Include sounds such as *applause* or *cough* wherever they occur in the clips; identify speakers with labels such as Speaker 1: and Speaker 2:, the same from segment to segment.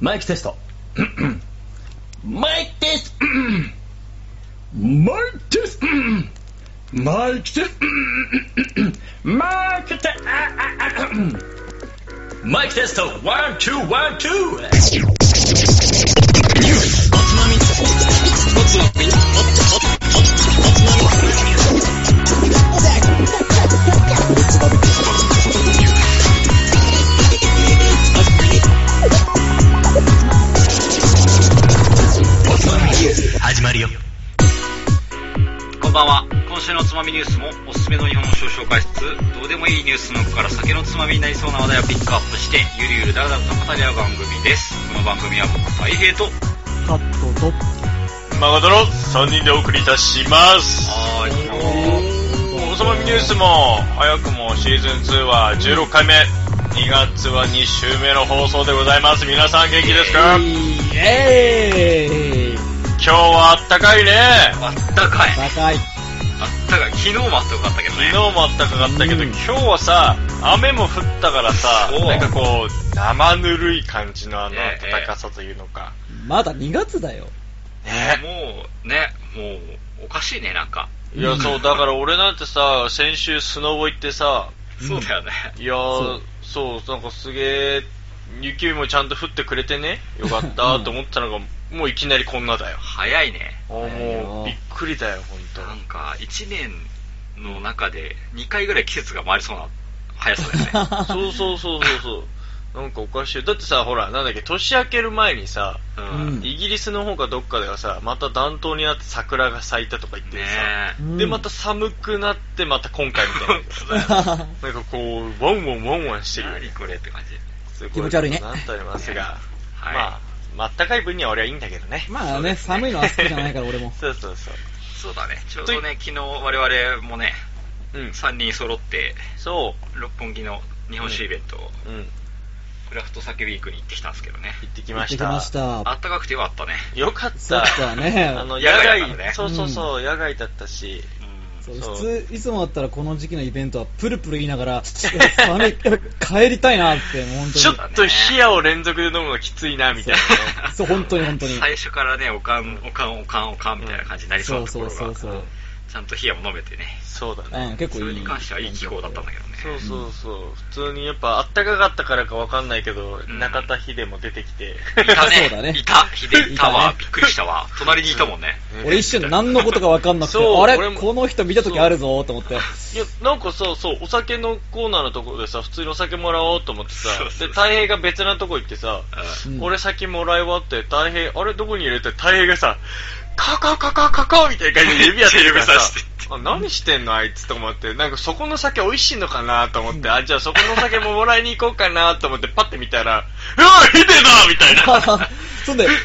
Speaker 1: マイクテスト。 *clears throat* マイクテスト。 *clears throat* マイクテスト。 *clears throat* マイクテスト。 *clears throat* マイクテスト。マイクテスト。ワン、ツー、ワン、ツー。おつまみ。おつまみ。お
Speaker 2: 始まるよ
Speaker 3: こんばんは。今週のおつまみニュースもおすすめの日本酒を紹介しつつ、どうでもいいニュースの中から酒のつまみになりそうな話題をピックアップして、ゆるゆるだらだらと語り合う番組です。この番組は僕、大平と、
Speaker 4: カットと、
Speaker 5: マガドロ3人でお送りいたします。
Speaker 3: あー、
Speaker 5: おつまみニュースも早くもシーズン2は16回目。2月は2週目の放送でございます。皆さん元気ですか今
Speaker 4: イエーイ
Speaker 5: 日はあったかいね。
Speaker 3: あったかい。あ
Speaker 4: 高い。
Speaker 3: ったかい。昨日もあったかかったけどね。
Speaker 5: 昨日もあったかかったけど、
Speaker 4: うん
Speaker 5: 今日はさ、雨も降ったからさ、
Speaker 3: そう
Speaker 5: なんかこう、生ぬるい感じのあの
Speaker 3: ええ
Speaker 5: 暖かさというのか。
Speaker 4: まだ2月だよ。 *laughs*
Speaker 5: ね。
Speaker 3: もう、ね、もう、おかしいね、なんか。
Speaker 5: いや、そう、だから俺なんてさ、先週スノボ行ってさ、
Speaker 3: そうだよね。
Speaker 5: いやーそうなんかすげえ雪もちゃんと降ってくれてねよかったと思ったのが、もういきなりこんなだよ
Speaker 3: 早いね。
Speaker 5: あーもうびっくりだよ本
Speaker 3: なんか、一年の中で2回ぐらい季節が回りそうな速さだよね。
Speaker 5: 当そうそうそうそうそうなんかおかしいだってさほらなんだっけ年明ける前にさ
Speaker 3: うん。ね
Speaker 5: イギリスの方かどっかではさまた暖冬になって桜が咲いたとか言ってさ、
Speaker 3: え。
Speaker 4: うん
Speaker 5: でまた、寒くなってまた今回みたいな
Speaker 3: *laughs*
Speaker 5: なんかこうワンワンワンワンしてるよね
Speaker 3: 何これって感じ。
Speaker 5: すご
Speaker 4: 気持ち悪いね
Speaker 5: ことになっておりますが、
Speaker 3: はい
Speaker 5: まあまったかい分には俺はいいんだけどね
Speaker 4: まあね、寒いのは好きじゃないから俺も。
Speaker 5: そうそうそう。
Speaker 3: そうだね、ちょうどね、昨日我々もね、
Speaker 5: うん。
Speaker 3: 3人揃って、
Speaker 5: そ
Speaker 3: 六本木の日本酒イベント、
Speaker 5: う。うん。
Speaker 3: クラフト酒ウィークに行ってきたんですけどね。
Speaker 5: 行ってき
Speaker 4: 行
Speaker 5: ま
Speaker 4: っ
Speaker 5: して
Speaker 4: き
Speaker 5: た。
Speaker 4: ました。
Speaker 3: あったかくてよかったね。
Speaker 5: よかった。
Speaker 4: そうだね
Speaker 5: あ
Speaker 3: 野
Speaker 5: の、野
Speaker 3: 外
Speaker 5: 外
Speaker 3: だからね
Speaker 5: そうそうそう、野外だったし。
Speaker 3: うん。
Speaker 4: そう
Speaker 5: そう
Speaker 4: 普通、いつもだったらこの時期のイベントはプルプル言いなが
Speaker 3: *laughs*
Speaker 4: ら、寒い、やっぱ帰りたいなって、もう本
Speaker 5: ちょっ
Speaker 4: 当
Speaker 5: と冷やを連続で飲むのきついな、みたいな。
Speaker 4: に。そう、本当に本当
Speaker 3: *laughs*
Speaker 4: に。
Speaker 3: 最初からね、おかん、おかん、おかん、おかんみたいな感じになりそう
Speaker 4: そ
Speaker 3: な
Speaker 4: う
Speaker 3: とこ
Speaker 4: そ
Speaker 3: ろ
Speaker 4: う
Speaker 3: が、
Speaker 4: そうそう。
Speaker 3: ちゃんと冷やも飲めてね、
Speaker 5: そうだ
Speaker 4: うん、
Speaker 5: ね。
Speaker 4: 結
Speaker 3: そ
Speaker 4: 構いい。
Speaker 3: れに関してはいい気候だったんだけどね。
Speaker 5: そうそうそう。普通にやっぱあったかかったからかわかんないけど、
Speaker 3: ん
Speaker 5: 中田秀も出てき
Speaker 3: *laughs*
Speaker 5: て。
Speaker 3: いたね。
Speaker 4: そうだね
Speaker 3: いた。ひでいた
Speaker 4: い
Speaker 3: わ。
Speaker 4: たね
Speaker 3: びっくりしたわ。隣にいたもんね。
Speaker 4: 俺一瞬何のことか分かんなくて、
Speaker 5: そう
Speaker 4: あれ
Speaker 5: 俺も
Speaker 4: この人見た時あるぞと思って。
Speaker 5: い
Speaker 4: *laughs*
Speaker 5: や、なんかさ、そう、お酒のコーナーのところでさ、普通にお酒もらおうと思ってさ
Speaker 3: そうそうそう、
Speaker 5: で、太平が別なとこ行ってさ、
Speaker 4: *laughs*
Speaker 3: う
Speaker 4: うん
Speaker 5: 俺先もらい終わって、太平、あれどこに入れて、太平がさ、カカカカカカみたいな感じで指やってるからさ
Speaker 3: 指さして、
Speaker 5: あ何してんのあいつと思って、なんかそこの酒美味しいのかなと思って、あ、じゃあそこの酒ももらいに行こうかなと思って、パッて見たら、うわ見てたみたいな。
Speaker 4: そんで、
Speaker 3: ん。 *laughs*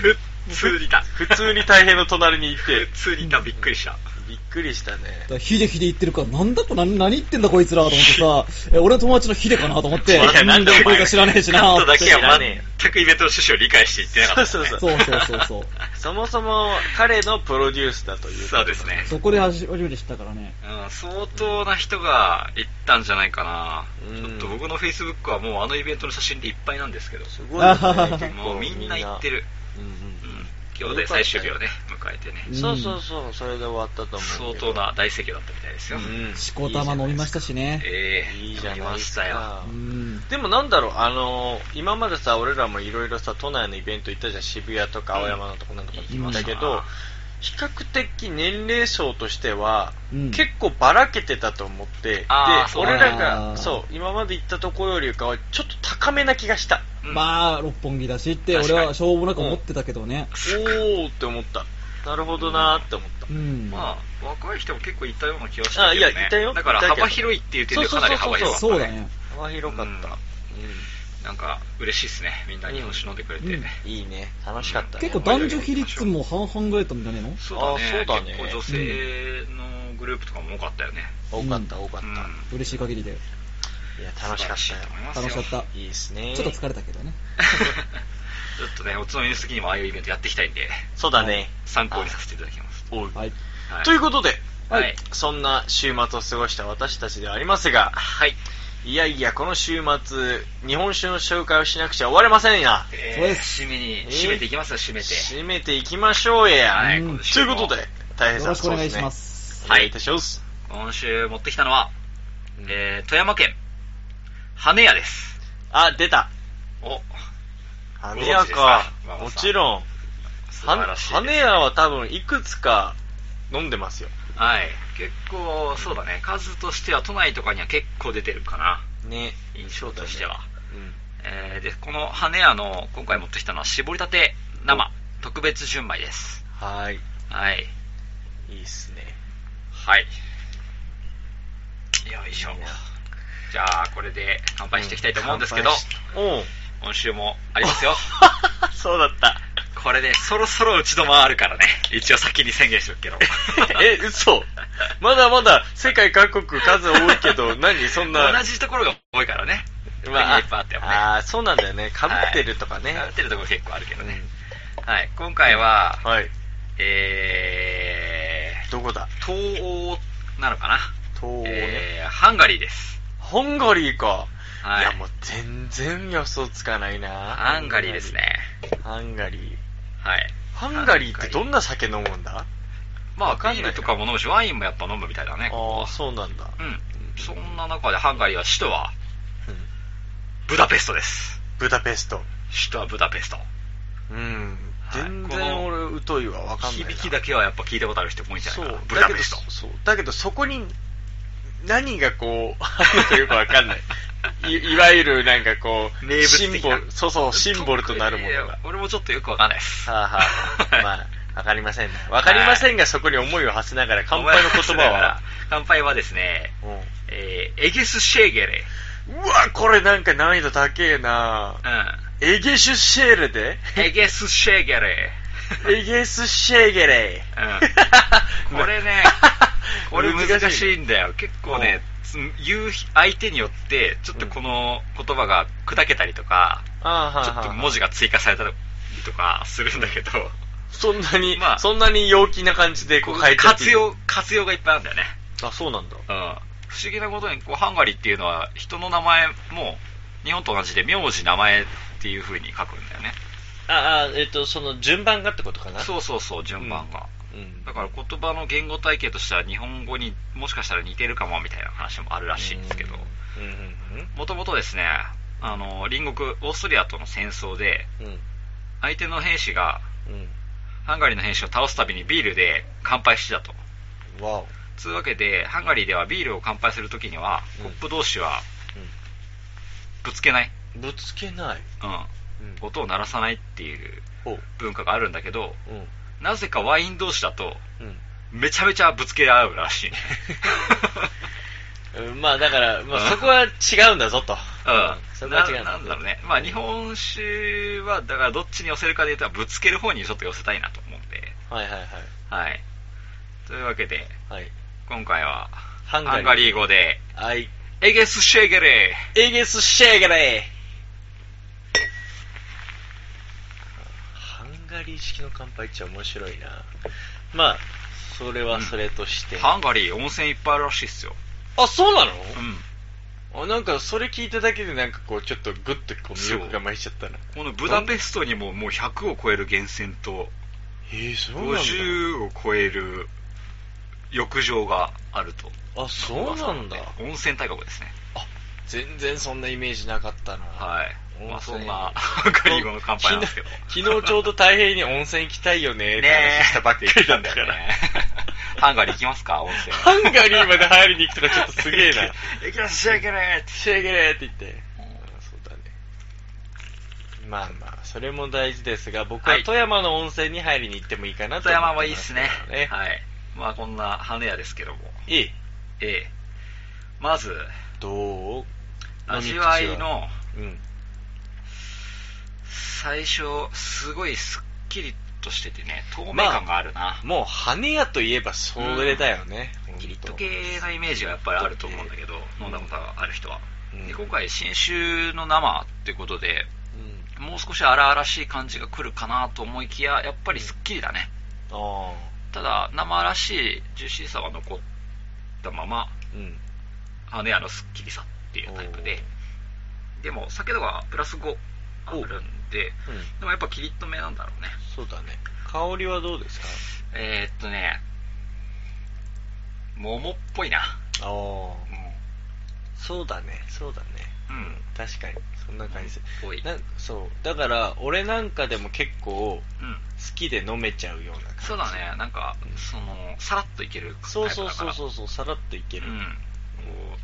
Speaker 3: 普通にい
Speaker 5: *laughs*
Speaker 3: た。
Speaker 5: 普通に太平の隣に行って
Speaker 3: 普、通にいた。びっくりした。
Speaker 5: びっくりしたね。
Speaker 4: ヒデヒデ言ってるから、なんだと何何言ってんだこいつらと思ってさ、え俺の友達のヒデかなと思って、
Speaker 5: いやなんでお前
Speaker 4: どういうか知らねえしな
Speaker 3: カットだけ
Speaker 5: 知ら
Speaker 3: は
Speaker 5: ねえよ
Speaker 3: 全くイベントの趣旨を理解していってなかった
Speaker 5: そ
Speaker 3: ね。
Speaker 5: うそうそう。
Speaker 4: そうそうそうそう。
Speaker 5: そもそも彼のプロデュースだという。
Speaker 3: そうですね。
Speaker 4: そこで初めて知ったからね。
Speaker 3: うん、相当な人が行ったんじゃないかな、
Speaker 5: うん
Speaker 3: ちょっと僕のフェイスブックはもうあのイベントの写真でいっぱいなんですけど
Speaker 5: すごいよね。結構
Speaker 3: もうみんな行って。
Speaker 5: *laughs*
Speaker 3: る、
Speaker 5: うんうん
Speaker 3: うん、今日で最終日をね迎えてね
Speaker 4: うん
Speaker 5: そうそうそう、それで終わったと思
Speaker 3: 相
Speaker 5: うけど。
Speaker 3: 当な大盛況だったみたいですよ、
Speaker 5: うん。
Speaker 4: しこたま飲みましたしね。
Speaker 3: ええ
Speaker 5: いいじゃ
Speaker 3: 飲み
Speaker 5: ない
Speaker 3: ま
Speaker 5: で
Speaker 3: し
Speaker 5: す
Speaker 3: たよ
Speaker 5: か
Speaker 4: う。ん。
Speaker 5: でもなんだろう、あのー今までさ、俺らもいろいろさ、都内のイベント行ったじゃん、渋谷とか青山のとこなんとか行きましたけど、
Speaker 3: うん
Speaker 5: 比較的年齢層としては、
Speaker 4: うん
Speaker 5: 結構ばらけてたと思って、
Speaker 3: あー
Speaker 5: で、
Speaker 3: そうだ
Speaker 5: 俺
Speaker 3: ね
Speaker 5: らが、
Speaker 4: あ
Speaker 5: そう、今まで行ったとこよりかは、ちょっと高めな気がした。
Speaker 3: うん
Speaker 4: まあ、六本木だしって、
Speaker 3: 確か
Speaker 4: 俺
Speaker 3: に
Speaker 4: はしょうもなく思ってたけどね。
Speaker 5: おーって思った。なるほどなーって思った。
Speaker 4: うん。
Speaker 3: まあ若い人も結構いたような気がしたけど、ね、
Speaker 5: あいやいたよ
Speaker 3: だから幅広いっていう点でかなり幅広かった、ね、
Speaker 4: そうだね。
Speaker 5: 幅広かった。
Speaker 3: うん
Speaker 5: う
Speaker 3: なんか嬉しいですねみんな日本酒飲んでくれて、
Speaker 4: うん
Speaker 5: んいいね。楽しかったね。
Speaker 4: 結構男女比率も半々ぐらいだったんじゃねえの
Speaker 3: そうだね
Speaker 5: あそうだね
Speaker 3: 結構女性のグループとかも多かったよね、
Speaker 5: 多かった、多かっ
Speaker 3: うん
Speaker 5: た。
Speaker 4: 嬉しい限りで。
Speaker 5: いや、楽しかった
Speaker 3: 素晴らいと思い
Speaker 5: よ。
Speaker 3: ますよ *laughs*
Speaker 4: 楽しかった。
Speaker 5: いいですね。
Speaker 4: ちょっと疲れたけどね。
Speaker 3: ちょっとね、おつまみの時にもああいうイベントやっていきたいんで、
Speaker 5: そうだね。
Speaker 3: 参考にさせていただきます。
Speaker 5: おう
Speaker 4: はい。
Speaker 3: はい
Speaker 5: ということで、
Speaker 3: はい。
Speaker 5: そんな週末を過ごした私たちではありますが、
Speaker 3: はい。
Speaker 5: いやいや、この週末、日本酒の紹介をしなくちゃ終われませんや。
Speaker 3: え
Speaker 4: そうです
Speaker 3: 締めに、締めていきますよ、締めて。
Speaker 5: 締めていきましょうや。
Speaker 3: はい
Speaker 4: うん
Speaker 3: 今
Speaker 5: とい
Speaker 3: 週
Speaker 5: う
Speaker 3: も
Speaker 5: ことで、大変
Speaker 4: よ
Speaker 5: さん、
Speaker 4: ろしくお願いしま。
Speaker 5: そうですすね。
Speaker 3: はい
Speaker 5: お願いいたします。
Speaker 3: 今週持ってきたのは、えー、富山県、羽屋です。
Speaker 5: あ、出た。
Speaker 3: お、
Speaker 5: 羽
Speaker 3: ご存
Speaker 5: 屋
Speaker 3: 知ですか
Speaker 5: か。
Speaker 3: 馬場さん
Speaker 5: もちろん。
Speaker 3: 素晴らしいです。
Speaker 5: 羽屋は多分いくつか飲んでますよ。
Speaker 3: はい。結構、そうだね。数としては、都内とかには結構出てるかな。
Speaker 5: ね。
Speaker 3: 印象としては。
Speaker 5: うん。
Speaker 3: えー、で、この羽屋の、今回持ってきたのは、絞りたて生、特別純米です。
Speaker 5: はーい。
Speaker 3: はい。
Speaker 5: いいっすね。
Speaker 3: はい。よいしょ。じゃあ、これで乾杯していきたいと思うんですけど、
Speaker 5: 乾杯し
Speaker 3: 今週もあります
Speaker 5: *laughs*
Speaker 3: よ。
Speaker 5: おう。そうだった。。
Speaker 3: これね、そろそろ打ち止まあるからね。一応先に宣言しとくけど
Speaker 5: *laughs* え、嘘まだまだ世界各国数多いけど、
Speaker 3: *laughs*
Speaker 5: 何そんな。
Speaker 3: 同じところが多いからね。
Speaker 5: まあ、
Speaker 3: いっぱいあったよね。
Speaker 5: あーそうなんだよね。被ってるとかね。
Speaker 3: はい被ってるところ結構あるけどね。はい、今回は、
Speaker 5: はい。
Speaker 3: え
Speaker 5: どこだ
Speaker 3: ー、東欧なのかな。
Speaker 5: 東欧ね。
Speaker 3: えー、ハンガリーです。
Speaker 5: ハンガリーか。、
Speaker 3: はいい
Speaker 5: や、もう全然予想つかないな。
Speaker 3: ハンガリーですね。。
Speaker 5: ハンガリー。
Speaker 3: はい。
Speaker 5: ハンガリーってどん
Speaker 3: な
Speaker 5: な酒飲むんだ
Speaker 3: まあ、
Speaker 5: わかんない
Speaker 3: ビールとかも飲むし、ワインもやっぱ飲むみたいだね。
Speaker 5: ああ、そうなんだ。
Speaker 3: うん。そんな中でハンガリーは首都は
Speaker 5: うん
Speaker 3: ブダペストです。
Speaker 5: ブダペスト。
Speaker 3: 首都はブダペスト。
Speaker 5: うん。
Speaker 3: はい
Speaker 5: 全然
Speaker 3: こ
Speaker 5: 俺疎いわ、わかんないな。
Speaker 3: 響きだけはやっぱ聞いたことある人も多いんじゃ
Speaker 5: そ
Speaker 3: ないか
Speaker 5: う
Speaker 3: な。。ブ
Speaker 5: だ
Speaker 3: ダ
Speaker 5: けど
Speaker 3: ペスト。、
Speaker 5: そう。だけどそこに、何がこう、あるのか *laughs* よくわか
Speaker 3: *laughs*
Speaker 5: んない。いいわゆるなんかこう、
Speaker 3: 名物
Speaker 5: シン
Speaker 3: 的
Speaker 5: ボ
Speaker 3: な
Speaker 5: ル、そ
Speaker 3: *laughs*
Speaker 5: うそう、シンボルとなるものが。
Speaker 3: 特に俺もちょっとよくわかんないです。
Speaker 5: はあ、はあ、まあ、わかりませんね。わかりませんが、そこに思いを馳せながら、乾杯の言葉は。
Speaker 3: 乾杯はですね、
Speaker 5: うん
Speaker 3: えーエゲスシェーゲレ。
Speaker 5: うわ、これなんか難易度高えな
Speaker 3: う
Speaker 5: エゲシュシェーレで
Speaker 3: ん。エゲスシェーゲレ。
Speaker 5: エゲスシェーゲレ、
Speaker 3: うん。これ *laughs* ね
Speaker 5: *laughs*
Speaker 3: これ難しい
Speaker 5: ね
Speaker 3: んだよ。結構ね、つ言う相手によって、ちょっとこの言葉が砕けたりとか、
Speaker 5: ああ
Speaker 3: ちょっと文字が追加されたりとかするんだけど、
Speaker 5: そんなに、
Speaker 3: まあ
Speaker 5: そんなに陽気な感じでこう書いてって
Speaker 3: 活用、活用がいっぱいあるんだよね。
Speaker 5: あそうなんだ
Speaker 3: うん。不思議なことに、こう、ハンガリーっていうのは、人の名前も、日本と同じで、名字、名前っていう風に書くんだよね。
Speaker 5: ああえっ、とその順番がってことかな
Speaker 3: そうそうそう、順番が。
Speaker 5: うん
Speaker 3: だから言葉の言語体系としては日本語にもしかしたら似てるかもみたいな話もあるらしいんですけど
Speaker 5: うんうん
Speaker 3: もともとですねあの隣国オーストリアとの戦争で
Speaker 5: うんうん
Speaker 3: 相手の兵士が
Speaker 5: うん
Speaker 3: ハンガリーの兵士を倒すたびにビールで乾杯してたと
Speaker 5: うんわお、うん
Speaker 3: つうわけでハンガリーではビールを乾杯するときには
Speaker 5: うん
Speaker 3: コップ同士はぶつけない、
Speaker 5: ぶつけない、
Speaker 3: うん、音を鳴らさないっていう
Speaker 5: おう
Speaker 3: 文化があるんだけど
Speaker 5: うん
Speaker 3: なぜかワイン同士だと
Speaker 5: うん
Speaker 3: めちゃめちゃぶつけ合うらしいね
Speaker 5: *laughs* うんまあだから、まあ、
Speaker 3: うん
Speaker 5: そこは違うんだぞと。
Speaker 3: うん、
Speaker 5: そこは違う
Speaker 3: な
Speaker 5: んだ
Speaker 3: なんだろうね、まあ、日本酒はだからどっちに寄せるかで言ったらぶつける方にちょっと寄せたいなと思うんで、
Speaker 5: はいはいはい。
Speaker 3: はい、というわけで
Speaker 5: はい。
Speaker 3: 今回はハ
Speaker 5: ハン
Speaker 3: ン
Speaker 5: ガリー
Speaker 3: ガリー語で
Speaker 5: はい。
Speaker 3: 「エゲスシェーゲレ
Speaker 5: エゲスシェーゲレハンガリー式の乾杯っちゃ面白いな。まあ、それはそれとして。
Speaker 3: ー」ハンガリー温泉いっぱいあるらしいっすよ、
Speaker 5: あ、そうなの
Speaker 3: うん、
Speaker 5: あなんか、それ聞いただけでなんかこう、ちょっとグッとこう、魅力が増しちゃったな。
Speaker 3: このブダペストにももう100を超える源泉と
Speaker 5: えー、そうなんだ。
Speaker 3: 50を超える浴場があると
Speaker 5: あ、そうなんだ。
Speaker 3: 温泉大国ですね
Speaker 5: 全然そんなイメージなかったな。
Speaker 3: はいま
Speaker 5: 温
Speaker 3: あ
Speaker 5: 泉
Speaker 3: そんなハンガリー語の乾杯なんですけど
Speaker 5: 昨日 *laughs* 昨日ちょうど太平に温泉行きたいよねって
Speaker 3: ねえ
Speaker 5: 話したばっかり *laughs* なんだから。
Speaker 3: *laughs* ハンガリー行きますか温泉。
Speaker 5: ハンガリーまで入りに行くとちょっとすげえな。
Speaker 3: *laughs* 行きましょう、行けね
Speaker 5: 仕上げれって言って。そうだね。まあまあ、それも大事ですが、僕は
Speaker 3: はい
Speaker 5: 富山の温泉に入りに行ってもいいかなと
Speaker 3: 富
Speaker 5: 思
Speaker 3: 山
Speaker 5: っ
Speaker 3: もい
Speaker 5: て
Speaker 3: いっ
Speaker 5: ます
Speaker 3: す
Speaker 5: か
Speaker 3: ね
Speaker 5: ら。
Speaker 3: はい。まあこんな羽屋ですけども。
Speaker 5: いい。
Speaker 3: ええ。まず、
Speaker 5: どう
Speaker 3: 味わい。の
Speaker 5: うん。
Speaker 3: 最初、すごいすっきりとしててね、透明感があるな。
Speaker 5: もう、羽屋といえばそれだよね。ほんと
Speaker 3: キリット系なイメージがやっぱりあると思うんだけど、飲んだことがある人は。
Speaker 5: うん
Speaker 3: で今回、新酒の生ってことで、
Speaker 5: うん。
Speaker 3: もう少し荒々しい感じが来るかなと思いきや、やっぱりすっきりだね。
Speaker 5: ああ。
Speaker 3: ただ、生らしいジューシーさは残ったまま、
Speaker 5: うん。
Speaker 3: あのやのすっきりさっていうタイプで、でも、酒度がプラス5あるんで、
Speaker 5: おー。うん。
Speaker 3: でもやっぱキリッと目なんだろうね。
Speaker 5: そうだね。香りはどうですか
Speaker 3: えー、っとね、桃っぽいな。
Speaker 5: ああ。
Speaker 3: う
Speaker 5: そうだね、そうだね。
Speaker 3: ん。うん。
Speaker 5: 確かに、そんな感じする。
Speaker 3: ぽい。
Speaker 5: なそう。だから、俺なんかでも結構、好
Speaker 3: うん。
Speaker 5: きで飲めちゃうような感じ。
Speaker 3: そうだね、なんか、その、さらっといけるタイプ
Speaker 5: そう
Speaker 3: だか
Speaker 5: そう
Speaker 3: ら。
Speaker 5: そうそうそう、さらっといける。
Speaker 3: うん。こう、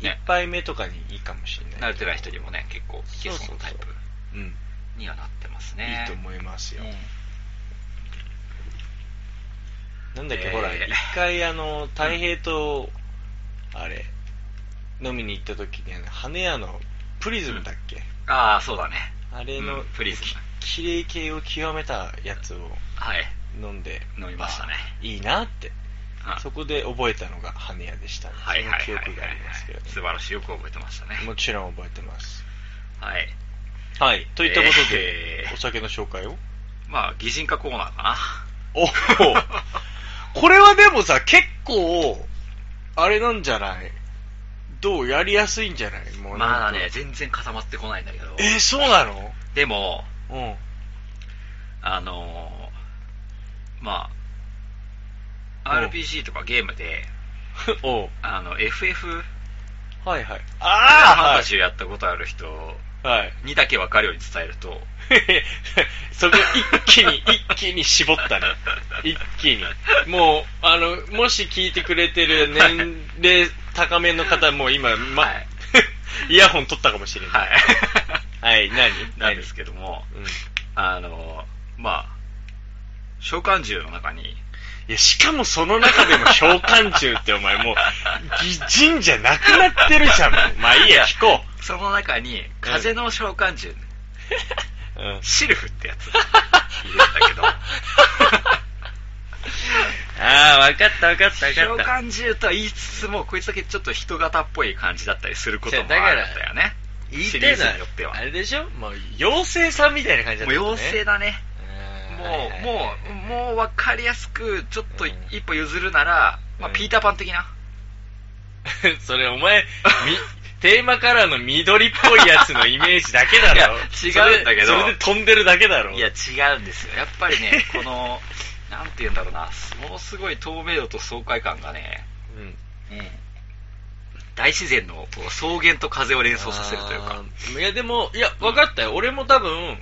Speaker 5: 一
Speaker 3: ね、
Speaker 5: 杯目とかにいいかもしれない。
Speaker 3: 慣れてない人にもね、結構いけそうなタイプ
Speaker 5: うん。い
Speaker 3: にはなってますね。
Speaker 5: いと思いますよ。
Speaker 3: うん
Speaker 5: なんだっけ、
Speaker 3: えー
Speaker 5: ほら、一回あの、太平と、あれ、飲みに行った時に、あの羽屋のプリズムだっけ、
Speaker 3: ああ、そうだね。
Speaker 5: あれ
Speaker 3: う
Speaker 5: の、
Speaker 3: んプリズム
Speaker 5: き綺麗系を極めたやつを
Speaker 3: はい。
Speaker 5: 飲んで、
Speaker 3: 飲みましたね
Speaker 5: あいいなって。
Speaker 3: うん
Speaker 5: そこで覚えたのが羽屋でしたね。
Speaker 3: はいはい
Speaker 5: そ
Speaker 3: はいは
Speaker 5: の記
Speaker 3: い
Speaker 5: 憶がありますけど、ね
Speaker 3: 素晴らしい。よく覚えてましたね。
Speaker 5: もちろん覚えてます。
Speaker 3: はい。
Speaker 5: はい。といったことで、
Speaker 3: えー
Speaker 5: お酒の紹介を。
Speaker 3: まあ、擬人化コーナーかな。
Speaker 5: おこれはでもさ、結構、あれなんじゃないどうやりやすいんじゃないもうなん
Speaker 3: *laughs*
Speaker 5: か
Speaker 3: まあね、全然固まってこないんだけど。
Speaker 5: えーそうなの
Speaker 3: でも、
Speaker 5: うん。 *laughs*
Speaker 3: あのーまあ、
Speaker 5: うん
Speaker 3: RPG とかゲームで、
Speaker 5: おう
Speaker 3: あの、FF、
Speaker 5: はいはい。
Speaker 3: ファン
Speaker 5: あ
Speaker 3: タジーをやったことある人
Speaker 5: あはい。 *laughs* はい。
Speaker 3: にだけ分かるように伝えると、
Speaker 5: そこ一気に、一気に絞ったね。一気に。もう、あの、もし聞いてくれてる年齢高めの方もう今、ま、
Speaker 3: はい
Speaker 5: *laughs* イヤホン取ったかもしれない。
Speaker 3: はい。
Speaker 5: *laughs* はい、何
Speaker 3: *laughs* なんですけども、
Speaker 5: うん。
Speaker 3: あのーまあ、召喚獣の中に、
Speaker 5: いや、しかもその中でも召喚獣ってお前もう、擬人じゃなくなってるじゃん。もう *laughs* まあいい
Speaker 3: い
Speaker 5: や、
Speaker 3: や
Speaker 5: 聞こ
Speaker 3: その中に、風の召喚獣、
Speaker 5: う。うん。
Speaker 3: シルフってやつ、いるんだ
Speaker 5: *laughs*
Speaker 3: けど、
Speaker 5: ああ、わかったわかったわ
Speaker 3: 召
Speaker 5: かった。
Speaker 3: 喚獣とは言いつつも、こいつだけちょっと人型っぽい感じだったりすることもあるんだよね。
Speaker 5: 言い
Speaker 3: シ
Speaker 5: た
Speaker 3: リー
Speaker 5: い
Speaker 3: ズ
Speaker 5: の
Speaker 3: によっては
Speaker 5: は、あれでしょもう、妖精さんみたいな感じだ
Speaker 3: も
Speaker 5: っ
Speaker 3: う
Speaker 5: た、ね。
Speaker 3: 妖精
Speaker 5: だ。
Speaker 3: だね。もう、もう、もう分かりやすく、ちょっと一歩譲るなら、まあ、
Speaker 5: うん
Speaker 3: ピーターパン的な。
Speaker 5: う。それお前、み、テーマカラーの緑っぽいやつのイメージだけだ *laughs*
Speaker 3: い
Speaker 5: ろ。
Speaker 3: や違うんだけど
Speaker 5: それでそれで飛んでるだけだろ。
Speaker 3: いや、、違うんですよ。やっぱりね、 *laughs* この、なんて言うんだろうな、ものすごい透明度と爽快感がね、
Speaker 5: うん。
Speaker 3: 大自然のこう草原と風を連想させるというか。
Speaker 5: あー。いや、でも、いや、分かったよ。俺も多分、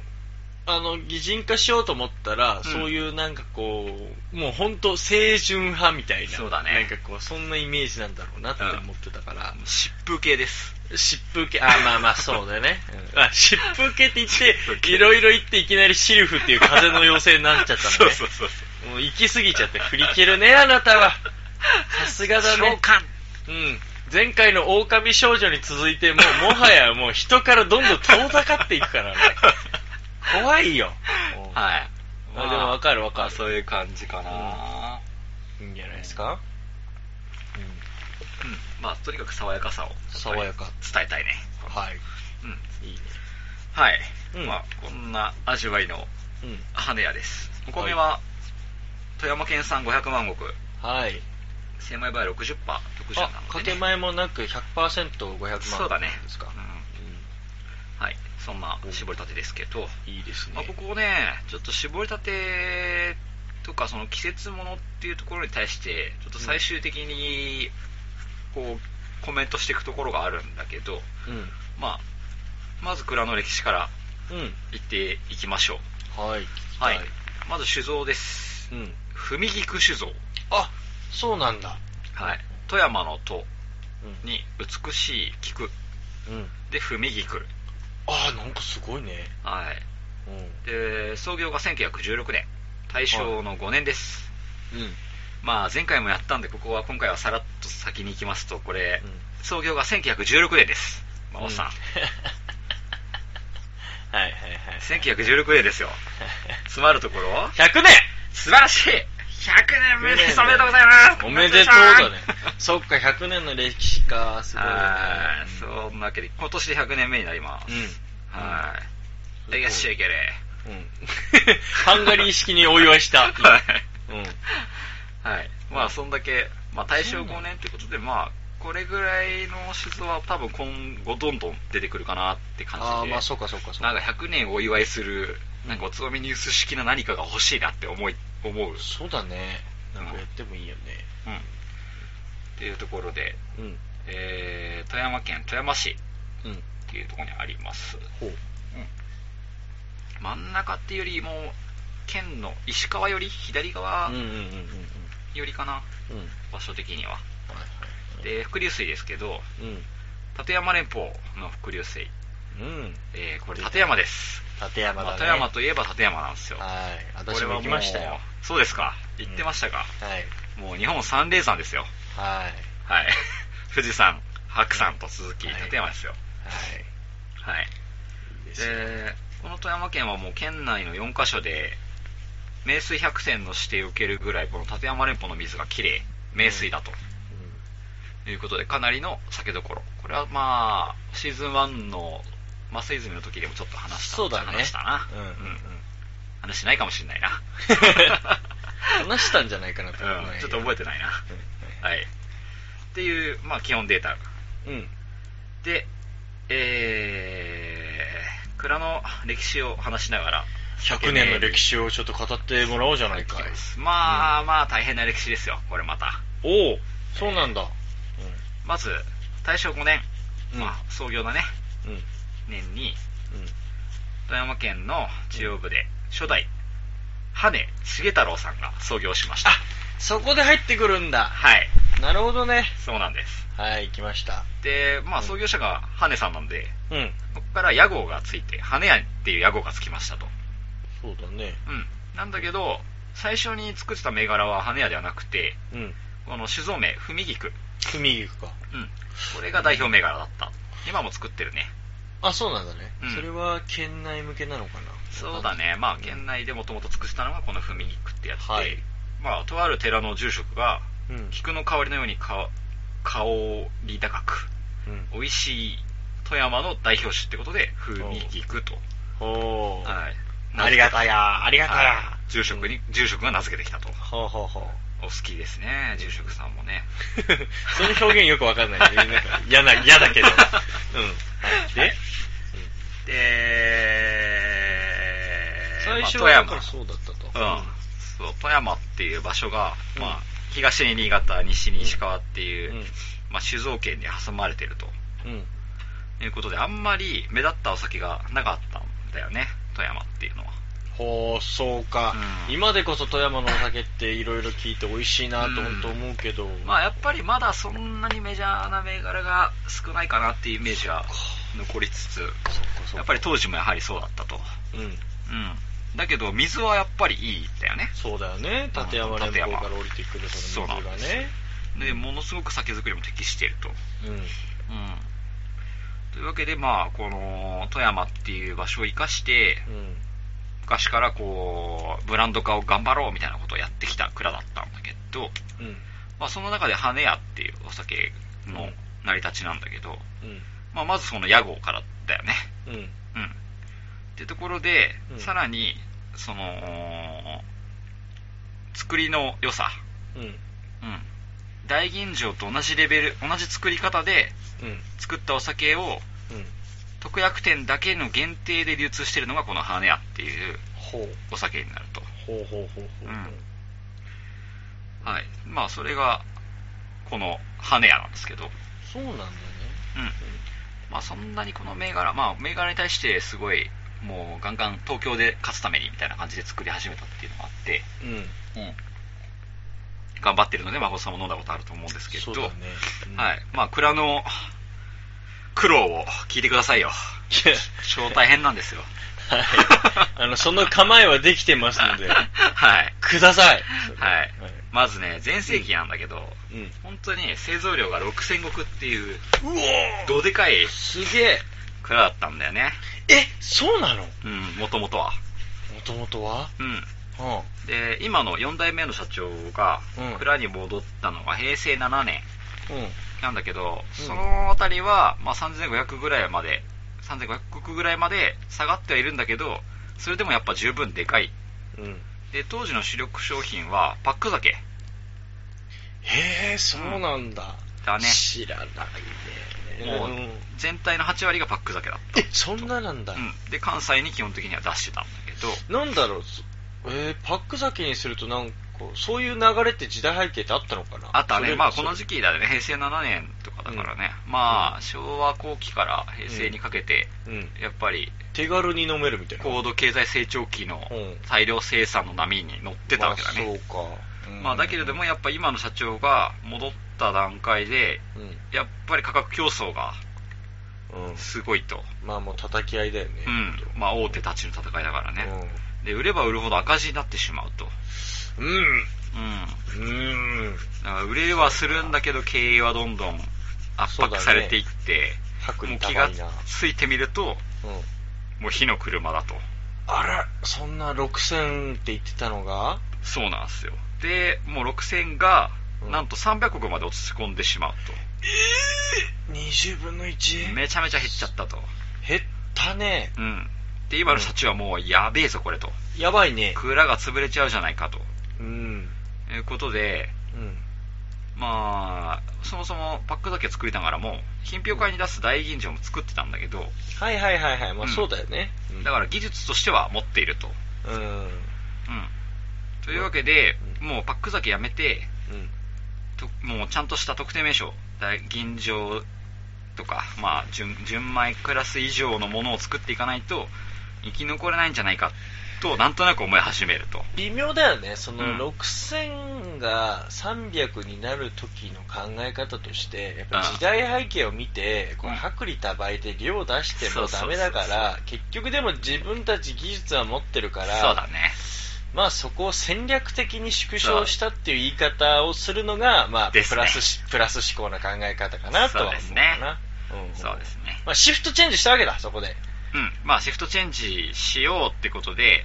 Speaker 5: あの、擬人化しようと思ったら、
Speaker 3: ん
Speaker 5: そういうなんかこう、もう本当青春派みたいな。
Speaker 3: そうだね
Speaker 5: なんかこう、そんなイメージなんだろうなって思ってたから。
Speaker 3: 疾風系です。
Speaker 5: 疾風系、あー、まあまあそうだよね。うんあ、疾風系って言
Speaker 3: 風
Speaker 5: って、
Speaker 3: 系
Speaker 5: いろいろ言っていきなりシルフっていう風の妖精になっちゃったんだね。
Speaker 3: *laughs* そうそうそう
Speaker 5: もう行き過ぎちゃって振り切るね、あなたは。さすがだ
Speaker 3: 召
Speaker 5: ね。
Speaker 3: 喚
Speaker 5: うん。前回の狼少女に続いて、もうも *laughs* はやもう人からどんどん遠ざかってい
Speaker 3: *laughs*
Speaker 5: くからね。 *laughs* 怖いよ。い。
Speaker 3: はい。
Speaker 5: あでもわかるわ
Speaker 3: ま
Speaker 5: かる
Speaker 3: あそういう感じかな、
Speaker 5: いいんじゃないですか
Speaker 3: うん。まあ、とにかく爽やかさを。
Speaker 5: 爽やか。
Speaker 3: 伝えたいね。
Speaker 5: はい。
Speaker 3: うん。
Speaker 5: いいね。
Speaker 3: はい。
Speaker 5: うん
Speaker 3: まあ、こんな味わいの
Speaker 5: うん。
Speaker 3: 羽屋です。お米は、富山県産500万石、
Speaker 5: はい。
Speaker 3: 精米倍60%、60な
Speaker 5: あ、
Speaker 3: の
Speaker 5: 掛
Speaker 3: で、
Speaker 5: け
Speaker 3: ね。
Speaker 5: 前もなく100%、500万
Speaker 3: そうだね。
Speaker 5: です
Speaker 3: う
Speaker 5: か。
Speaker 3: んはい。そんな絞りたてですけど、
Speaker 5: いいですね。
Speaker 3: まあ、ここね、ちょっと絞りたてとか、その季節ものっていうところに対して、ちょっと最終的に、こう、コメントしていくところがあるんだけど、
Speaker 5: うん。
Speaker 3: まあ、まず蔵の歴史から
Speaker 5: うん。
Speaker 3: いっていきましょう。
Speaker 5: はい。
Speaker 3: はい。まず酒造です。
Speaker 5: うん。
Speaker 3: 文菊酒造。
Speaker 5: あ、そうなんだ。
Speaker 3: はい。富山の都
Speaker 5: うん。
Speaker 3: に美しい菊。
Speaker 5: うん。
Speaker 3: で、文菊。
Speaker 5: あ、なんかすごいね。
Speaker 3: はい。
Speaker 5: うん。
Speaker 3: で、創業が1916年。大正の5年です。
Speaker 5: うん。
Speaker 3: まあ、前回もやったんで、ここは今回はさらっと先に行きますと、これ、創業が1916年です。まあ、おっさん。
Speaker 5: *laughs* はいはい
Speaker 3: *laughs*
Speaker 5: はい。
Speaker 3: 1916年ですよ。詰まるところ
Speaker 5: *laughs* 100年
Speaker 3: 素晴らしい !100 年目ですおめでとうございます
Speaker 5: おめでとうだね。そっか、100年の歴史か、すごいね。
Speaker 3: はい、そんなわけで、今年で100年目になります。
Speaker 5: うん
Speaker 3: はい。
Speaker 5: うん
Speaker 3: いらっしゃいけれ。
Speaker 5: *laughs* うん。ハンガリー式にお祝いした。
Speaker 3: *laughs* はい。
Speaker 5: ううん。
Speaker 3: はい。まあ、そんだけ、まあ、大正5年ってことで、まあ、これぐらいの酒造は多分今後どんどん出てくるかなって感じで。
Speaker 5: ああ、まあ、そうか、そうか、そう
Speaker 3: なん
Speaker 5: か。
Speaker 3: か100年お祝いする、なんかおつまみニュース式な何かが欲しいなって思い、思う。うん。っ
Speaker 5: そうだね。なんかやってもいいよね。
Speaker 3: ていうところで、
Speaker 5: うん。
Speaker 3: えー、富山県富山市
Speaker 5: うん。
Speaker 3: っていうところにあります。
Speaker 5: ほう。
Speaker 3: 真ん中っていうよりも、県の石川より左側
Speaker 5: うんうんうんうんうん。
Speaker 3: よりかな、
Speaker 5: うん。はい
Speaker 3: 場所的には。
Speaker 5: はい。
Speaker 3: で、伏流水ですけど、
Speaker 5: うん。
Speaker 3: 立山連峰の伏流水。
Speaker 5: うん。
Speaker 3: えー、これ立山です。
Speaker 5: 立山
Speaker 3: ま
Speaker 5: だね。
Speaker 3: あ富山といえば立山なんですよ。
Speaker 5: はい。
Speaker 3: こ
Speaker 5: 私
Speaker 3: れ
Speaker 5: も
Speaker 3: は
Speaker 5: 行きましたよ
Speaker 3: も。う。そうですか。行ってましたか。
Speaker 5: はい。
Speaker 3: もう日本三連山ですよ。
Speaker 5: はい。はい。
Speaker 3: はい。 *laughs* 富士山、白山と続き、
Speaker 5: はい
Speaker 3: 立山ですよ。はい。
Speaker 5: いいですね
Speaker 3: で、この富山県はもう県内の4カ所で、名水百選の指定を受けるぐらい、この立山連峰の水がきれい、名水だと。いうことで、かなりの酒どころ。これはまあ、シーズン1の、マス泉の時でもちょっと話した。
Speaker 5: そうだね
Speaker 3: 話したな。
Speaker 5: うんうんうん
Speaker 3: 話しないかもしれないな。
Speaker 5: *laughs* 話したんじゃないかなと思
Speaker 3: うん、ちょっと覚えてないな。はい。っていう、まあ、基本データ
Speaker 5: うん。うん。
Speaker 3: で、えー、蔵の歴史を話しながら、
Speaker 5: 100年の歴
Speaker 3: 史
Speaker 5: 史をちょっと語ってもらおうじゃないかい。
Speaker 3: まあ、まあ、大変な歴史ですよ、これまた。
Speaker 5: おお、そうなんだ。
Speaker 3: まず、大正5年、
Speaker 5: うん
Speaker 3: まあ、創業だね、
Speaker 5: うん。うん。
Speaker 3: 年に、富山県の中央部で、初代、羽根重太郎さんが創業しました。
Speaker 5: そこで入ってくるんだ。
Speaker 3: はい、
Speaker 5: なるほどね。
Speaker 3: そうなんです。
Speaker 5: はい、来ました。
Speaker 3: で、まあ、創業者が羽根さんなんで、
Speaker 5: うん。
Speaker 3: ここから屋号がついて、羽根屋っていう屋号がつきましたと。
Speaker 5: そうだね。
Speaker 3: うん。なんだけど、最初に作ってた銘柄は羽屋ではなくて、
Speaker 5: うん。
Speaker 3: この酒造名、文菊。
Speaker 5: 組行くか。
Speaker 3: うん。これが代表銘柄だった。今も作ってるね。
Speaker 5: あ、そうなんだね。
Speaker 3: うん
Speaker 5: それは県内向けなのかな。
Speaker 3: そうだね。まあ、県内でもともと作ってたのがこの文菊ってやつで、
Speaker 5: はい
Speaker 3: まあ、とある寺の住職が、
Speaker 5: うん。うん。
Speaker 3: 菊の香りのようにか香り高く、美味しい富山の代表種ってことで、文菊と。
Speaker 5: ほう。
Speaker 3: はい。
Speaker 5: ありがたや、ありがたや。
Speaker 3: はい住職に、住職が名付けてきたと。
Speaker 5: ほうほうほう。
Speaker 3: お好きですね、住職さんもね。
Speaker 5: *laughs* その表現よくわかんないね。なんか嫌な、
Speaker 3: *laughs*
Speaker 5: 嫌だけど。うん。はい
Speaker 3: は
Speaker 5: で
Speaker 3: い、で、
Speaker 5: 最初
Speaker 3: ま
Speaker 5: は
Speaker 3: あ
Speaker 5: だからそうだったと。
Speaker 3: 富山、うん、そう富山っていう場所が、
Speaker 5: うん
Speaker 3: まあ、東に新潟、西に石川っていう、
Speaker 5: うん
Speaker 3: まあ、酒造圏に挟まれてると
Speaker 5: うん。
Speaker 3: いうことで、あんまり目立ったお酒がなかったんだよね、富山っていうのは。
Speaker 5: ほう、そうか、
Speaker 3: うん
Speaker 5: 今でこそ富山のお酒っていろいろ聞いて美味しいなと
Speaker 3: うん
Speaker 5: 本当思うけど。
Speaker 3: まあ、やっぱりまだそんなにメジャーな銘柄が少ないかなっていうイメージは残りつつ、
Speaker 5: そっかそっか
Speaker 3: やっぱり当時もやはりそうだったと。
Speaker 5: うん。
Speaker 3: うん。だけど、水はやっぱりいいんだよね。
Speaker 5: そうだよね。立山連峰から降りてくるその水がね。
Speaker 3: で、ものすごく酒造りも適していると。
Speaker 5: う
Speaker 3: う
Speaker 5: ん。
Speaker 3: ん。というわけで、まあ、この、富山っていう場所を生かして、
Speaker 5: うん。
Speaker 3: 昔からこう、ブランド化を頑張ろうみたいなことをやってきた蔵だったんだけど、
Speaker 5: うん。
Speaker 3: まあ、その中で羽屋っていうお酒の成り立ちなんだけど、まあ、まずその屋号からだよね。
Speaker 5: うん。うん。
Speaker 3: うん。ってところで、
Speaker 5: うん
Speaker 3: さらに、その、作りの良さ、
Speaker 5: うん。
Speaker 3: うん。大吟醸と同じレベル、同じ作り方で
Speaker 5: うん。
Speaker 3: 作ったお酒を
Speaker 5: うん。
Speaker 3: 特約店だけの限定で流通してるのがこの羽屋っていう
Speaker 5: ほう。
Speaker 3: お酒になると。
Speaker 5: ほうほうほうほう。
Speaker 3: はい。まあそれがこの羽屋なんですけど、うん。
Speaker 5: そうなんだね。
Speaker 3: まあそんなにこの銘柄、まあ銘柄に対してすごいもうガンガン東京で勝つためにみたいな感じで作り始めたっていうのがあって、
Speaker 5: うん。うん。
Speaker 3: 頑張ってるので、まあ、さんも飲んだことあると思うんですけ
Speaker 5: そ
Speaker 3: ど、
Speaker 5: うだね。 *laughs*
Speaker 3: はい。まあ蔵の苦労を聞いてくださいよ。
Speaker 5: いや
Speaker 3: 超大変なんですよ。
Speaker 5: はい。あの、その構えはできてますの *laughs*
Speaker 3: *laughs*
Speaker 5: で、
Speaker 3: はい。
Speaker 5: ください。
Speaker 3: はい。まずね、全盛期なんだけど、
Speaker 5: うん。
Speaker 3: 本当に製造量が6000石っていう、
Speaker 5: うお
Speaker 3: どでかい
Speaker 5: すげえ。
Speaker 3: 蔵だったんだよね。
Speaker 5: え、そうなのも
Speaker 3: うん、もともとは。
Speaker 5: ともとは
Speaker 3: うん。
Speaker 5: う
Speaker 3: で、今の4代目の社長が
Speaker 5: うん、
Speaker 3: 蔵に戻ったのが平成7年
Speaker 5: ん。うん。
Speaker 3: なんだけど、
Speaker 5: うん
Speaker 3: そのあたりは、まあ、3500ぐらいまで、3500石ぐらいまで下がってはいるんだけど、それでもやっぱ十分でかい
Speaker 5: うん。
Speaker 3: で当時の主力商品はパック酒
Speaker 5: へえ、そうなんだ。
Speaker 3: だね
Speaker 5: 知らないね。
Speaker 3: もう
Speaker 5: うん
Speaker 3: 全体の8割がパック酒だった
Speaker 5: え、そんななんだ。
Speaker 3: うん、で関西に基本的には出してたんだけど
Speaker 5: なんだろう、そえー、パック酒にするとなんか、そういう流れって時代背景ってあったのかな
Speaker 3: あとはね、まあこの
Speaker 5: 期
Speaker 3: 時期だね、平成7年とかだからね、まあ昭和後期から平成にかけて、
Speaker 5: うん。
Speaker 3: やっぱり
Speaker 5: 手軽に飲めるみたいな。
Speaker 3: 高度経済成長期の
Speaker 5: うん
Speaker 3: 大量生産の波に乗ってたわけだね。
Speaker 5: まあそうか。うん
Speaker 3: まあだけれどもやっぱ今の社長が戻った段階で、
Speaker 5: うん。
Speaker 3: やっぱり価格競争が
Speaker 5: うん。
Speaker 3: すごいと。
Speaker 5: まあもう叩き合いだよね。
Speaker 3: うん。まあ大手たちの戦いだからね。
Speaker 5: ね。
Speaker 3: で、売れば売るほど赤字になってしまうと。
Speaker 5: うん。
Speaker 3: うん。
Speaker 5: うん。
Speaker 3: だから売れはするんだけど経営はどんどん圧迫されていって、
Speaker 5: 白
Speaker 3: もう
Speaker 5: に
Speaker 3: 気
Speaker 5: 高
Speaker 3: が
Speaker 5: いな。
Speaker 3: ついてみると
Speaker 5: うん。
Speaker 3: もう火の車だと
Speaker 5: あら、そんな6000って言ってたのが
Speaker 3: そうなんですよでもう6000が
Speaker 5: うん
Speaker 3: なんと300億まで落ち込んでしまう
Speaker 5: 20分の
Speaker 3: と、
Speaker 5: 1
Speaker 3: めちゃめちゃ減っちゃったと
Speaker 5: 減ったね。
Speaker 3: うんで今の社長はもうやべえぞこれと
Speaker 5: やばいね。
Speaker 3: 蔵が潰れちゃうじゃないかと
Speaker 5: うん。
Speaker 3: いうことで
Speaker 5: うん。
Speaker 3: まあそもそもパックだけ作りながらも品評会に出す大吟醸も作ってたんだけど
Speaker 5: はいはいはいはい。まあ
Speaker 3: うん
Speaker 5: そうだよね。
Speaker 3: だから技術としては持っていると
Speaker 5: ら。うん。
Speaker 3: うん、というわけで、
Speaker 5: うん
Speaker 3: もうパック酒やめて
Speaker 5: うん。
Speaker 3: ともうちゃんとした特定名称だ吟醸とか、まあ、純純米クラス以上のものを作っていかないと生き残れないんじゃないかとなんとなく思い始めると
Speaker 5: 微妙だよね。その
Speaker 3: うん
Speaker 5: 6000が300になる時の考え方として、やっぱ
Speaker 3: うん
Speaker 5: 時代背景を見て、こう
Speaker 3: うん
Speaker 5: 薄利多売で量出しても
Speaker 3: そうそう
Speaker 5: ダ
Speaker 3: そう
Speaker 5: メだから、結局でも自分たち技術は持ってるから、
Speaker 3: そうだね
Speaker 5: まあそこを戦略的に縮小したっていう言い方をするのが、まあプ
Speaker 3: ですね
Speaker 5: ラスし、プラス思考な考え方かなとは思うかな。んん
Speaker 3: そうですね
Speaker 5: まあシフトチェンジしたわけだ、そこで。
Speaker 3: うんまあシフトチェンジしようってことで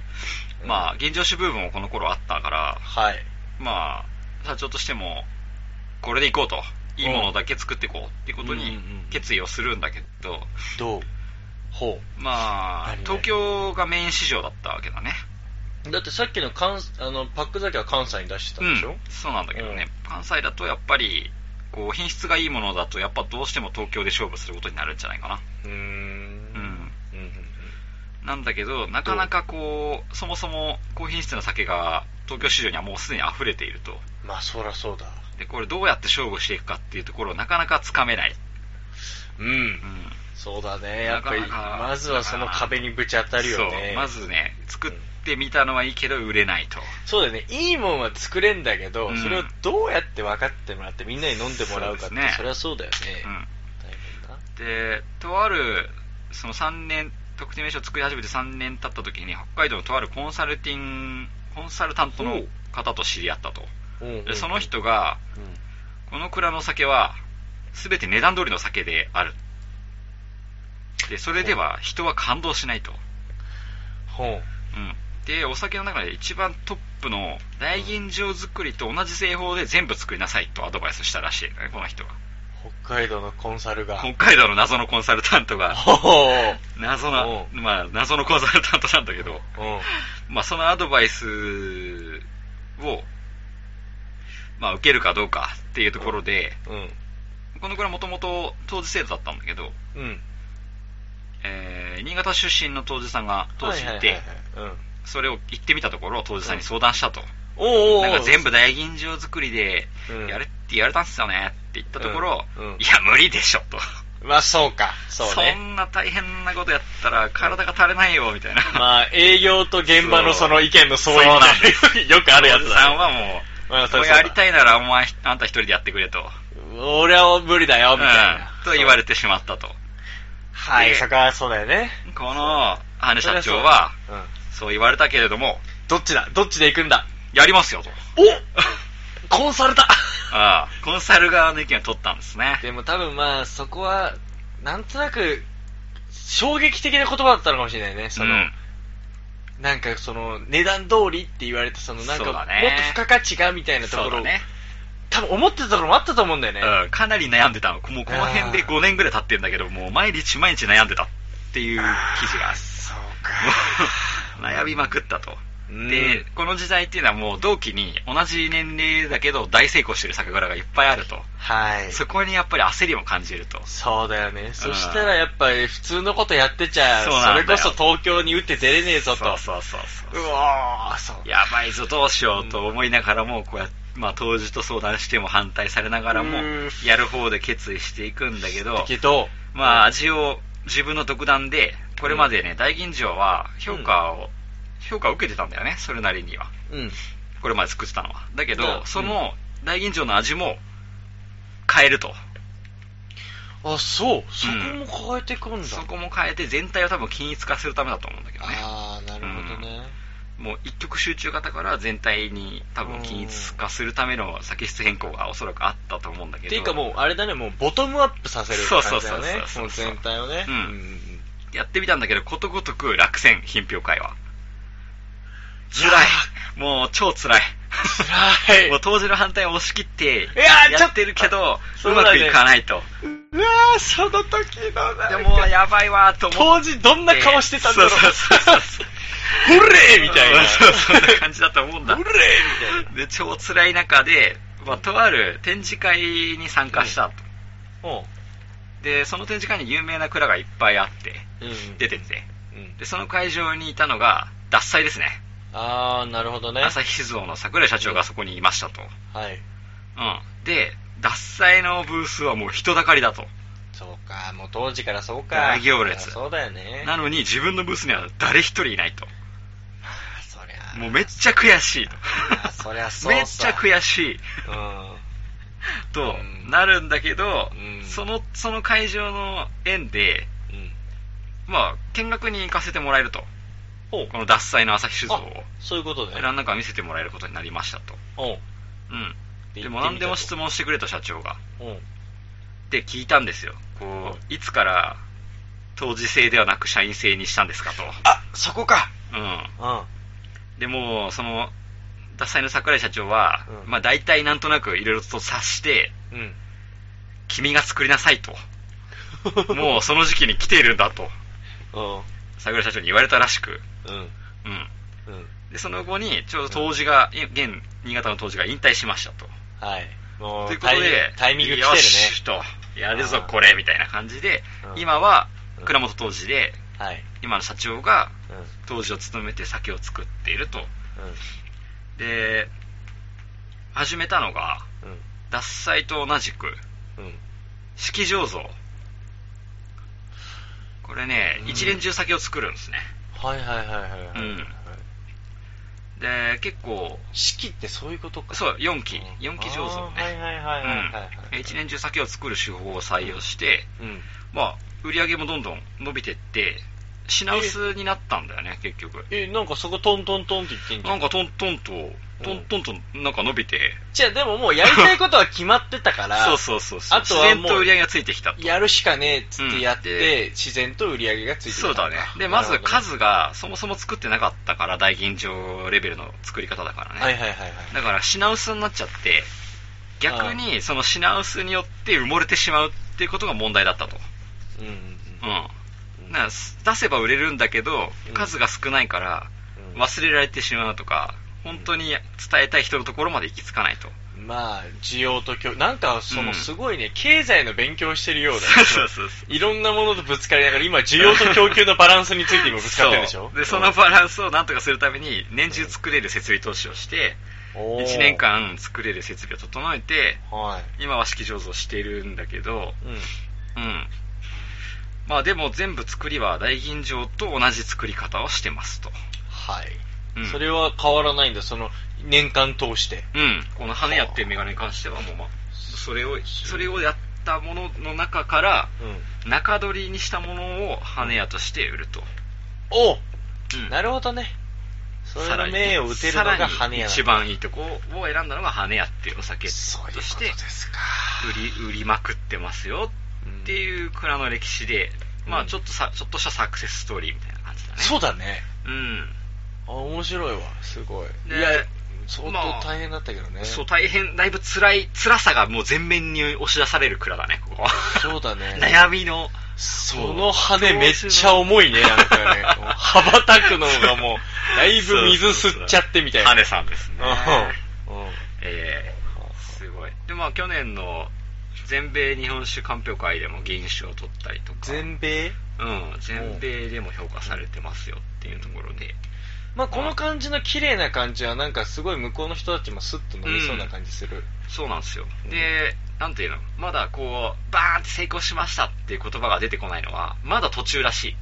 Speaker 5: うん
Speaker 3: まあ現状主部分もこの頃あったから
Speaker 5: はい。
Speaker 3: まあ社長としてもこれでいこうといいものだけ作っていこうってこと
Speaker 5: う
Speaker 3: に
Speaker 5: んうんうん
Speaker 3: 決意をするんだけど、
Speaker 5: どうほ
Speaker 3: まあ、
Speaker 5: 何々
Speaker 3: 東京がメイン市場だったわけだね。
Speaker 5: う。だってさっきの関あのパック酒は関西に出してた
Speaker 3: うん
Speaker 5: でしょ、
Speaker 3: ん、そうなんだけどね、関西だとやっぱり、こう、品質がいいものだと、やっぱどうしても東京で勝負することになるんじゃないかな。
Speaker 5: うーん。
Speaker 3: うん。
Speaker 5: うんうんうん
Speaker 3: なんだけど、なかなかこう、そもそも高品質な酒が東京市場にはもうすでに溢れていると。
Speaker 5: まあそらそうだ。
Speaker 3: で、これどうやって勝負していくかっていうところをなかなかつかめない。
Speaker 5: うん
Speaker 3: う。ん。
Speaker 5: そうだね。やっぱり、
Speaker 3: なかなか
Speaker 5: まずはその壁にぶち当たるよね
Speaker 3: そ。う。まずね、作ってみたのはいいけど売れないと。
Speaker 5: そうだよね。いいもんは作れんだけど、
Speaker 3: うん
Speaker 5: それをどうやって分かってもらってみんなに飲んでもらうかって、
Speaker 3: そうですね
Speaker 5: そりゃそうだよね。
Speaker 3: うん。
Speaker 5: 大変だ。
Speaker 3: でとあるその3年特定名称を作り始めて3年経った時に北海道のとあるコンサルティングコンサルタントの方と知り合ったと
Speaker 5: うんうんうん
Speaker 3: でその、人が
Speaker 5: うん
Speaker 3: この蔵の酒は全て値段通りの酒であるでそれでは人は感動しないと、
Speaker 5: ほう。
Speaker 3: うん、でお酒の中で一番トップの大吟醸作りと同じ製法で全部作りなさいとアドバイスしたらしいねこの人は
Speaker 5: 北海道のコンサルが。
Speaker 3: 北海道の謎のコンサルタントが
Speaker 5: ほほ
Speaker 3: 謎の、
Speaker 5: う
Speaker 3: まあ、謎のコンサルタントなんだけど、
Speaker 5: うん。
Speaker 3: まあ、そのアドバイスを、まあ、受けるかどうかっていうところで、
Speaker 5: うん。
Speaker 3: この子はもともと当時生徒だったんだけど、
Speaker 5: うん。
Speaker 3: えー新潟出身の当時さんが当時い
Speaker 5: はい
Speaker 3: て
Speaker 5: は、いはいはいうん。
Speaker 3: それを行ってみたところ、当時さんに相談したと。
Speaker 5: おうおうおう
Speaker 3: なんか全部大吟醸作りで
Speaker 5: うん、
Speaker 3: やれって言われたんすよねって言ったところ、
Speaker 5: うん
Speaker 3: い
Speaker 5: うん
Speaker 3: や、無理でしょと。
Speaker 5: まあそうか。そう
Speaker 3: そ
Speaker 5: ね。
Speaker 3: んな大変なことやったら体が足りないよ、みたいな。
Speaker 5: まあ営業と現場のその意見の相違
Speaker 3: そう
Speaker 5: み
Speaker 3: なんで
Speaker 5: たいな *laughs* よくあるやつ
Speaker 3: おじさん
Speaker 5: だ、ね。
Speaker 3: はもう、
Speaker 5: まあそ
Speaker 3: これ
Speaker 5: れそうだ
Speaker 3: やりたいならお前、あんた一人でやってくれと。
Speaker 5: 俺は無理だよ、みたいな。
Speaker 3: うんと言われてしまったと。
Speaker 5: は
Speaker 3: で
Speaker 5: い、そこはそうだよね。
Speaker 3: この、羽社長
Speaker 5: そりゃそう
Speaker 3: は、
Speaker 5: うん。
Speaker 3: そう言われたけれども、
Speaker 5: どっちだどっちで行くんだ
Speaker 3: やりますよと。
Speaker 5: お *laughs* コンサルだ
Speaker 3: ああコンサル側の意見を取ったんですね。
Speaker 5: でも多分まあそこは、なんとなく、衝撃的な言葉だったのかもしれないね。その、
Speaker 3: うん
Speaker 5: なんかその、値段通りって言われて、そのなんか、
Speaker 3: そう
Speaker 5: も
Speaker 3: だ
Speaker 5: っと
Speaker 3: ね
Speaker 5: 付加価値がみたいなと
Speaker 3: そ
Speaker 5: こ
Speaker 3: う
Speaker 5: ろ
Speaker 3: だ
Speaker 5: を、
Speaker 3: ね。
Speaker 5: 多分思ってたところもあったと思うんだよね。
Speaker 3: うん、かなり悩んでたの。もうこの辺で
Speaker 5: ああ
Speaker 3: 5年ぐらい経ってんだけど、もう毎日毎日悩んでたっていう記事が、
Speaker 5: そう
Speaker 3: *laughs* もう悩みまくったと。
Speaker 5: *laughs* うん
Speaker 3: で、この時代っていうのはもう同期に同じ年齢だけど大成功してる作柄がいっぱいあると。
Speaker 5: はい。
Speaker 3: そこにやっぱり焦りも感じると。
Speaker 5: そうだよね。そしたらやっぱり普通のことやってちゃ、
Speaker 3: そうなん
Speaker 5: そ
Speaker 3: だ
Speaker 5: れ
Speaker 3: よ
Speaker 5: こそ東京に打って出れねえぞと。
Speaker 3: そうそうそうそう
Speaker 5: うわー、そう。
Speaker 3: やばいぞ、どうしようと思いながらも、こうやって、まあ当時と相談しても反対されながらも
Speaker 5: うん、
Speaker 3: やる方で決意していくんだけど
Speaker 5: だ、けど、
Speaker 3: まあ味を自分の独断で、これまでね、大吟醸は評価を、評価を受けてたんだよね、それなりには。
Speaker 5: うん。
Speaker 3: これまで作ってたのは。だけ
Speaker 5: う
Speaker 3: ど、
Speaker 5: ん
Speaker 3: その大吟醸の味も変えると。
Speaker 5: あ、そう。そこも変えてくんだ。
Speaker 3: そこも変えて全体を多分均一化するためだと思うんだけどね。
Speaker 5: あー、なるほどね。
Speaker 3: もう一極集中型から全体に多分均一化するための作質変更がおそらくあったと思うんだけど。
Speaker 5: っていうかもう、あれだね、もうボトムアップさせる
Speaker 3: そうそ
Speaker 5: 感
Speaker 3: う
Speaker 5: じ
Speaker 3: そう
Speaker 5: だ
Speaker 3: そ
Speaker 5: よ
Speaker 3: う
Speaker 5: ね。
Speaker 3: そ
Speaker 5: も
Speaker 3: う
Speaker 5: う
Speaker 3: そう
Speaker 5: 全体をね。
Speaker 3: うんやってみたんだけど、ことごとく落選、品評会は。辛い
Speaker 5: いや。
Speaker 3: もう超辛い。
Speaker 5: 辛
Speaker 3: *laughs*
Speaker 5: い
Speaker 3: もう当時の反対を押し切って、
Speaker 5: いやーちょっと
Speaker 3: やってるけど、
Speaker 5: そううだね
Speaker 3: まくいかないと。
Speaker 5: うわー、その時のなん
Speaker 3: で
Speaker 5: か
Speaker 3: もうやばいわーと思って。
Speaker 5: 当時どんな顔してたんだろう。
Speaker 3: そうそうそうそう。
Speaker 5: ほれーみたいな。
Speaker 3: そうそんな感じだと思うんだ。
Speaker 5: ほれーみたいな。
Speaker 3: で、超辛い中で、まあ、とある展示会に参加したと。
Speaker 5: おう
Speaker 3: で、その展示会に有名な蔵がいっぱいあって、
Speaker 5: *laughs* うん
Speaker 3: 出てて。
Speaker 5: うん
Speaker 3: で、その会場にいたのが、獺祭ですね。
Speaker 5: あー、なるほどね。
Speaker 3: 朝日酒造の桜井社長がそこにいましたと。
Speaker 5: はい。
Speaker 3: うん。で、獺祭のブースはもう人だかりだと。
Speaker 5: そうか、もう当時からそうか。
Speaker 3: 大行列
Speaker 5: あそうだよね。
Speaker 3: なのに自分のブースには誰一人いないと。
Speaker 5: あそりゃ。
Speaker 3: もうめっちゃ悔しいと
Speaker 5: あ。そりゃそう
Speaker 3: *laughs*
Speaker 5: さ
Speaker 3: めっちゃ悔しい。と
Speaker 5: うん
Speaker 3: なるんだけど、
Speaker 5: うん
Speaker 3: その、その会場の縁で、
Speaker 5: うん。うん。
Speaker 3: まあ、見学に行かせてもらえると。この獺祭の朝日酒造
Speaker 5: あ
Speaker 3: を、
Speaker 5: そういうことね。
Speaker 3: 何らか見せてもらえることになりましたと。
Speaker 5: おう
Speaker 3: うん。
Speaker 5: で
Speaker 3: でも何でも質問してくれと社長が。
Speaker 5: おう
Speaker 3: で、聞いたんですよ。こう、いつから当時制ではなく社員制にしたんですかと。
Speaker 5: あ、そこか。
Speaker 3: うん。
Speaker 5: うん。
Speaker 3: でもう、その、獺祭の桜井社長は、
Speaker 5: うん
Speaker 3: まあ大体なんとなくいろいろと察して、
Speaker 5: うん。
Speaker 3: 君が作りなさいと。 *laughs*
Speaker 5: *laughs*
Speaker 3: もうその時期に来ているんだと、
Speaker 5: うん。
Speaker 3: 桜井社長に言われたらしく。
Speaker 5: うん。
Speaker 3: うん。
Speaker 5: うん。
Speaker 3: で、その後に、ちょうど当時が、い現、新潟の当時が引退しましたと。
Speaker 5: はい。も
Speaker 3: という
Speaker 5: う、
Speaker 3: こと
Speaker 5: タイミング
Speaker 3: で、
Speaker 5: タイミング来てる
Speaker 3: よ
Speaker 5: ね。
Speaker 3: しと、やるぞ
Speaker 5: あー
Speaker 3: これ、みたいな感じで、
Speaker 5: うん
Speaker 3: 今は
Speaker 5: う、ん
Speaker 3: 倉本当時で、
Speaker 5: はい。
Speaker 3: 今の社長が、
Speaker 5: うん。うん。
Speaker 3: 当時を務めて酒を作っていると。で、始めたのが、獺祭と同じく、
Speaker 5: うん。うん。
Speaker 3: 式醸造。これね、
Speaker 5: うん
Speaker 3: 一年中酒を作るんですね。
Speaker 5: はいはいはいはいはい。
Speaker 3: うんで、結構、
Speaker 5: 式ってそういうことか。
Speaker 3: そう、4期、4期醸造
Speaker 5: あーはい
Speaker 3: ね。
Speaker 5: はいはいはいはいは
Speaker 3: う
Speaker 5: い。
Speaker 3: ん。一年中酒を作る手法を採用して、
Speaker 5: うん。
Speaker 3: まあ、売り上げもどんどん伸びてって、品薄になったんだよね、結局。
Speaker 5: え、なんかそこトントントンって言ってんじゃ
Speaker 3: なん
Speaker 5: ん。
Speaker 3: かトントンと、トントンとなんか伸びて、
Speaker 5: じゃあでももうやりたいことは決まってたから、
Speaker 3: そうそうそうそう、
Speaker 5: あと
Speaker 3: 自
Speaker 5: はもう
Speaker 3: 然と売り上げがついてきたと。
Speaker 5: やるしかねえっつってやって、
Speaker 3: うんで
Speaker 5: 自然と売り上げがついてきた
Speaker 3: そ
Speaker 5: の
Speaker 3: う
Speaker 5: か
Speaker 3: だね。で、まず、
Speaker 5: なる
Speaker 3: 数がそもそも作ってなかったから、大吟醸レベルの作り方だから
Speaker 5: ほ
Speaker 3: ね。
Speaker 5: どねはいはいはいはい。
Speaker 3: だから品薄になっちゃって、逆にその品薄によって埋もれてしまうっていうことが問題だったと。
Speaker 5: うんうん
Speaker 3: うん。な出せば売れるんだけど、
Speaker 5: うん
Speaker 3: 数が少ないから、
Speaker 5: うん
Speaker 3: 忘れられてしまうとか、本当に伝えたい人のところまで行き着かないと。
Speaker 5: うん。まあ、需要と供給、なんかそ
Speaker 3: うん
Speaker 5: のすごいね、経済の勉強をしてるようだね
Speaker 3: そうそ
Speaker 5: いろんなものとぶつかりながら、今、需要と供給のバランスについて今ぶつかってるでしょ
Speaker 3: で、そのバランスをなんとかするために、年中作れる設備投資をして、
Speaker 5: おー
Speaker 3: 1年。間作れる設備を整えて、
Speaker 5: はい。
Speaker 3: 今は式醸造しているんだけど、
Speaker 5: うん。
Speaker 3: うん。まあでも全部作りは大吟醸と同じ作り方をしてますと。
Speaker 5: はい。
Speaker 3: うん
Speaker 5: それは変わらないんだ、その、年間通して。
Speaker 3: うん。この羽根やってるメガネに関してはもうまあ、それを、それをやったものの中から、
Speaker 5: うん。
Speaker 3: 中取りにしたものを羽根屋として売ると。
Speaker 5: お
Speaker 3: うん。
Speaker 5: なるほどね。それの名を打てるのが羽根屋なんだ
Speaker 3: さらに一番いいとこを選んだのが羽根屋っていうお酒と
Speaker 5: そういうこ
Speaker 3: し
Speaker 5: と
Speaker 3: て
Speaker 5: で
Speaker 3: 売
Speaker 5: すか。
Speaker 3: り、売りまくってますよっていう蔵の歴史で、まあちょっとさ、ちょっとしたサクセスストーリーみたいな感じだね。
Speaker 5: そうだね。
Speaker 3: うん。
Speaker 5: あ、面白いわ。すごい。い
Speaker 3: ね
Speaker 5: や、相当大変だったけどね。
Speaker 3: そう、大変、だいぶ辛い、辛さがもう全面に押し出される蔵だね、ここ。ここ。
Speaker 5: そうだね
Speaker 3: *laughs* 悩みの。
Speaker 5: その羽めっちゃ重いね、なんか
Speaker 3: *laughs*
Speaker 5: ね。羽ばたくのがもう、だいぶ水吸っちゃってみたいな。
Speaker 3: 羽根さんですね。
Speaker 5: うんうん
Speaker 3: えー、すごい。で、まあ去年の全米日本酒鑑評会でも銀賞を取ったりとか、
Speaker 5: 全米
Speaker 3: うん、全米でも評価されてますよっていうところで、
Speaker 5: まあこの感じの綺麗な感じはなんかすごい向こうの人たちもスッと飲みそうな感じする。
Speaker 3: そうなんですよ。で、なんていうの、まだこう、バーンって成功しましたっていう言葉が出てこないのは、まだ途中らしい。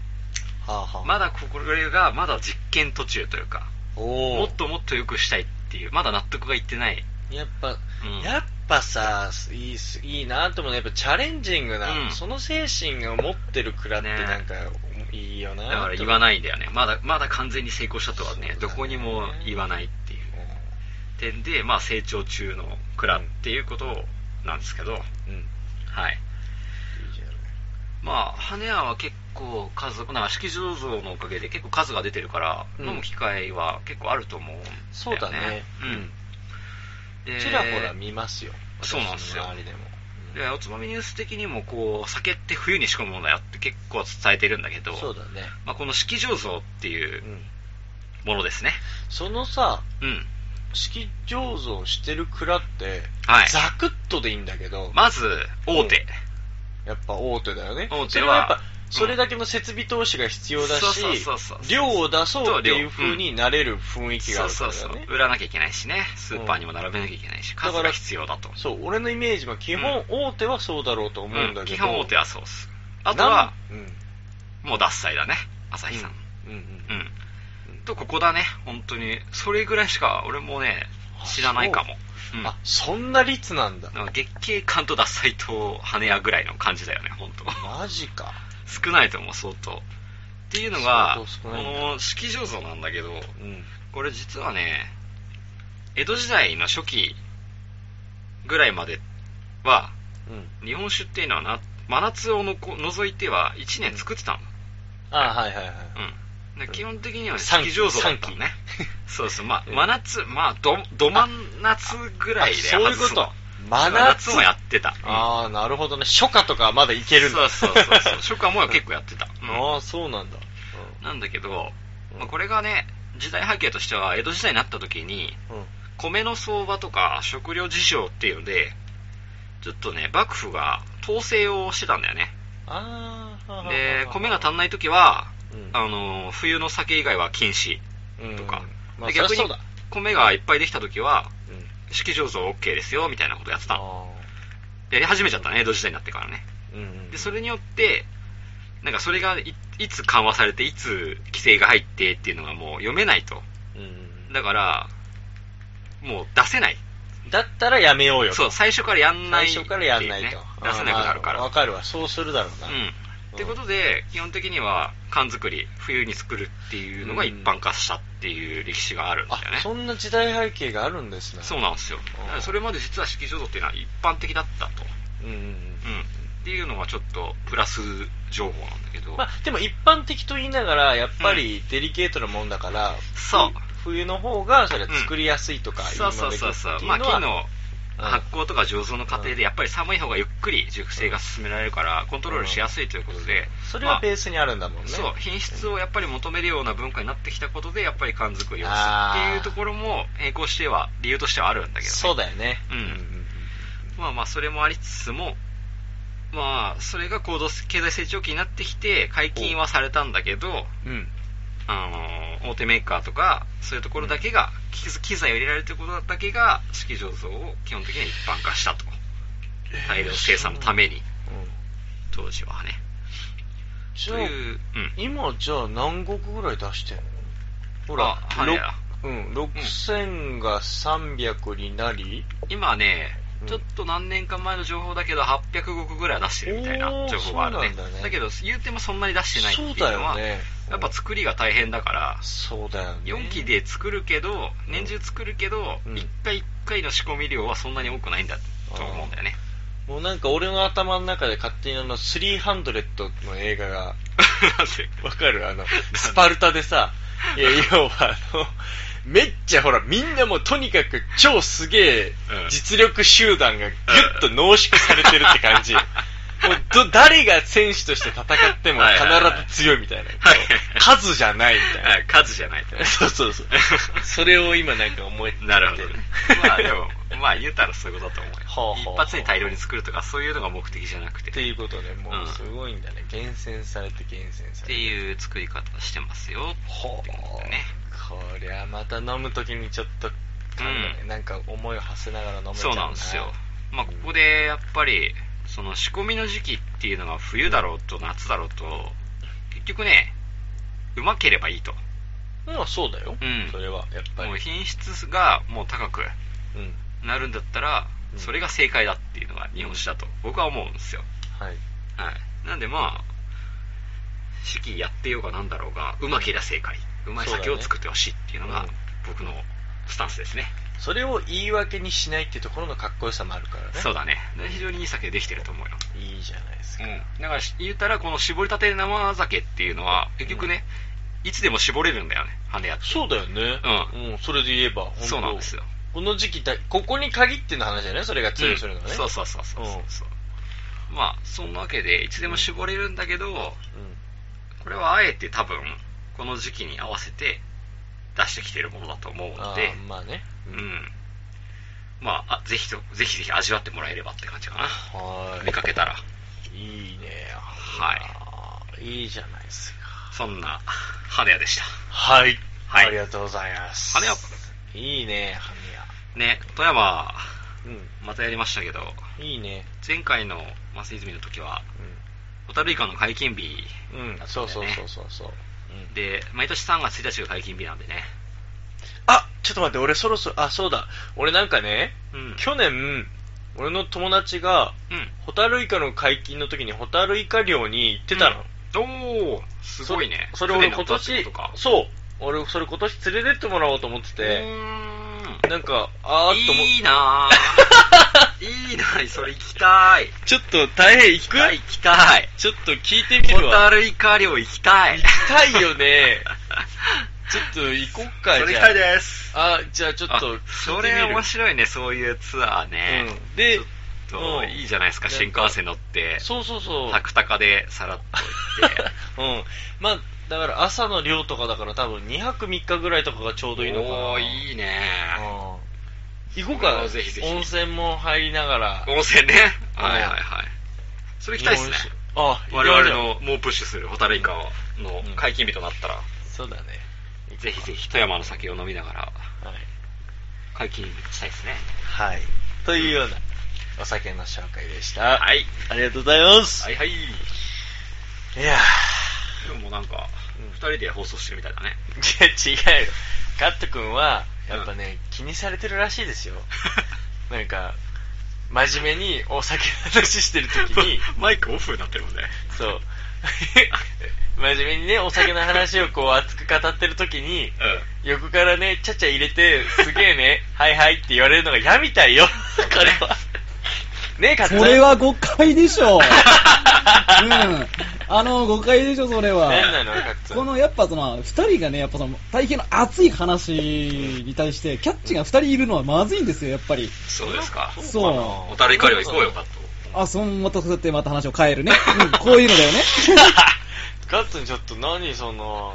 Speaker 5: はあはあ。
Speaker 3: まだこれが、まだ実験途中というか、
Speaker 5: お
Speaker 3: も
Speaker 5: お
Speaker 3: っ。ともっと良くしたいっていう、まだ納得がいってない。
Speaker 5: やっぱ、
Speaker 3: うん
Speaker 5: やっぱさ、いいっす、いいなと思うね。やっぱチャレンジングな、
Speaker 3: うん
Speaker 5: その精神を持ってる蔵って
Speaker 3: ね
Speaker 5: なんか、いいよな。
Speaker 3: だから言わないいんだよね。まだ、まだ完全に成功したとはね、
Speaker 5: そうだ
Speaker 3: ど
Speaker 5: ね
Speaker 3: こにも言わないっていう点で、まあ成長中の蔵っていうことなんですけど、
Speaker 5: うん。うん。いい
Speaker 3: はい。
Speaker 5: じゃん
Speaker 3: まあ、羽屋は結構数、なんか式醸造のおかげで結構数が出てるから、
Speaker 5: うん
Speaker 3: 飲む機会は結構あると思うんだよね。
Speaker 5: そうだね。
Speaker 3: うん。
Speaker 5: う
Speaker 3: で
Speaker 5: ん。ちらほら見ますよ。
Speaker 3: そうなんですよ
Speaker 5: 私の周りでも。
Speaker 3: でおつまみニュース的にもこう酒って冬に仕込むものだよって結構伝えてるんだけど
Speaker 5: そうだね。。
Speaker 3: まあ、この式醸造っていううんものですね
Speaker 5: そのさ、
Speaker 3: うん
Speaker 5: 式醸造してる蔵って、
Speaker 3: はい
Speaker 5: ザクッとでいいんだけど、
Speaker 3: まず大手、
Speaker 5: やっぱ大手だよね。
Speaker 3: 大手は
Speaker 5: それはやっぱ、
Speaker 3: ん
Speaker 5: それだけの設備投資が必要だ
Speaker 3: そう
Speaker 5: し
Speaker 3: そうそうそう、
Speaker 5: 量を出そうっていう風になれる雰囲気が
Speaker 3: そ
Speaker 5: あ
Speaker 3: う
Speaker 5: るか
Speaker 3: そう
Speaker 5: ら
Speaker 3: そう
Speaker 5: だね。
Speaker 3: 売らなきゃいけないしねスーパーにも並べなきゃいけないし、
Speaker 5: から
Speaker 3: 数が必要だと
Speaker 5: そう、俺のイメージは基本大手はそうだろうと思うんだ
Speaker 3: うん
Speaker 5: けど。
Speaker 3: 基本大手はそうっすあとは
Speaker 5: なん、うん。
Speaker 3: もう獺祭だね朝日さん
Speaker 5: うんうん
Speaker 3: うん、とここだね本当にそれぐらいしか俺もね知らないかもう
Speaker 5: うんん。あ、そんな率なんだ。
Speaker 3: なんか月経感と獺祭と羽屋ぐらいの感じだよね本当
Speaker 5: マジか。
Speaker 3: 少ないと思う相当っていうのが
Speaker 5: 相
Speaker 3: こ
Speaker 5: 当少ないんだ
Speaker 3: の式醸造なんだけど
Speaker 5: うん。
Speaker 3: これ実はね江戸時代の初期ぐらいまでは
Speaker 5: うん。
Speaker 3: 日本酒っていうのはな真夏をのこ除いては1年作ってたの、
Speaker 5: あ、はいはいはい。
Speaker 3: うんで基本的には
Speaker 5: 三
Speaker 3: 式
Speaker 5: 期
Speaker 3: 醸造だったのね *laughs* そうそうまあ
Speaker 5: うん
Speaker 3: 真夏まあどど真ん夏ぐらいで
Speaker 5: あそういうこ
Speaker 3: 外すの
Speaker 5: と。
Speaker 3: 真
Speaker 5: 真
Speaker 3: 夏
Speaker 5: 夏
Speaker 3: もやってたうん
Speaker 5: ああ、なるほどね。初夏とかはまだいけるんだ。
Speaker 3: そうそうそうそう初夏も結構やってた、うん
Speaker 5: *laughs* ああ、そうなんだ。
Speaker 3: なんだけど、まあこれがね、時代背景としては、江戸時代になった時に、
Speaker 5: うん。うん
Speaker 3: 米の相場とか食料事情っていうので、ちょっとね、幕府が統制をしてたんだよね。
Speaker 5: ああ、はあはあ
Speaker 3: で、米が足んない時は、
Speaker 5: うん
Speaker 3: あの、冬の酒以外は禁止とか。
Speaker 5: うんまあ、
Speaker 3: で
Speaker 5: 逆
Speaker 3: 逆
Speaker 5: に
Speaker 3: に
Speaker 5: そうだ。、
Speaker 3: 米がいっぱいできた時は、
Speaker 5: うん。
Speaker 3: 式醸造 OK ですよ、みたいなことやってた。
Speaker 5: あ
Speaker 3: やり始めちゃったね、江戸時代になってからね。
Speaker 5: ーうん。
Speaker 3: で、それによって、なんかそれがいいつ緩和されて、いつ規制が入ってっていうのがもう読めないと。
Speaker 5: うん
Speaker 3: だから、もう出せない。
Speaker 5: だったらやめようよ。
Speaker 3: そう、最初からやんない
Speaker 5: 最。初からやんないと。
Speaker 3: 出せなくなるか
Speaker 5: あーまあ
Speaker 3: ら。
Speaker 5: わかるわ。そうするだろうな。
Speaker 3: うん。ってことで、基本的には、缶作り、冬に作るっていうのが一般化したっていう歴史があるんだ
Speaker 5: あ
Speaker 3: よね、。
Speaker 5: そんな時代背景があるんですね。
Speaker 3: そうなんですよ。
Speaker 5: うん
Speaker 3: だからそれまで実は式醸造っていうのは一般的だったと。
Speaker 5: うんうん
Speaker 3: う
Speaker 5: うん
Speaker 3: ん。っていうのがちょっとプラス情報なんだけど。
Speaker 5: まあ、でも一般的と言いながら、やっぱりデリケートなもんだから、
Speaker 3: そう
Speaker 5: 冬の方が、それは作りやすいとか、
Speaker 3: そうそうそうそう。ま
Speaker 5: 今
Speaker 3: あ、
Speaker 5: の
Speaker 3: 木
Speaker 5: は
Speaker 3: の発酵とか醸造の過程
Speaker 5: うん
Speaker 3: で、やっぱり寒い方がゆっくり熟成が進められるから、コントロールしやすいということで。
Speaker 5: それはベ
Speaker 3: まあ
Speaker 5: ースにあるんだもんね。
Speaker 3: そう品質をやっぱり求めるような文化になってきたことでやっぱり缶作りをするっていうところも並行しては理由としてはあるんだけど、ね、
Speaker 5: そうだよね。
Speaker 3: うんまあまあそれもありつつもまあそれが高度経済成長期になってきて解禁はされたんだけど
Speaker 5: うん。うん。
Speaker 3: あの大手メーカーとかそういうところだけが、機機材を入れられるところだけが式醸造を基本的には一般化したと大量生産のために当時はね
Speaker 5: じゃ
Speaker 3: と
Speaker 5: あ、
Speaker 3: いう、うん、
Speaker 5: 今じゃあ何国ぐらい出してんのほら、
Speaker 3: あはい
Speaker 5: ろくうん、6000が300になり、
Speaker 3: 今ね、
Speaker 5: うん
Speaker 3: ちょっと何年か前の情報だけど、800石ぐらいは出してるみたいな
Speaker 5: おー
Speaker 3: 情報があるね。
Speaker 5: そうな
Speaker 3: だ
Speaker 5: んだね
Speaker 3: けど、言うてもそんなに出してないって
Speaker 5: そ
Speaker 3: いう
Speaker 5: うだ
Speaker 3: のは、
Speaker 5: よね。
Speaker 3: やっぱ作りが大変だから、
Speaker 5: そうだよね。
Speaker 3: 4機で作るけど、年中作るけど、
Speaker 5: うん
Speaker 3: 1回1回の仕込み量はそんなに多くないんだと思うんだよね。
Speaker 5: もうなんか俺の頭の中で勝手にあの、300の映画が、
Speaker 3: *laughs* なんで
Speaker 5: わかる
Speaker 3: *laughs*
Speaker 5: あの、スパルタでさ、いや、要はあの、めっちゃほら、みんなもうとにかく超すげえ
Speaker 3: うん
Speaker 5: *laughs* 実力集団がギュッと濃縮されてるって感じ。うど誰が選手として戦っても
Speaker 3: *laughs* はいはいはい
Speaker 5: 必ず強いみたいな。
Speaker 3: はい
Speaker 5: 数じゃないみたいな。
Speaker 3: あ数じゃないとね。
Speaker 5: *laughs* そうそ
Speaker 3: *laughs*
Speaker 5: うそう。それを今なんか思えて
Speaker 3: なるほどね。まあで *laughs* も、まあ言うたらそういうことだと思うよ。
Speaker 5: はあはあはあ
Speaker 3: 一発に大量に作るとか、そういうのが目的じゃなくて。
Speaker 5: っていうことで、も
Speaker 3: うん
Speaker 5: うすごいんだね。厳選されて厳選
Speaker 3: っ
Speaker 5: さ
Speaker 3: て
Speaker 5: れて。
Speaker 3: いう作り方してますよ。
Speaker 5: ほう。
Speaker 3: ね
Speaker 5: こりゃまた飲むときにちょっと、
Speaker 3: うん
Speaker 5: なんか思いを馳せながら飲めちゃ
Speaker 3: そううなんですよ。まあここでやっぱり、その仕込みの時期っていうのが冬だろうと夏だろうと、結局ね、うまければいいと。
Speaker 5: まあそうだよ。
Speaker 3: うん
Speaker 5: それは、やっぱり。
Speaker 3: もう品質がもう高く
Speaker 5: うん。
Speaker 3: なるんだったら、
Speaker 5: うん
Speaker 3: それが正解だっていうのが日本酒だと僕は思うんですよ。
Speaker 5: はい。
Speaker 3: はい。なんでまあ、四季やってようがなんだろうが、うまけりゃ正解。うまい酒を作ってほしいっていうのが
Speaker 5: そうだね
Speaker 3: 僕のスタンスですね。
Speaker 5: それを言い訳にしないっていうところのかっこよさもあるからね。
Speaker 3: そうだね。で非常にいい酒できてると思うよ。
Speaker 5: いいじゃないですか。
Speaker 3: うん。だからし言ったら、この絞りたて生酒っていうのは、結局ね、いつでも絞れるんだよね、羽屋って。
Speaker 5: そうだよね。うん。それで言えば、本当
Speaker 3: そうなんですよ。
Speaker 5: この時期だ、ここに限っての話だよね、それが通用するのはね。
Speaker 3: うんそうそうそうそうそうそう。まあ、そんなわけで、いつでも絞れるんだけど、
Speaker 5: うん。
Speaker 3: これはあえて多分、この時期に合わせて出してきてるものだと思う
Speaker 5: あ
Speaker 3: ので
Speaker 5: ー、まあね。
Speaker 3: う。ん。まあ、あぜひと、ぜひぜひ味わってもらえればって感じかな。
Speaker 5: は
Speaker 3: 見かけたら。
Speaker 5: い。いいね。
Speaker 3: はい
Speaker 5: い。いいじゃないですか。
Speaker 3: そんな、羽屋でした。
Speaker 5: はい。
Speaker 3: はい
Speaker 5: ありがとうございます。
Speaker 3: 羽屋、
Speaker 5: いいね、羽
Speaker 3: ね、富山、
Speaker 5: 根屋。
Speaker 3: またやりましたけど、
Speaker 5: うん。いいね。
Speaker 3: 前回の松泉の時は、ホタルイカの解禁日
Speaker 5: うん。うん。そうそうそうそうそう。うん
Speaker 3: で、毎年3月1日が解禁日なんでね。
Speaker 5: あ、ちょっと待って、俺そろそろ、あ、そうだ。俺なんかね、
Speaker 3: うん。
Speaker 5: 去年、俺の友達が、
Speaker 3: うん。
Speaker 5: ホタルイカの解禁の時にホタルイカ漁に行ってたの。
Speaker 3: おー、すごいね。
Speaker 5: それそれ俺
Speaker 3: 船乗
Speaker 5: 今
Speaker 3: ったって
Speaker 5: 年
Speaker 3: ことか、
Speaker 5: そう。俺それ今年連れてってもらおうと思って
Speaker 3: う
Speaker 5: て、
Speaker 3: ーん。
Speaker 5: なんか、あーっと思っ
Speaker 3: いいな
Speaker 5: *laughs*
Speaker 3: ぁ。いいなぁ、それ行きたい。
Speaker 5: ちょっと大変行く
Speaker 3: 行きたい。
Speaker 5: ちょっと聞いてみ
Speaker 3: ホ
Speaker 5: る
Speaker 3: タ
Speaker 5: わ。
Speaker 3: ルイカ漁行きたい
Speaker 5: 行。きたいよ
Speaker 3: *laughs*
Speaker 5: ね。ちょっと行こっか、じゃあ。
Speaker 3: です。
Speaker 5: あ、じゃあちょっ
Speaker 3: あ
Speaker 5: と聞いてみる、
Speaker 3: それ面白いね、そういうツアーね。
Speaker 5: うんで、
Speaker 3: ちょっと
Speaker 5: うん
Speaker 3: いいじゃないですか、
Speaker 5: なんか
Speaker 3: 新幹線乗って、
Speaker 5: そうそうそう。
Speaker 3: タクタカでさらっと行
Speaker 5: *laughs*
Speaker 3: って。
Speaker 5: うん。まあ、だから朝の量とかだから多分2泊3日ぐらいとかがちょうどいいのかな。
Speaker 3: おー、いいね。
Speaker 5: うん行こうか。
Speaker 3: ぜひぜひ
Speaker 5: 温泉も入りながら。
Speaker 3: 温泉ね。
Speaker 5: うん
Speaker 3: はいはいはい。それ行きたいですね。
Speaker 5: 日本酒あ、
Speaker 3: 我々
Speaker 5: 行きましょう。
Speaker 3: の猛プッシュするホタルイカの
Speaker 5: うん
Speaker 3: 解禁日となったら、
Speaker 5: そうだね。
Speaker 3: ぜひぜひ富山の酒を飲みながら
Speaker 5: はい。
Speaker 3: 解禁したいですね。
Speaker 5: はい。というようなお酒の紹介でした。
Speaker 3: はい。
Speaker 5: ありがとうございます。
Speaker 3: はいはい。
Speaker 5: い、や
Speaker 3: 今日もなんか、
Speaker 5: うん
Speaker 3: 二人で放送してるみたいだね。
Speaker 5: *laughs* ー、いや違うよ。カット君は、やっぱね、気にされてるらしいですよ。なんか、真面目にお酒の話してる時に、
Speaker 3: *laughs* マイクオフになってるもん
Speaker 5: *laughs*
Speaker 3: ね。
Speaker 5: そう。真面目にね、お酒の話をこう熱く語ってる時に、横からね、ちゃちゃ入れて、すげえね、 *laughs* はいはいって言われるのが嫌みたいよ。これは。ねえ、カッ
Speaker 4: そ
Speaker 5: ト君
Speaker 4: れは誤解でしょ。うん。あの、誤解でしょ、それは。
Speaker 5: 何なのカッツン
Speaker 4: この、やっぱその、二人がね、やっぱその、大変の熱い話に対して、キャッチが二人いるのはまずいんですよ、やっぱり。
Speaker 3: そうですか。
Speaker 4: そう
Speaker 5: な
Speaker 3: 小樽イカ漁行こうよ、カッ
Speaker 4: あ、そんまたそうやってまた話を変えるね。うん、こういうのだよね。
Speaker 5: ガッツンちょっと何その、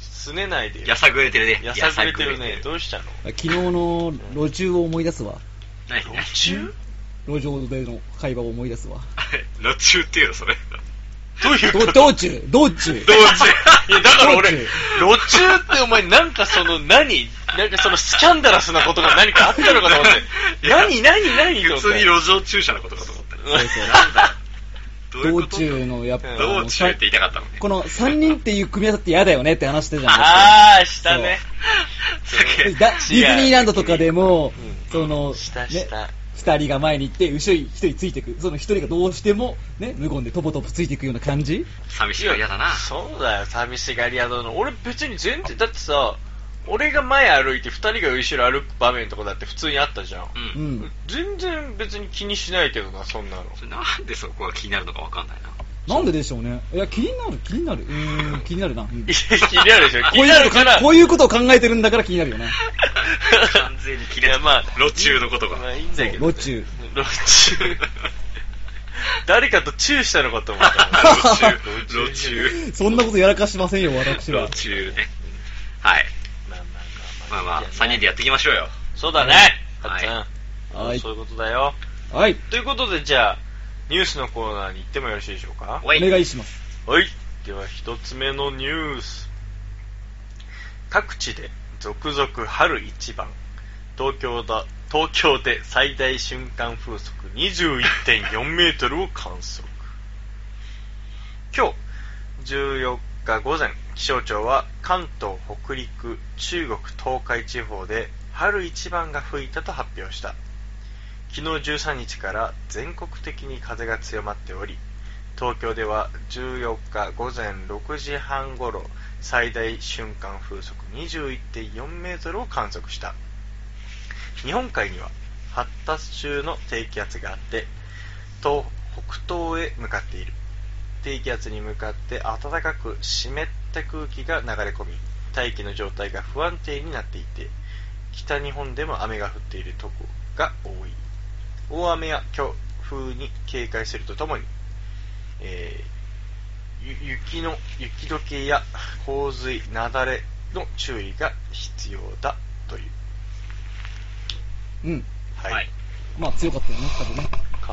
Speaker 5: すねない
Speaker 3: ト。
Speaker 5: でよ。
Speaker 3: *laughs* やさぐれてるね。
Speaker 5: やさぐれてる
Speaker 3: や
Speaker 5: ね。
Speaker 3: さぐ
Speaker 5: どうしたの
Speaker 4: 昨日の路中を思い出すわ。
Speaker 3: れてる。何
Speaker 5: 路中
Speaker 4: 路上での会話を思い出すわ。
Speaker 3: 何 *laughs* 路中っていうの、それ。
Speaker 5: どういうこと
Speaker 4: ど道中道中
Speaker 5: 道中。いや、だから俺、
Speaker 4: 道
Speaker 5: 路中ってお前なんかその何なんかそのスキャンダラスなことが何かあったのかと思っ
Speaker 4: *laughs*
Speaker 5: て。
Speaker 3: いや
Speaker 5: 何何何
Speaker 3: 普通に路上駐車のことかと思った。
Speaker 5: そうそう
Speaker 3: なんだどういうこ
Speaker 4: 道
Speaker 3: と
Speaker 4: 中のやっぱ、
Speaker 3: 道中って言いたかったのね。
Speaker 4: この3人っていう組み合わせって嫌だよねって話してたじゃん。
Speaker 5: あー、したね。
Speaker 4: で
Speaker 3: 酒
Speaker 4: だディズニーランドとかでも、その、
Speaker 5: した
Speaker 4: ね
Speaker 5: した。
Speaker 4: 二人が前に行って、後ろに一人ついてく。その一人がどうしても、ね、無言でとぼとぼついていくような感じ。
Speaker 3: 寂しいの嫌だな。
Speaker 5: そうだよ、寂しがり屋だの。俺別に全然、だってさ、俺が前歩いて二人が後ろ歩く場面とかだって普通にあったじゃん。
Speaker 3: う。
Speaker 4: うんん。
Speaker 5: 全然別に気にしないけどな、そんなの。
Speaker 3: それなんでそこが気になるのかわかんないな。
Speaker 4: なんででしょうね。いや、気になる、気になる。うーん、気になるな。うん
Speaker 5: いや、気にな
Speaker 3: *laughs*
Speaker 5: るでしょ。気
Speaker 4: こう
Speaker 5: に
Speaker 4: いう
Speaker 5: な
Speaker 4: こ
Speaker 5: る
Speaker 4: と
Speaker 5: から。
Speaker 4: こういうことを考えてるんだから気になるよね。
Speaker 3: 完全に気になる。
Speaker 5: いやまあ
Speaker 3: 路中のことが。
Speaker 5: まあいいんだけど、
Speaker 4: そう路中。
Speaker 5: 路中。誰かとチューしたのかと思ったもん。
Speaker 4: *laughs*
Speaker 3: 路中、路中、
Speaker 4: そんなことやらかしませんよ、私は
Speaker 3: 路。中ね。はい。
Speaker 5: まあ
Speaker 3: まあまあ、3人でやっていきましょうよ。
Speaker 5: そうだね。
Speaker 3: はい
Speaker 5: かっちゃん。
Speaker 4: はい
Speaker 5: そういうことだよ。
Speaker 4: はい。
Speaker 5: ということで、じゃあ、ニュースのコーナーに行ってもよろしいでしょうか
Speaker 3: お
Speaker 4: お願
Speaker 3: い。
Speaker 4: いします。
Speaker 5: はい。では、一つ目のニュース。各地で続々春一番。東京だ、東京で最大瞬間風速21.4メートルを観測。今日、14日午前、気象庁は関東、北陸、中国、東海地方で春一番が吹いたと発表した。昨日13日から全国的に風が強まっており、東京では14日午前6時半ごろ最大瞬間風速21.4メートルを観測した日本海には発達中の低気圧があって東北東へ向かっている低気圧に向かって暖かく湿った空気が流れ込み大気の状態が不安定になっていて北日本でも雨が降っているとこが多い大雨や強風に警戒するとともにえーゆ雪の雪解けや洪水、雪崩の注意が必要だという、
Speaker 4: うん。
Speaker 5: はい
Speaker 3: はい。
Speaker 4: まあ強かったよね、風ね。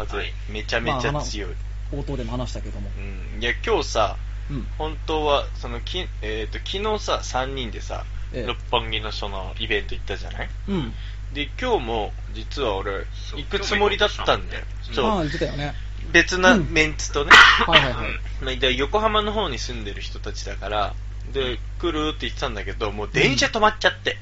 Speaker 5: 風、
Speaker 3: はい
Speaker 5: めちゃめちゃ強い、
Speaker 4: 冒頭でも話したけども。
Speaker 5: うん、いや今日さ、
Speaker 4: うん。
Speaker 5: 本当はそのき、えー、と昨日さ、3人でさ、
Speaker 4: ええ
Speaker 5: 六本木のそのイベント行ったじゃない
Speaker 4: うん。
Speaker 5: で今日も実は俺
Speaker 3: そう
Speaker 5: 行くつもりだったんだよ、
Speaker 3: 今日
Speaker 5: そ
Speaker 3: も
Speaker 5: う
Speaker 4: まあ言ってたよね。
Speaker 5: 別な
Speaker 4: うん
Speaker 5: メンツとね、
Speaker 4: はいはいはい。
Speaker 5: まあで横浜の方に住んでる人たちだからで来るって言ってたんだけどもう電車止まっちゃって、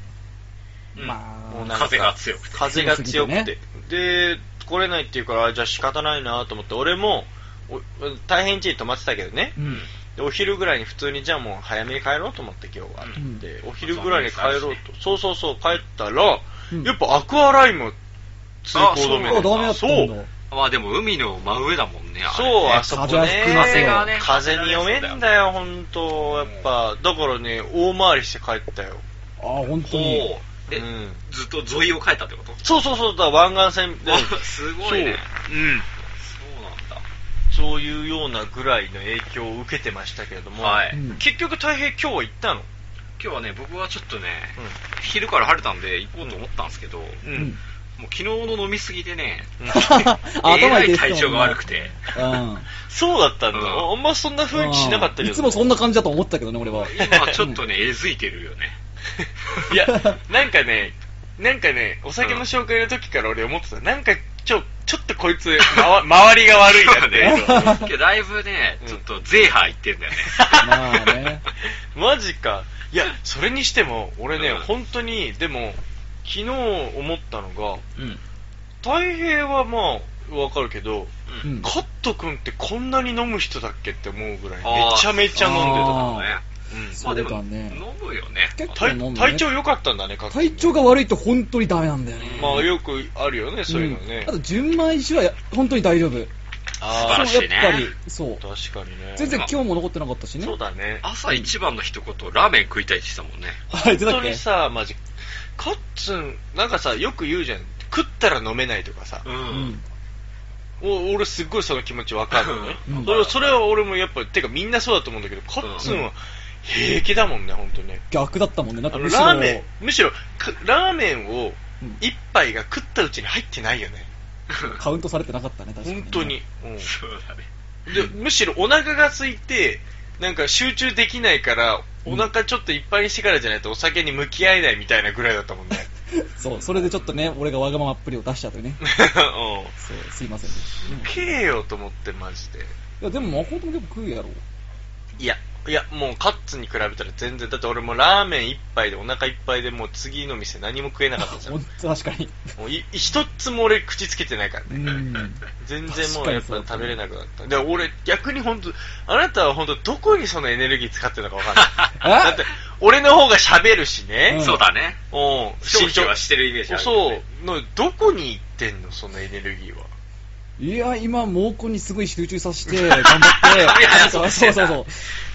Speaker 3: うん
Speaker 4: ま
Speaker 5: もうな
Speaker 4: あ、
Speaker 5: んか
Speaker 3: 風が強くて
Speaker 5: 風が強くて
Speaker 4: 強すぎ
Speaker 5: で来れないっていうからあじゃあ仕方ないなと思って俺もお大変地に泊まってたけどね
Speaker 4: う、ん。
Speaker 5: でお昼ぐらいに普通にじゃあもう早めに帰ろうと思って今日は、
Speaker 3: うん
Speaker 5: でお昼ぐらいに帰ろうと、
Speaker 3: うん
Speaker 5: そうそうそう帰ったら、
Speaker 4: うん
Speaker 5: やっぱアクアラインも通行止め
Speaker 3: あそう
Speaker 4: ダメだったん
Speaker 5: そ
Speaker 4: だ
Speaker 5: う。
Speaker 3: まあでも海の真上だもんね、あれ
Speaker 5: そう、
Speaker 3: ね
Speaker 5: あそこね。
Speaker 4: 風が
Speaker 3: ね
Speaker 5: 風に読めんだよ、本当やっぱ。だからね、大回りして帰ったよ。
Speaker 4: ああ、本当に
Speaker 3: ほ。う。
Speaker 5: う
Speaker 3: え、
Speaker 5: ん。
Speaker 3: ずっと沿いを変えたってこと
Speaker 5: そうそうそう、だから湾岸線で
Speaker 3: わ、 *laughs* すごいね。うん。そうなんだ。
Speaker 5: そういうようなぐらいの影響を受けてましたけれども、
Speaker 3: はい
Speaker 4: うん
Speaker 5: 結局太平今日は行ったの。
Speaker 3: 今日はね、僕はちょっとね、昼から晴れたんで行こうと思ったんですけど、もう
Speaker 5: うん。
Speaker 4: う
Speaker 5: うんん。
Speaker 3: 昨日の飲みすぎでね、 *laughs* え
Speaker 4: *laughs* 頭
Speaker 3: ら
Speaker 4: 痛
Speaker 3: い
Speaker 4: い
Speaker 3: 体調が悪くて。
Speaker 4: うん。
Speaker 5: そうだったんだ。
Speaker 3: うん
Speaker 5: あんまそんな雰囲気しなかったけど。
Speaker 4: いつもそんな感じだと思ってたけどね、俺は。
Speaker 3: 今ちょっとね、えずいてるよね。
Speaker 5: いや、なんかね、なんかね、お酒の紹介の時から俺思ってた。なんか、ちょ、ちょっとこいつ、まわ周りが悪いなって。
Speaker 3: そうね。今日だいぶね、ちょっとゼーハー行ってんだよね。
Speaker 4: まあ
Speaker 5: *laughs*
Speaker 4: ね。
Speaker 5: マジか。いや、それにしても、俺ね、
Speaker 3: うん
Speaker 5: 本当に、でも、昨日思ったのが、
Speaker 4: うん。
Speaker 5: 太平はまあ、わかるけど、
Speaker 3: う。
Speaker 4: うんん
Speaker 5: カット君ってこんなに飲む人だっけって思うぐらい、
Speaker 3: あー
Speaker 5: めちゃめちゃ飲んでた。
Speaker 4: あ
Speaker 3: ね
Speaker 5: うん
Speaker 4: ー
Speaker 3: まあでも、
Speaker 4: そうだね
Speaker 3: 飲むよね。
Speaker 4: *laughs* 結構
Speaker 5: 体
Speaker 4: 飲むね
Speaker 5: 体調良かったんだね、カット君
Speaker 4: 体調が悪いと本当にダメなんだよね。
Speaker 5: まあ、よくあるよね、そういうの
Speaker 4: う
Speaker 5: ね
Speaker 4: んあ。と、純米酒はや本当に大丈夫。
Speaker 3: 素晴
Speaker 5: あ
Speaker 3: らしいね
Speaker 4: やっぱり、そう
Speaker 5: あ、。確かにね。
Speaker 4: 全然今日も残ってなかったしね。
Speaker 5: そうだね。
Speaker 3: 朝一番の一言、ラーメン食いたいって言ってたもんね。
Speaker 4: はい、
Speaker 5: 本当にさ、マジ、カッツン、なんかさ、よく言うじゃん。食ったら飲めないとかさ。
Speaker 4: う
Speaker 3: うん
Speaker 4: ん。。
Speaker 5: お俺すっごいその気持ちわかるのね、
Speaker 4: うん
Speaker 5: それ。それは俺もやっぱ、てかみんなそうだと思うんだけど、カッツンは平気だもんね、本当ね。
Speaker 4: 逆だったもんね。な
Speaker 5: あ
Speaker 4: んか
Speaker 5: の
Speaker 4: むしろ。
Speaker 5: ラーメン、むしろ、かラーメンを
Speaker 4: うん
Speaker 5: 一杯が食ったうちに入ってないよね。
Speaker 4: カウントされてなかったね、確かに、
Speaker 5: 本当に。。うん
Speaker 3: そうだね。
Speaker 5: でむしろお腹が空いてなんか集中できないからお腹ちょっといっぱいにしてからじゃないとお酒に向き合えないみたいなぐらいだったもん
Speaker 4: *laughs*
Speaker 5: ね、
Speaker 4: そう、それでちょっとね、俺がわがままっぷりを出しちゃってね。
Speaker 5: う
Speaker 4: そう、すいませんでした
Speaker 5: ん、けえよと思ってマジで
Speaker 4: いや、でも、誠も結構食うやろ。
Speaker 5: いやいやもうカッツに比べたら全然だって俺もラーメン一杯でお腹いっぱいでもう次の店何も食えなか
Speaker 4: *laughs*
Speaker 5: ったじゃん
Speaker 4: ほんと確かに。
Speaker 5: もうい一つも俺口つけてないからね
Speaker 4: うん。
Speaker 5: 全然もうやっぱ
Speaker 4: 確かにそうだ
Speaker 5: 食
Speaker 4: ね
Speaker 5: べれなくなった。で、俺逆に本当あなたは本当どこにそのエネルギー使ってるのかわかん
Speaker 4: *laughs*
Speaker 5: ない。だって、俺の方が喋るしね。
Speaker 4: うん
Speaker 3: そうだね。
Speaker 5: おう
Speaker 3: 消費はしてるイメージあるよね
Speaker 5: そうのどこに行ってんのそのエネルギーはい
Speaker 4: や、今、猛虎にすごい集中させて、頑張っ
Speaker 3: い
Speaker 4: て。
Speaker 3: やいや
Speaker 4: そうそうそう。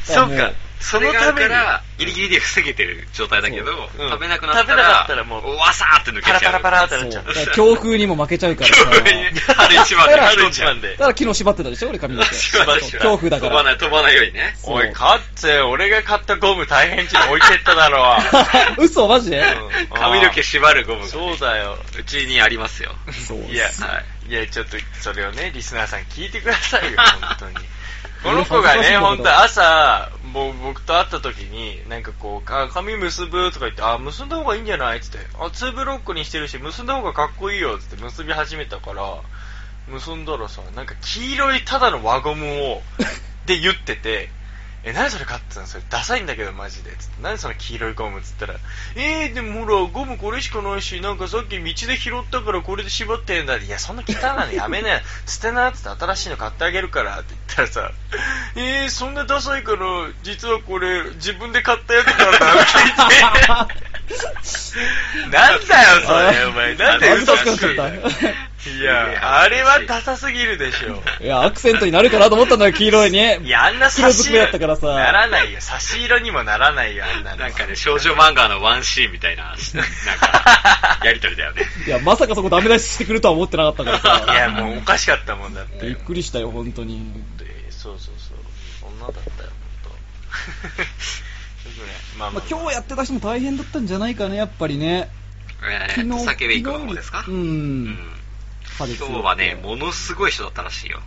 Speaker 5: そう
Speaker 4: いや
Speaker 5: か
Speaker 4: も
Speaker 5: そ
Speaker 3: それ
Speaker 5: の
Speaker 3: があ
Speaker 5: た
Speaker 3: る
Speaker 5: めに
Speaker 3: から、ギリギリで防げてる状態だけど、
Speaker 5: そううん
Speaker 3: 食べなくなった、
Speaker 5: 食べなからったらもう
Speaker 3: わさーって抜けち
Speaker 5: パ
Speaker 3: ゃ
Speaker 5: ラ
Speaker 3: う。
Speaker 5: パラパラって
Speaker 4: そ
Speaker 5: なっ
Speaker 4: う
Speaker 5: ちゃう。
Speaker 4: だから強風にも負けちゃ
Speaker 3: *laughs*
Speaker 4: うからさ。
Speaker 3: 今日ね春一番で、春一
Speaker 4: だから
Speaker 3: 番
Speaker 5: 春一番で
Speaker 3: で。
Speaker 4: だから昨日縛ってたでしょ俺髪の毛。
Speaker 3: 縛って
Speaker 4: そう強風だか
Speaker 3: 飛ばな
Speaker 4: ら。
Speaker 3: い、飛ばないようにね。
Speaker 4: そう
Speaker 5: おい、カッツェ、俺が買ったゴム大変ちに置いてっただろ
Speaker 4: *laughs* 嘘マジで *laughs*
Speaker 5: うん
Speaker 3: 髪の毛縛るゴムが、
Speaker 5: う。
Speaker 3: ね。
Speaker 5: そうだよ。
Speaker 3: うちにあります
Speaker 5: *laughs*
Speaker 3: よ。
Speaker 4: そう
Speaker 5: いや、、
Speaker 3: はい
Speaker 5: や、ちょっと、それをね、リスナーさん聞いてくださ
Speaker 4: *laughs*
Speaker 5: いよ、本当に。
Speaker 4: え
Speaker 5: この子が
Speaker 4: 恥ずかしい
Speaker 5: ね、
Speaker 4: んだけ
Speaker 5: 本
Speaker 4: ど
Speaker 5: 当朝、もう僕と会った時に、なんかこう、か髪結ぶとか言って、あ、結んだ方がいいんじゃないって言って、あ、ツーブロックにしてるし、結んだ方がかっこいいよってって結び始めたから、結んだらさ、なんか黄色いただの輪ゴムを、で言ってて、え、何それ買ってたのそれダサいんだけどマジで。つって、何その黄色いゴムっつったら、えー、でもほら、ゴムこれしかないし、なんかさっき道で拾ったからこれで絞ってんだ。いや、そんな汚いのやめなよ。 *laughs* 捨てなっつって新しいの買ってあげるからって言ったらさ、えー、そんなダサいから、実はこれ自分で買ったやつからだって言って。なんだよ、それ、お前。なんで
Speaker 4: 恥ず
Speaker 5: 嘘
Speaker 4: か
Speaker 5: つ
Speaker 4: し
Speaker 5: く
Speaker 4: く
Speaker 5: んだ
Speaker 4: なっ
Speaker 5: よ
Speaker 4: ちゃっ。
Speaker 5: いや、あれはダサすぎるでしょ。
Speaker 4: た。いや、アクセントになるかなと思ったんだよ、黄色いね。
Speaker 5: いや、あんな差
Speaker 4: 黒ず
Speaker 5: し
Speaker 4: くめ
Speaker 5: 色
Speaker 4: だったからさ。
Speaker 5: ならないよ。差し色にもならないよ、あんなの。
Speaker 3: なんかね、少女漫画のワンシーンみたいな、なんか、やりとりだよね。
Speaker 4: いや、まさかそこダメ出ししてくるとは思ってなかったから
Speaker 5: い
Speaker 4: さ。
Speaker 5: や、もうおかしかったもんだって。
Speaker 4: びっくりしたよ、本当に。
Speaker 5: そうそうそう。そんなだったよ、ほんと。そうねまあま
Speaker 4: ま
Speaker 5: あ
Speaker 4: あ、、今日やってた人も大変だったんじゃないかね、やっぱりね。
Speaker 3: え
Speaker 4: 昨
Speaker 3: ー、
Speaker 4: 日。
Speaker 3: 叫びいくの方ですか
Speaker 4: う。
Speaker 3: うんん
Speaker 4: 今
Speaker 3: 今日はね、ものすごい人だったらしいよ。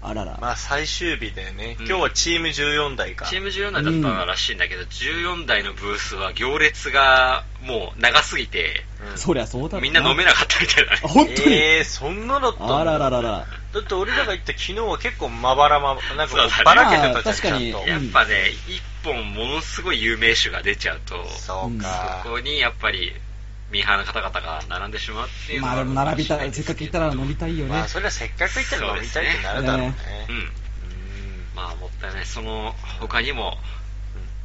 Speaker 4: あらら。
Speaker 5: まあ最終日だよね。
Speaker 3: うん
Speaker 5: 今日はチーム14台か。
Speaker 3: チーム14台だったらしいんだけど、14台のブースは行列がもう長すぎて、
Speaker 5: うん
Speaker 4: そりゃそうだろう
Speaker 3: みんな飲めなかったみたいだね
Speaker 4: あ。本当に
Speaker 5: えー、そんなだったの
Speaker 4: あらららら。
Speaker 5: だって俺らが行った昨日は結構まばらまば、なんかこ
Speaker 3: そう
Speaker 5: う
Speaker 3: だね
Speaker 5: ばらけてたじゃん、
Speaker 4: まあ
Speaker 5: ちゃん
Speaker 4: 確かに
Speaker 5: と。
Speaker 3: やっぱね、一本ものすごい有名酒が出ちゃうと、そ
Speaker 5: そうか。
Speaker 3: こにやっぱり、ミーハーの方々が並んでしまうっていうの
Speaker 4: ま
Speaker 3: は
Speaker 4: あでも並びたい。
Speaker 3: です
Speaker 4: せっかく
Speaker 3: け
Speaker 4: 行っ
Speaker 3: ど
Speaker 4: たら飲みたいよね。
Speaker 5: まあそれはせっかく行ったら飲みたいってなるだろうね。
Speaker 3: う
Speaker 5: うん
Speaker 3: ん。まあもったいない。その他にも、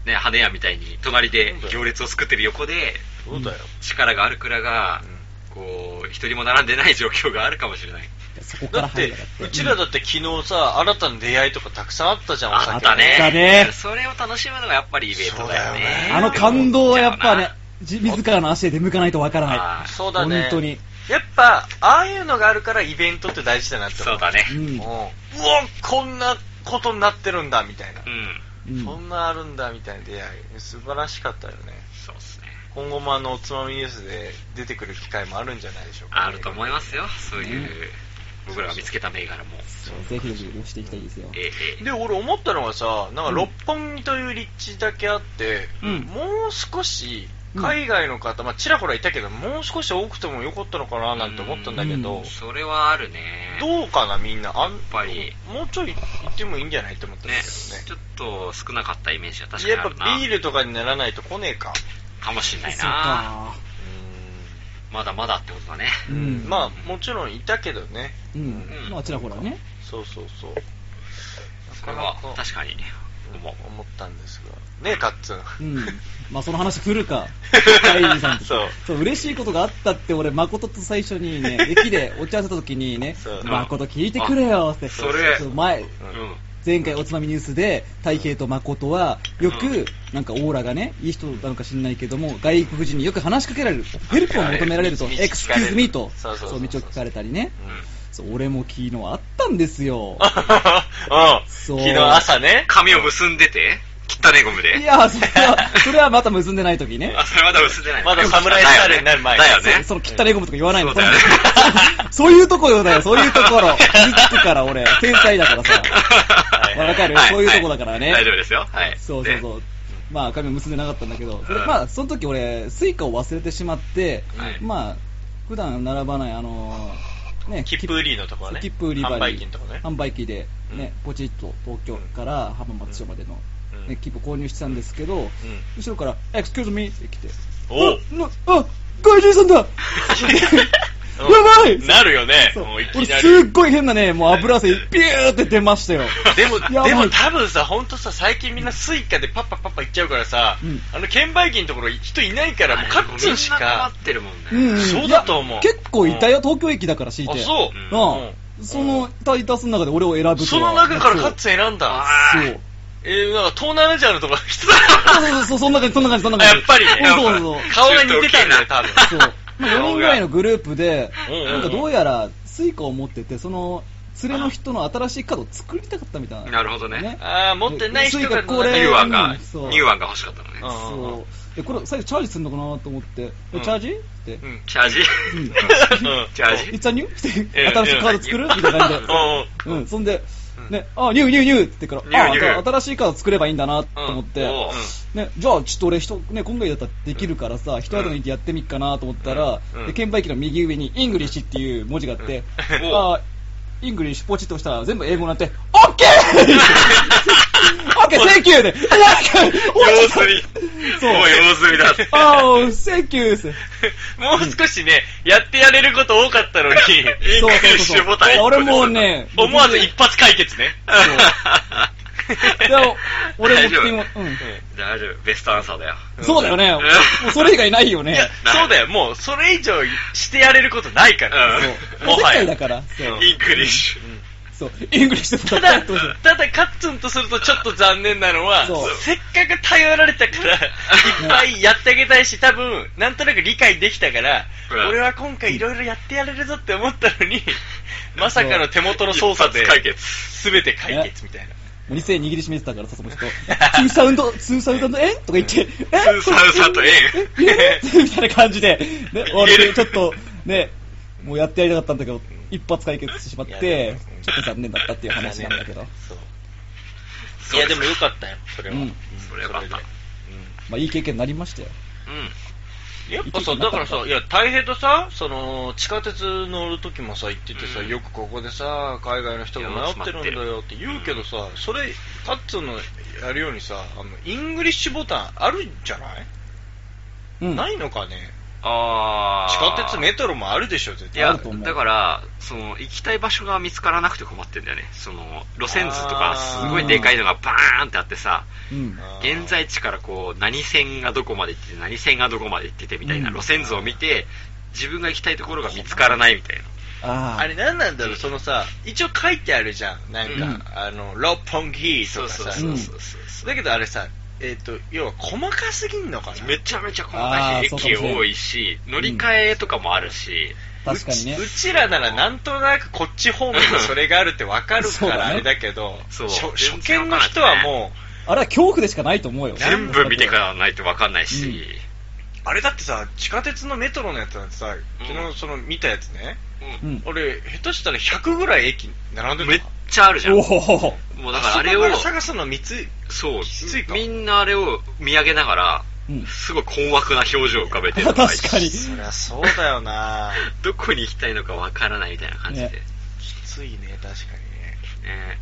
Speaker 3: ね、羽屋みたいに隣で行列を作ってる横で、
Speaker 5: そうだよ。
Speaker 3: 力がある蔵が、こう、一人も並んでない状況があるかもしれない。
Speaker 4: そこか
Speaker 5: だ
Speaker 4: ら
Speaker 5: って
Speaker 4: 入るからっ、て。
Speaker 5: うちらだって昨日さ、新たな出会いとかたくさんあったじゃん、お酒
Speaker 3: あったね。
Speaker 4: だね
Speaker 3: それを楽しむのがやっぱりイベントだよね。
Speaker 5: そうだよね
Speaker 4: あの感動はやっぱね、じ自らの足で出向かないとわから
Speaker 3: あ
Speaker 4: な
Speaker 5: そうだね。
Speaker 4: 本当に。
Speaker 5: やっぱ、ああいうのがあるからイベントって大事だなって思。
Speaker 3: そううだね。
Speaker 4: い。う
Speaker 5: う
Speaker 4: ん
Speaker 5: ん。うわ、こんなことになってるんだ、みたいな
Speaker 3: う。ん。
Speaker 4: うん
Speaker 5: こんなあるんだ、みたいな出会い。素晴らしかったよね。
Speaker 3: そうっすね。
Speaker 5: 今後もあの、おつまみニュースで出てくる機会もあるんじゃないでしょうか、
Speaker 3: あると思いますよ。そういう、僕らが見つけた銘柄も。
Speaker 4: そうぜひぜひ押していきたいですよ。
Speaker 3: ええええ
Speaker 5: で、俺思ったのがさ、なんか六本木という立地だけあって、
Speaker 4: うん
Speaker 5: もう少し、海外の方、まあ、ちらほらいたけど、もう少し多くてもよかったのかななんて思ったんだけど、
Speaker 4: うん
Speaker 3: それはあるね。
Speaker 5: どうかな、みんな。あん
Speaker 3: ぱり
Speaker 5: もうちょい行ってもいいんじゃないって思ったんだ
Speaker 3: ね
Speaker 5: けどね。
Speaker 3: ちょっと少なかったイメージは確かに
Speaker 5: や
Speaker 3: あ
Speaker 5: っぱ
Speaker 3: るな。
Speaker 5: ビールとかにならないと来ねえか。
Speaker 3: かもしれない
Speaker 4: そう
Speaker 3: な。
Speaker 4: か。
Speaker 3: まだまだってことだね。
Speaker 5: う
Speaker 4: うんん。
Speaker 5: まあ、もちろんいたけどね。
Speaker 4: うん
Speaker 3: うん。
Speaker 4: まあ、ちらほらね。
Speaker 5: そうそうそう。
Speaker 3: それは確かに
Speaker 5: うん
Speaker 3: 思う。
Speaker 5: 思ったんですが。ねえ、カッツン。
Speaker 4: うん。まあ、その話来る
Speaker 5: *laughs*
Speaker 4: か。大事さんと
Speaker 5: そう
Speaker 4: そう、嬉しいことがあったって、俺、誠と最初
Speaker 5: *laughs*
Speaker 4: にね、駅でお茶合わせた時にね
Speaker 5: そう、
Speaker 4: 誠聞いてくれよって。
Speaker 3: それ
Speaker 4: そう前、
Speaker 3: うん。
Speaker 4: 前回おつまみニュースで、太平と誠は、よく、なんかオーラがね、いい人なのか知んないけども、外国人によく話しかけられる。ヘルプを求められると、
Speaker 5: 道
Speaker 4: エクスキューズミーと、
Speaker 5: そうそうそうそう
Speaker 4: 道を聞かれたりね。
Speaker 5: うん
Speaker 4: そう、俺も昨日あったんですよ。
Speaker 5: うん。
Speaker 4: そう
Speaker 5: 昨日朝ね。
Speaker 3: 髪を結んでて、汚ねゴムで。
Speaker 4: いや、それは、それはまた結んでない時ね。
Speaker 3: *laughs* あ、それまだ結んでないの
Speaker 5: まだ侍スタイルになる前
Speaker 3: だよね。
Speaker 4: その汚いゴムとか言わないの。
Speaker 3: そうだよね
Speaker 4: *laughs* そうそういうところだよ、そういうところ。傷つくから
Speaker 3: *laughs*
Speaker 4: 俺、天才だからさ。
Speaker 3: はい
Speaker 4: わかる
Speaker 3: は
Speaker 4: そういうとこだからね
Speaker 3: はい大丈夫ですよ。はい。
Speaker 4: そうそう
Speaker 3: ね
Speaker 4: そう。まあ、髪を結んでなかったんだけど、それ
Speaker 3: うん
Speaker 4: まあ、その時俺、スイカを忘れてしまって、
Speaker 3: はい
Speaker 4: まあ、普段並ばない、あのーね、
Speaker 5: 切符売りのとこはね。
Speaker 4: 切符売り場に
Speaker 5: 販売機のとこね。
Speaker 4: 販売機で、ね、
Speaker 5: う
Speaker 4: ポチッと東京から浜松町までの、
Speaker 5: うん
Speaker 4: ね、切符購入してたんですけど、後ろから、excuse me って来て、
Speaker 5: おう
Speaker 4: あ、ああ外
Speaker 5: *laughs*
Speaker 4: 人さんだやばい
Speaker 5: なるよね。
Speaker 4: そう
Speaker 5: もういき
Speaker 4: 俺
Speaker 5: な
Speaker 4: す
Speaker 5: り。
Speaker 4: っごい変なね、もう油汗ビューって出ましたよ。
Speaker 5: でも、
Speaker 4: やばい
Speaker 5: でも多分さ、ほんとさ、最近みんなスイカでパッパッパッパ行っちゃうからさ、
Speaker 4: うん
Speaker 5: あの、券売機のところ人いないから、もうカッチンし
Speaker 3: みんな
Speaker 5: か
Speaker 3: 困、ってるもんね。
Speaker 4: うんうん
Speaker 5: そうだと思う
Speaker 4: いや結構いたよ、東京駅だから敷いて。
Speaker 5: あそう
Speaker 4: うん
Speaker 3: うん
Speaker 4: その、いたいたすの中で俺を選ぶとは
Speaker 5: その中からカッ
Speaker 4: そ
Speaker 5: ツン選んだ。
Speaker 4: う
Speaker 3: あー
Speaker 4: そう。
Speaker 5: えー、なんか東南アジアのとこの *laughs* 人だ
Speaker 4: そうそうそう、そんな感じ、そんな感じ、そんな
Speaker 5: あやっ
Speaker 4: 感じ。
Speaker 5: ぱり
Speaker 3: *laughs*
Speaker 5: ね。
Speaker 4: そうそうそう。
Speaker 5: 顔が似てたんだよ、多分。
Speaker 4: そう。まあ、4人ぐらいのグループで、
Speaker 5: うんうんうん
Speaker 4: なんかどうやらスイカを持ってて、その、連れの人の新しいカードを作りたかったみたいな。
Speaker 3: なるほどね
Speaker 5: あー持ってない人が
Speaker 4: スイカこ
Speaker 5: え
Speaker 4: れ
Speaker 5: ー
Speaker 3: ニューアン
Speaker 4: う
Speaker 3: が
Speaker 4: んそう、
Speaker 3: ニューアンが欲しかったのね。
Speaker 5: うん
Speaker 4: そう。で、これ、最後チャージするのかなと思って、
Speaker 5: う
Speaker 4: え
Speaker 5: ん
Speaker 4: チャージって。
Speaker 5: う
Speaker 4: うんん。
Speaker 3: チャージ *laughs* チャージ
Speaker 4: いつはニューって、
Speaker 5: ええ
Speaker 4: 新しいカード作るみたいな感じで。
Speaker 5: うん
Speaker 4: うん、そんで
Speaker 3: うん、
Speaker 4: ね、あ、ニューニューニューって言うか
Speaker 3: ニュー
Speaker 4: ら、あ、
Speaker 3: ニュー
Speaker 4: だから新しいカード作ればいいんだなと思っ
Speaker 3: う
Speaker 4: て
Speaker 3: ん、おう
Speaker 4: ね、じゃあちょっと俺人、ね、今回だったらできるからさ、人肌抜いてやってみっかなと思ったら、
Speaker 5: うん
Speaker 4: で券売機の右上にイングリッシュっていう文字があって、
Speaker 3: うんお
Speaker 4: あーイングリッシュポチッと押したら全部英語になって、オッ
Speaker 5: *laughs*
Speaker 4: ケーオッケー、センキューで、なんか、
Speaker 3: 用済み。
Speaker 4: そう
Speaker 3: もう用済みだ。
Speaker 4: あー、センキューです。
Speaker 5: もう少しね、やってやれること多かったのに、
Speaker 3: イングリッシュボタン一個
Speaker 4: 俺もうね、
Speaker 5: 思わず一発解決ね。
Speaker 3: *laughs*
Speaker 4: いや俺も
Speaker 3: 大
Speaker 4: 君も
Speaker 3: 丈、夫
Speaker 4: うん。
Speaker 3: 大丈夫。ベストアンサーだよ。
Speaker 4: そうだよね。もうそれ以外ないよ
Speaker 3: *laughs*
Speaker 4: ね
Speaker 5: い。や、そうだよ、もうそれ以上してやれることないから。
Speaker 3: うん
Speaker 4: そう。
Speaker 5: も
Speaker 4: もう世
Speaker 5: はや。
Speaker 4: 界だから、そううん
Speaker 3: イングリッシュ。
Speaker 4: そう。イングリッシュ
Speaker 5: た
Speaker 4: で
Speaker 5: だ、
Speaker 4: 戦ってほしい
Speaker 5: ただカッツンとするとちょっと残念なのは
Speaker 4: そう、
Speaker 5: せっかく頼られたから、いっぱいやってあげたいし、多分、なんとなく理解できたから
Speaker 3: うん、
Speaker 5: 俺は今回いろいろやってやれるぞって思ったのに、まさかの手元の操作で
Speaker 3: 一、発解決。
Speaker 5: 全て解決みたいな。
Speaker 4: 店握りしめてたからさ、その人。ツーサウンド、ツーサウンドの円とか言って、えツ
Speaker 3: ーサウンドの円
Speaker 4: みたいな感じで、
Speaker 3: *laughs*
Speaker 4: ね、俺ちょっと、ね、もうやってやりたかったんだけど、一発解決してしまっ
Speaker 5: いや
Speaker 4: て、ちょっと残念だったっていう話なんだけど。
Speaker 5: そういや、でもよかったよ、それは。
Speaker 4: うん
Speaker 5: うん
Speaker 3: それはよかった
Speaker 5: で
Speaker 4: まあ、いい経験になりましたよ。
Speaker 3: うん。
Speaker 5: やっぱさ、だからさ、いや、大平とさ、その、地下鉄乗る時もさ、行っててさ、
Speaker 3: うん
Speaker 5: よくここでさ、海外の人が迷ってるんだよって言うけどさ、それ、タッツンのやるようにさ、あの、イングリッシュボタンあるんじゃない、
Speaker 4: うん。
Speaker 5: ないのかね
Speaker 3: あー
Speaker 5: 地下鉄、メトロもあるでしょ、絶
Speaker 3: い
Speaker 5: 対。
Speaker 4: あ
Speaker 3: や
Speaker 4: ると思う、
Speaker 3: だから、その、行きたい場所が見つからなくて困ってんだよね。その、路線図とか、すごいでかいのがバーンってあってさ、
Speaker 4: うん。
Speaker 5: あー
Speaker 3: 現在地からこう、何線がどこまで行ってて、何線がどこまで行っててみたいな
Speaker 4: うん
Speaker 3: 路線図を見て、自分が行きたいところが見つからないみたいな。
Speaker 4: あ
Speaker 5: あれ何なんだろう、そのさ、一応書いてあるじゃん。なんか、
Speaker 4: うん
Speaker 5: あの、六本木と
Speaker 3: そう
Speaker 5: か
Speaker 3: そ
Speaker 5: さ。
Speaker 3: うそうそうそう。
Speaker 5: だけどあれさ、えっ、と、要は細かすぎんのかな
Speaker 3: めちゃめちゃ細かいし、
Speaker 4: あー
Speaker 3: 駅多いし、乗り換えとかもあるし、
Speaker 4: 確かにね
Speaker 5: うち。うちらならなんとなくこっち方面にそれがあるってわかる
Speaker 4: *laughs* そ
Speaker 5: か
Speaker 4: うだね
Speaker 5: らあれだけど、
Speaker 3: そう
Speaker 5: 初
Speaker 3: 全
Speaker 5: 初
Speaker 3: 然
Speaker 5: 見の人はも
Speaker 4: あれは恐怖でしかないと思うよ。
Speaker 3: 全部見てからないと分かんないし、
Speaker 5: う、あれだってさ、地下鉄のメトロのやつなんてさ、昨日その見たやつね、
Speaker 3: う
Speaker 4: うんん。
Speaker 5: 俺、下手したら100ぐらい駅並んでた
Speaker 3: めっちゃあるじゃん。
Speaker 4: お
Speaker 3: も
Speaker 4: お
Speaker 3: うだからあれを
Speaker 5: そこ、から探すの三つ、
Speaker 3: そう
Speaker 5: きつい、か
Speaker 3: みんなあれを見上げながら、
Speaker 4: うん。
Speaker 3: すごい困惑な表情を浮かべてるの
Speaker 4: *laughs* 確
Speaker 3: が
Speaker 4: かに。
Speaker 5: そりゃそうだよな
Speaker 3: どこに行きたいのか分からないみたいな感じで。
Speaker 4: ね
Speaker 5: きついね、確かにね。
Speaker 3: ね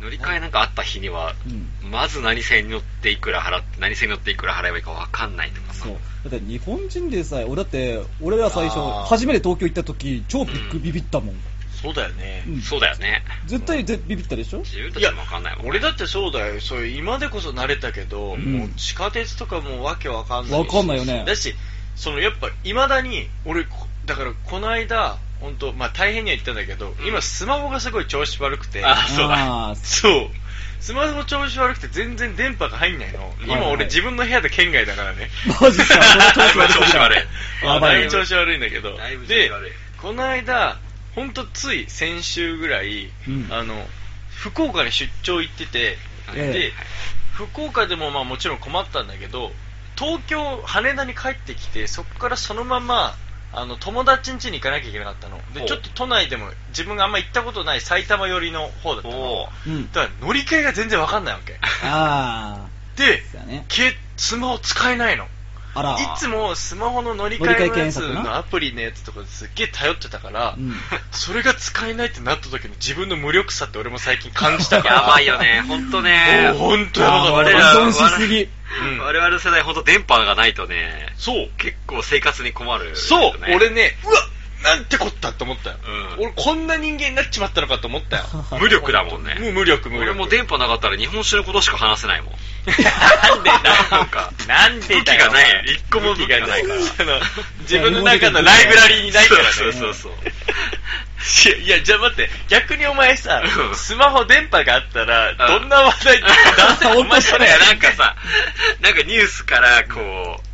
Speaker 3: 乗り換えなんかあった日には、
Speaker 4: う
Speaker 3: まず何線に乗っていくら払って、何線に乗っていくら払えばいいか分かんないとかさ。
Speaker 4: そう。だって日本人でさえ、俺だって、俺ら最初
Speaker 5: あー、
Speaker 4: 初めて東京行った時、超ビッ
Speaker 3: う
Speaker 4: グ
Speaker 3: ん
Speaker 4: ビビったもん。
Speaker 5: そうだよね。
Speaker 4: うん
Speaker 3: そうだよね。
Speaker 4: 絶対ぜビビったでしょ
Speaker 3: 自分た
Speaker 5: い
Speaker 3: ち
Speaker 5: や
Speaker 3: も分かんないもん、 *laughs* ね。
Speaker 5: 俺だってそうだよ、それ今でこそ慣れたけど、
Speaker 4: ん
Speaker 5: もう地下鉄とかもうわけわかんないし。
Speaker 4: わかんないよね
Speaker 5: だし、そのやっぱ未だに、俺、こだからこの間、本当まあ大変には言ったんだけど、今スマホがすごい調子悪くて、
Speaker 3: あそうだ。
Speaker 4: あー
Speaker 5: そう。スマホ調子悪くて全然電波が入んないの。
Speaker 4: い
Speaker 5: 今俺自分の部屋で県外だからね。
Speaker 4: マジか、その調子悪
Speaker 3: 悪
Speaker 5: *laughs*
Speaker 4: い
Speaker 3: い。
Speaker 4: やば
Speaker 5: だ
Speaker 4: い
Speaker 5: い
Speaker 4: よ
Speaker 5: ぶ調子悪いんだけど
Speaker 3: だいぶ。調
Speaker 5: で
Speaker 3: 子悪い、
Speaker 5: この間、ほんとつい先週ぐらい、
Speaker 4: うん
Speaker 5: あの、福岡に出張行ってて、
Speaker 4: ええ
Speaker 5: で、福岡でもまあもちろん困ったんだけど、東京、羽田に帰ってきて、そこからそのまま、あの友達ん家に行かなきゃいけなかったの
Speaker 3: ほ
Speaker 5: で
Speaker 3: う
Speaker 5: ちょっと都内でも自分があんま行ったことない埼玉寄りの方だった
Speaker 3: ほ
Speaker 5: の
Speaker 4: う
Speaker 5: だ
Speaker 4: ん。
Speaker 5: から乗り換えが全然わかんないわけ
Speaker 4: あ
Speaker 5: で
Speaker 4: ー。だね。
Speaker 5: けスマホ使えないの
Speaker 4: あら。
Speaker 5: いつもスマホの乗り換えのやつのアプリのやつとかですっげえ頼ってたから、
Speaker 4: うん。
Speaker 5: *laughs* それが使えないってなった時の自分の無力さって俺も最近感じたから。
Speaker 3: やばいよね、ほんとね
Speaker 5: もう。ほんとやばかっ
Speaker 3: 我
Speaker 5: た。
Speaker 3: ら
Speaker 4: 依存しすぎ。
Speaker 5: うん
Speaker 3: 我々の世代、ほんと電波がないとね、
Speaker 5: そう。
Speaker 3: 結構生活に困るよね、
Speaker 5: そう、俺ね、うわなんてこったって思ったよ、
Speaker 3: うん
Speaker 5: 俺こんな人間になっちまったのかと思ったよ。
Speaker 3: 無力だもんね。
Speaker 5: もう無力無力。
Speaker 3: 俺も電波なかったら日本酒のことしか話せないもん。
Speaker 5: なんで
Speaker 3: なんか
Speaker 5: なんでだよ
Speaker 3: 武器がない。一個も武器がないから。 *laughs*
Speaker 5: その自分の中のライブラリーにないからね。
Speaker 3: そうそうそうそう。
Speaker 5: いや、じゃあ待って、逆にお前さ
Speaker 3: う、ん
Speaker 5: スマホ電波があったら、
Speaker 3: うん
Speaker 5: どんな話題男性お
Speaker 3: *laughs* 本当
Speaker 5: 前
Speaker 3: そ
Speaker 5: そ
Speaker 3: れ
Speaker 5: れ
Speaker 3: や
Speaker 5: や
Speaker 3: なんかさ、なんかニュースから
Speaker 5: *laughs*
Speaker 3: こう、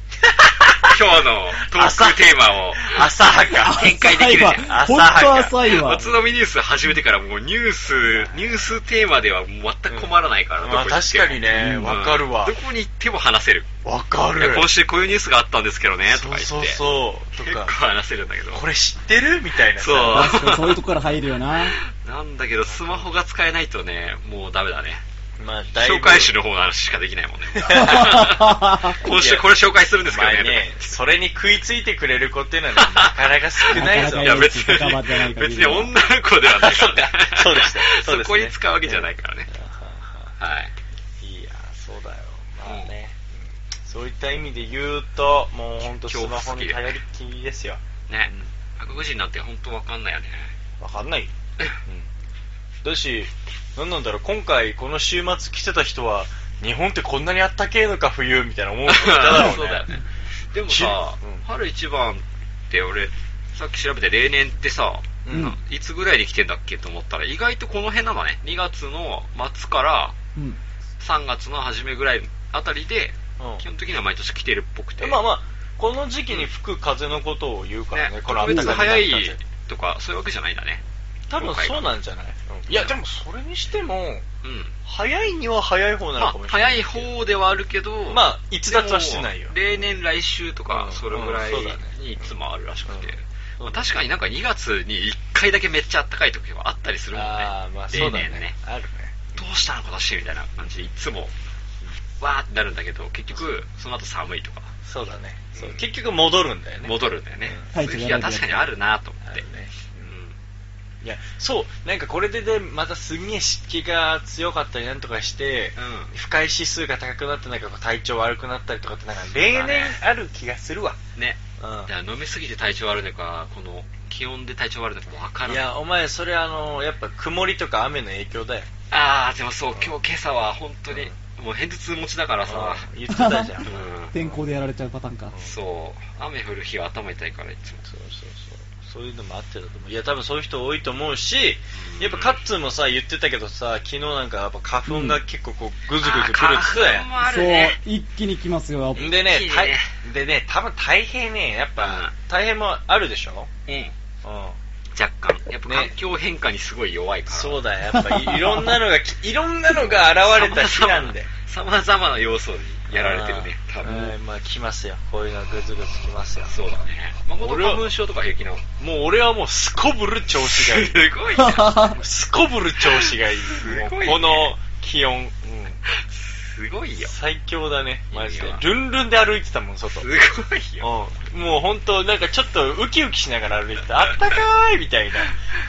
Speaker 3: 今日のトークテーマを
Speaker 5: 浅はか。
Speaker 3: 展開できるじゃん。
Speaker 5: 浅
Speaker 4: 本
Speaker 5: は
Speaker 4: 当
Speaker 5: か。
Speaker 4: 浅いわ
Speaker 3: お。つのみニュース始めてからもうニュース、ニューステーマでは全く困らないから、
Speaker 5: うん
Speaker 3: どこ行っても
Speaker 5: まあ確かにね
Speaker 3: うん
Speaker 5: わかるわ
Speaker 3: どこに行っても話せる。
Speaker 5: わか
Speaker 3: いや
Speaker 5: る。
Speaker 3: 今週こういうニュースがあったんですけどね、と
Speaker 5: そ
Speaker 3: か言
Speaker 5: う
Speaker 3: って。
Speaker 5: そうそう。
Speaker 3: 結
Speaker 5: と
Speaker 3: 構
Speaker 5: か、
Speaker 3: 話せるんだけど。
Speaker 5: これ知ってるみたいなさ。
Speaker 3: そう
Speaker 4: 確かにそういうとこから入るよな。
Speaker 3: なんだけど、スマホが使えないとね、もうダメだね。
Speaker 5: まあ、だいぶ
Speaker 3: 紹介集の方の話しかできない *laughs* もんね。今週これ紹介するんですけど
Speaker 5: まあ
Speaker 3: ね。
Speaker 5: ね、それに食いついてくれる子っていうのはねなかなか少ないぞ。
Speaker 4: ま
Speaker 3: *laughs* い
Speaker 4: あ
Speaker 3: や別に
Speaker 4: なかなかない、
Speaker 3: 別に女の子ではないからね
Speaker 5: *laughs* そうでしたそうでしたそうです
Speaker 3: *laughs*
Speaker 5: ね
Speaker 3: そこに使うわけじゃないからね。はい。
Speaker 5: いや、そうだよ。まあね。そういった意味で言うと、もう本当スマホに頼りっきりですよ。
Speaker 3: ね。外国人なんて本当わかんないよね。
Speaker 5: わかんないよ。だし、なんなんだろう、今回この週末来てた人は、日本ってこんなにあったけえのか冬みたいな思う人いただろうね。
Speaker 3: *laughs* そうだよね。でも
Speaker 5: し
Speaker 3: さ
Speaker 5: うん、
Speaker 3: 春一番って俺、さっき調べて例年ってさ、
Speaker 4: うん
Speaker 3: な、いつぐらいに来てんだっけと思ったら、意外とこの辺なのね。2月の末から
Speaker 4: うん。
Speaker 3: 3月の初めぐらいあたりで、
Speaker 5: うん
Speaker 3: 基本的には毎年来てるっぽくて。
Speaker 5: まあまあ、この時期に吹く風のことを言うからね、
Speaker 3: ね、
Speaker 5: この
Speaker 3: 特別
Speaker 5: 暖か
Speaker 3: 早い
Speaker 5: な風
Speaker 3: とか、そういうわけじゃないんだね。
Speaker 5: 多分そうなんじゃない、うんいや、でもそれにしても、
Speaker 3: うん。
Speaker 5: 早いには早い方な
Speaker 3: ま
Speaker 5: の
Speaker 3: あ
Speaker 5: かも、しれな
Speaker 3: 早
Speaker 5: い。
Speaker 3: い方ではあるけど、
Speaker 5: まあ逸脱はしてないよ
Speaker 3: でも例年来週と
Speaker 5: う
Speaker 3: か
Speaker 5: ん、
Speaker 3: それぐらい
Speaker 5: うんそうだね
Speaker 3: にいつもあるらしくて
Speaker 5: うん。
Speaker 3: まあ確かになんか2月に1回だけめっちゃ暖かい時はあったりするもんね。
Speaker 5: あーまあそ
Speaker 3: 例
Speaker 5: うだ
Speaker 3: 年ね
Speaker 5: ね。。あるね。
Speaker 3: どうしたの今年みたいな感じでいつも、わーってなるんだけど、結局、その後寒いとか、
Speaker 5: そうだね。そう
Speaker 3: うん
Speaker 5: 結局戻るんだよね。
Speaker 3: 戻るんだよね。
Speaker 4: う
Speaker 3: そうんいう日は確かにあるなと思
Speaker 5: あ
Speaker 3: って。
Speaker 5: るね。
Speaker 3: うん
Speaker 5: いや、そう、なんかこれでで、またすんげえ湿気が強かったりなんとかして、
Speaker 3: うん
Speaker 5: 不快指数が高くなって、なんかこう体調悪くなったりとかって、なんか
Speaker 3: そうだね
Speaker 5: 例年ある気がするわ。
Speaker 3: ね。
Speaker 5: うん
Speaker 3: だから飲みすぎて体調悪いのか、この気温で体調悪いのかもわからないい。
Speaker 5: や、お前、それあの、やっぱ曇りとか雨の影響だよ。
Speaker 3: あー、でもそう、今日今朝は本当に、もう偏頭痛持ちだからさ、
Speaker 5: うん言ってた
Speaker 4: *laughs*
Speaker 5: じゃん。
Speaker 3: う
Speaker 5: そうん
Speaker 4: 天候でやられちゃうパターンか。
Speaker 3: そう、雨降る日は頭痛いからいつも。
Speaker 5: そうそう。そういうのもあってだと思う。いや、多分そういう人多いと思うし
Speaker 3: う、ん
Speaker 5: やっぱカッツーもさ、言ってたけどさ、昨日なんかやっぱ花粉が結構こう、ぐずぐずくるって言ってたやん。
Speaker 3: あー花粉もあるね。
Speaker 4: そう、一気に来ますよ。
Speaker 5: でね
Speaker 3: いいね、
Speaker 5: たいでね、多分大変ね、やっ
Speaker 3: うん
Speaker 5: ぱ、大変もあるでしょ
Speaker 3: うん。
Speaker 5: うん。
Speaker 3: 若干。やっぱ環
Speaker 5: ね
Speaker 3: 境変化にすごい弱いから。
Speaker 5: そうだよ、やっぱいい *laughs* ろんなのが、きいろんなのが現れた日なん *laughs* で。
Speaker 3: 様々。様々な要素にやられてるね、
Speaker 5: うん
Speaker 3: 多
Speaker 5: う
Speaker 3: 分。
Speaker 5: んまあ来ますよ、こういうのはぐずぐず来ますよ。
Speaker 3: そうだね。誠
Speaker 5: 俺は
Speaker 3: 花粉症とか平気なの。
Speaker 5: もう俺はもうすこぶる調子がいい
Speaker 3: す。ごいな。
Speaker 5: すこぶる調子がいい。
Speaker 3: すごいね
Speaker 5: もうこの気温。うん
Speaker 3: すごいよ。す
Speaker 5: 最強だね、マジ
Speaker 3: いい
Speaker 5: で
Speaker 3: よ。
Speaker 5: ルンルンで歩いてたもん、外。
Speaker 3: ご
Speaker 5: う
Speaker 3: いよ。
Speaker 5: んもう本当なんかちょっとウキウキしながら歩いてた。あったかーいみたいな。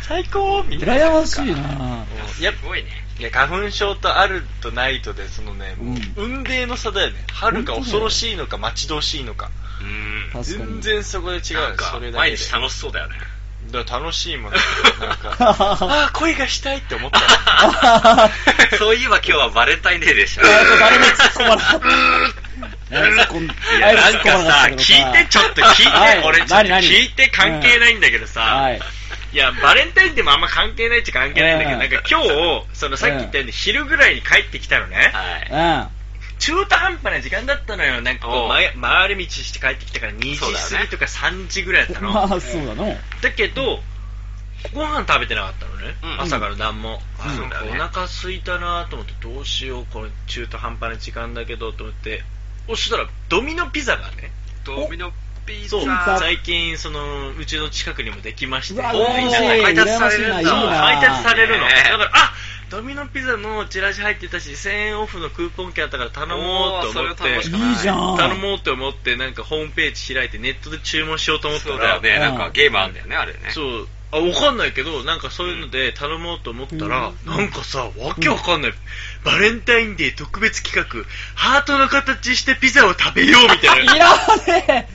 Speaker 5: 最高みたいな。
Speaker 4: *laughs* 羨ましいな
Speaker 5: うんやっ
Speaker 3: すごいね。
Speaker 5: いや、花粉症とあるとないとで、そのね、もう運命の差だよね。春が恐ろしいのか、待ち遠しいのか。
Speaker 3: うん。
Speaker 4: 確か
Speaker 5: 全
Speaker 4: に
Speaker 5: 然そこで違うよ
Speaker 3: なんか
Speaker 5: それ、だけ
Speaker 3: 毎
Speaker 5: で。
Speaker 3: 日楽しそうだよね。
Speaker 5: だから楽しいもん、ね、なん
Speaker 4: *laughs*
Speaker 5: か、ああ、恋がした *laughs* いって思ったの。
Speaker 3: そういえば今日はバレンタインデーでしたね。
Speaker 4: 誰も突っ込まなかった。誰も突っ込ん
Speaker 3: いや、な
Speaker 4: 誰
Speaker 3: んか
Speaker 4: も突っ込ま
Speaker 3: さ
Speaker 4: なかっ、たけど
Speaker 3: 聞いて、ちょっと聞いて、
Speaker 4: はい
Speaker 3: 俺ちょっと
Speaker 4: 何何
Speaker 3: 聞いて関係ないんだけどさ、
Speaker 4: はい。
Speaker 5: いや、バレンタインでもあんま関係ないっちゃ関係ないんだけど、
Speaker 4: うん
Speaker 5: なんか今日、そのさっき言ったように昼ぐらいに帰ってきたのね。
Speaker 3: はい。
Speaker 4: う
Speaker 5: 中途半端な時間だったのよ。なんか
Speaker 3: お
Speaker 5: こ
Speaker 3: う
Speaker 5: う、まや回り道して帰ってきたから2時
Speaker 3: そうだよね
Speaker 5: 過ぎとか3時ぐらいだった
Speaker 4: ん。
Speaker 5: の。
Speaker 4: まあ、 *laughs* そうだの。
Speaker 5: だけど、ご飯食べてなかったのね、
Speaker 3: うん
Speaker 5: 朝から何も、
Speaker 3: うん
Speaker 5: あなんか
Speaker 3: そうだね
Speaker 5: お腹空いたなと思ってどうしようこの中途半端な時間だけどと思ってそしたらドミノピザがね
Speaker 3: ドミノピザ
Speaker 5: そう
Speaker 4: ザ
Speaker 5: 最近そのうちの近くにもできまして
Speaker 4: うわ、
Speaker 5: そう
Speaker 4: 嬉しい。
Speaker 3: 配達されるんだ
Speaker 4: 羨ましいな、いい
Speaker 5: そう
Speaker 4: な。
Speaker 5: 配達されるの、
Speaker 3: ね
Speaker 5: だからあドミノピザのチラシ入ってたし1000円オフのクーポン券あったから頼もうと思っ
Speaker 3: おーそれは楽しか
Speaker 5: て
Speaker 3: った
Speaker 4: いいじゃん。
Speaker 5: 頼もうと思ってなんかホームページ開いてネットで注文しようと思った
Speaker 3: そうだ
Speaker 5: ら
Speaker 3: よね、
Speaker 4: うん
Speaker 3: なんかゲームあんだよね、あれね。
Speaker 5: そう。あ、わかんないけど、なんかそういうので頼もうと思ったら、
Speaker 4: うん
Speaker 5: なんかさ、わけわかんない、バレンタインデー特別企画、ハートの形してピザを食べようみたい
Speaker 4: *laughs* い
Speaker 5: な。
Speaker 4: らね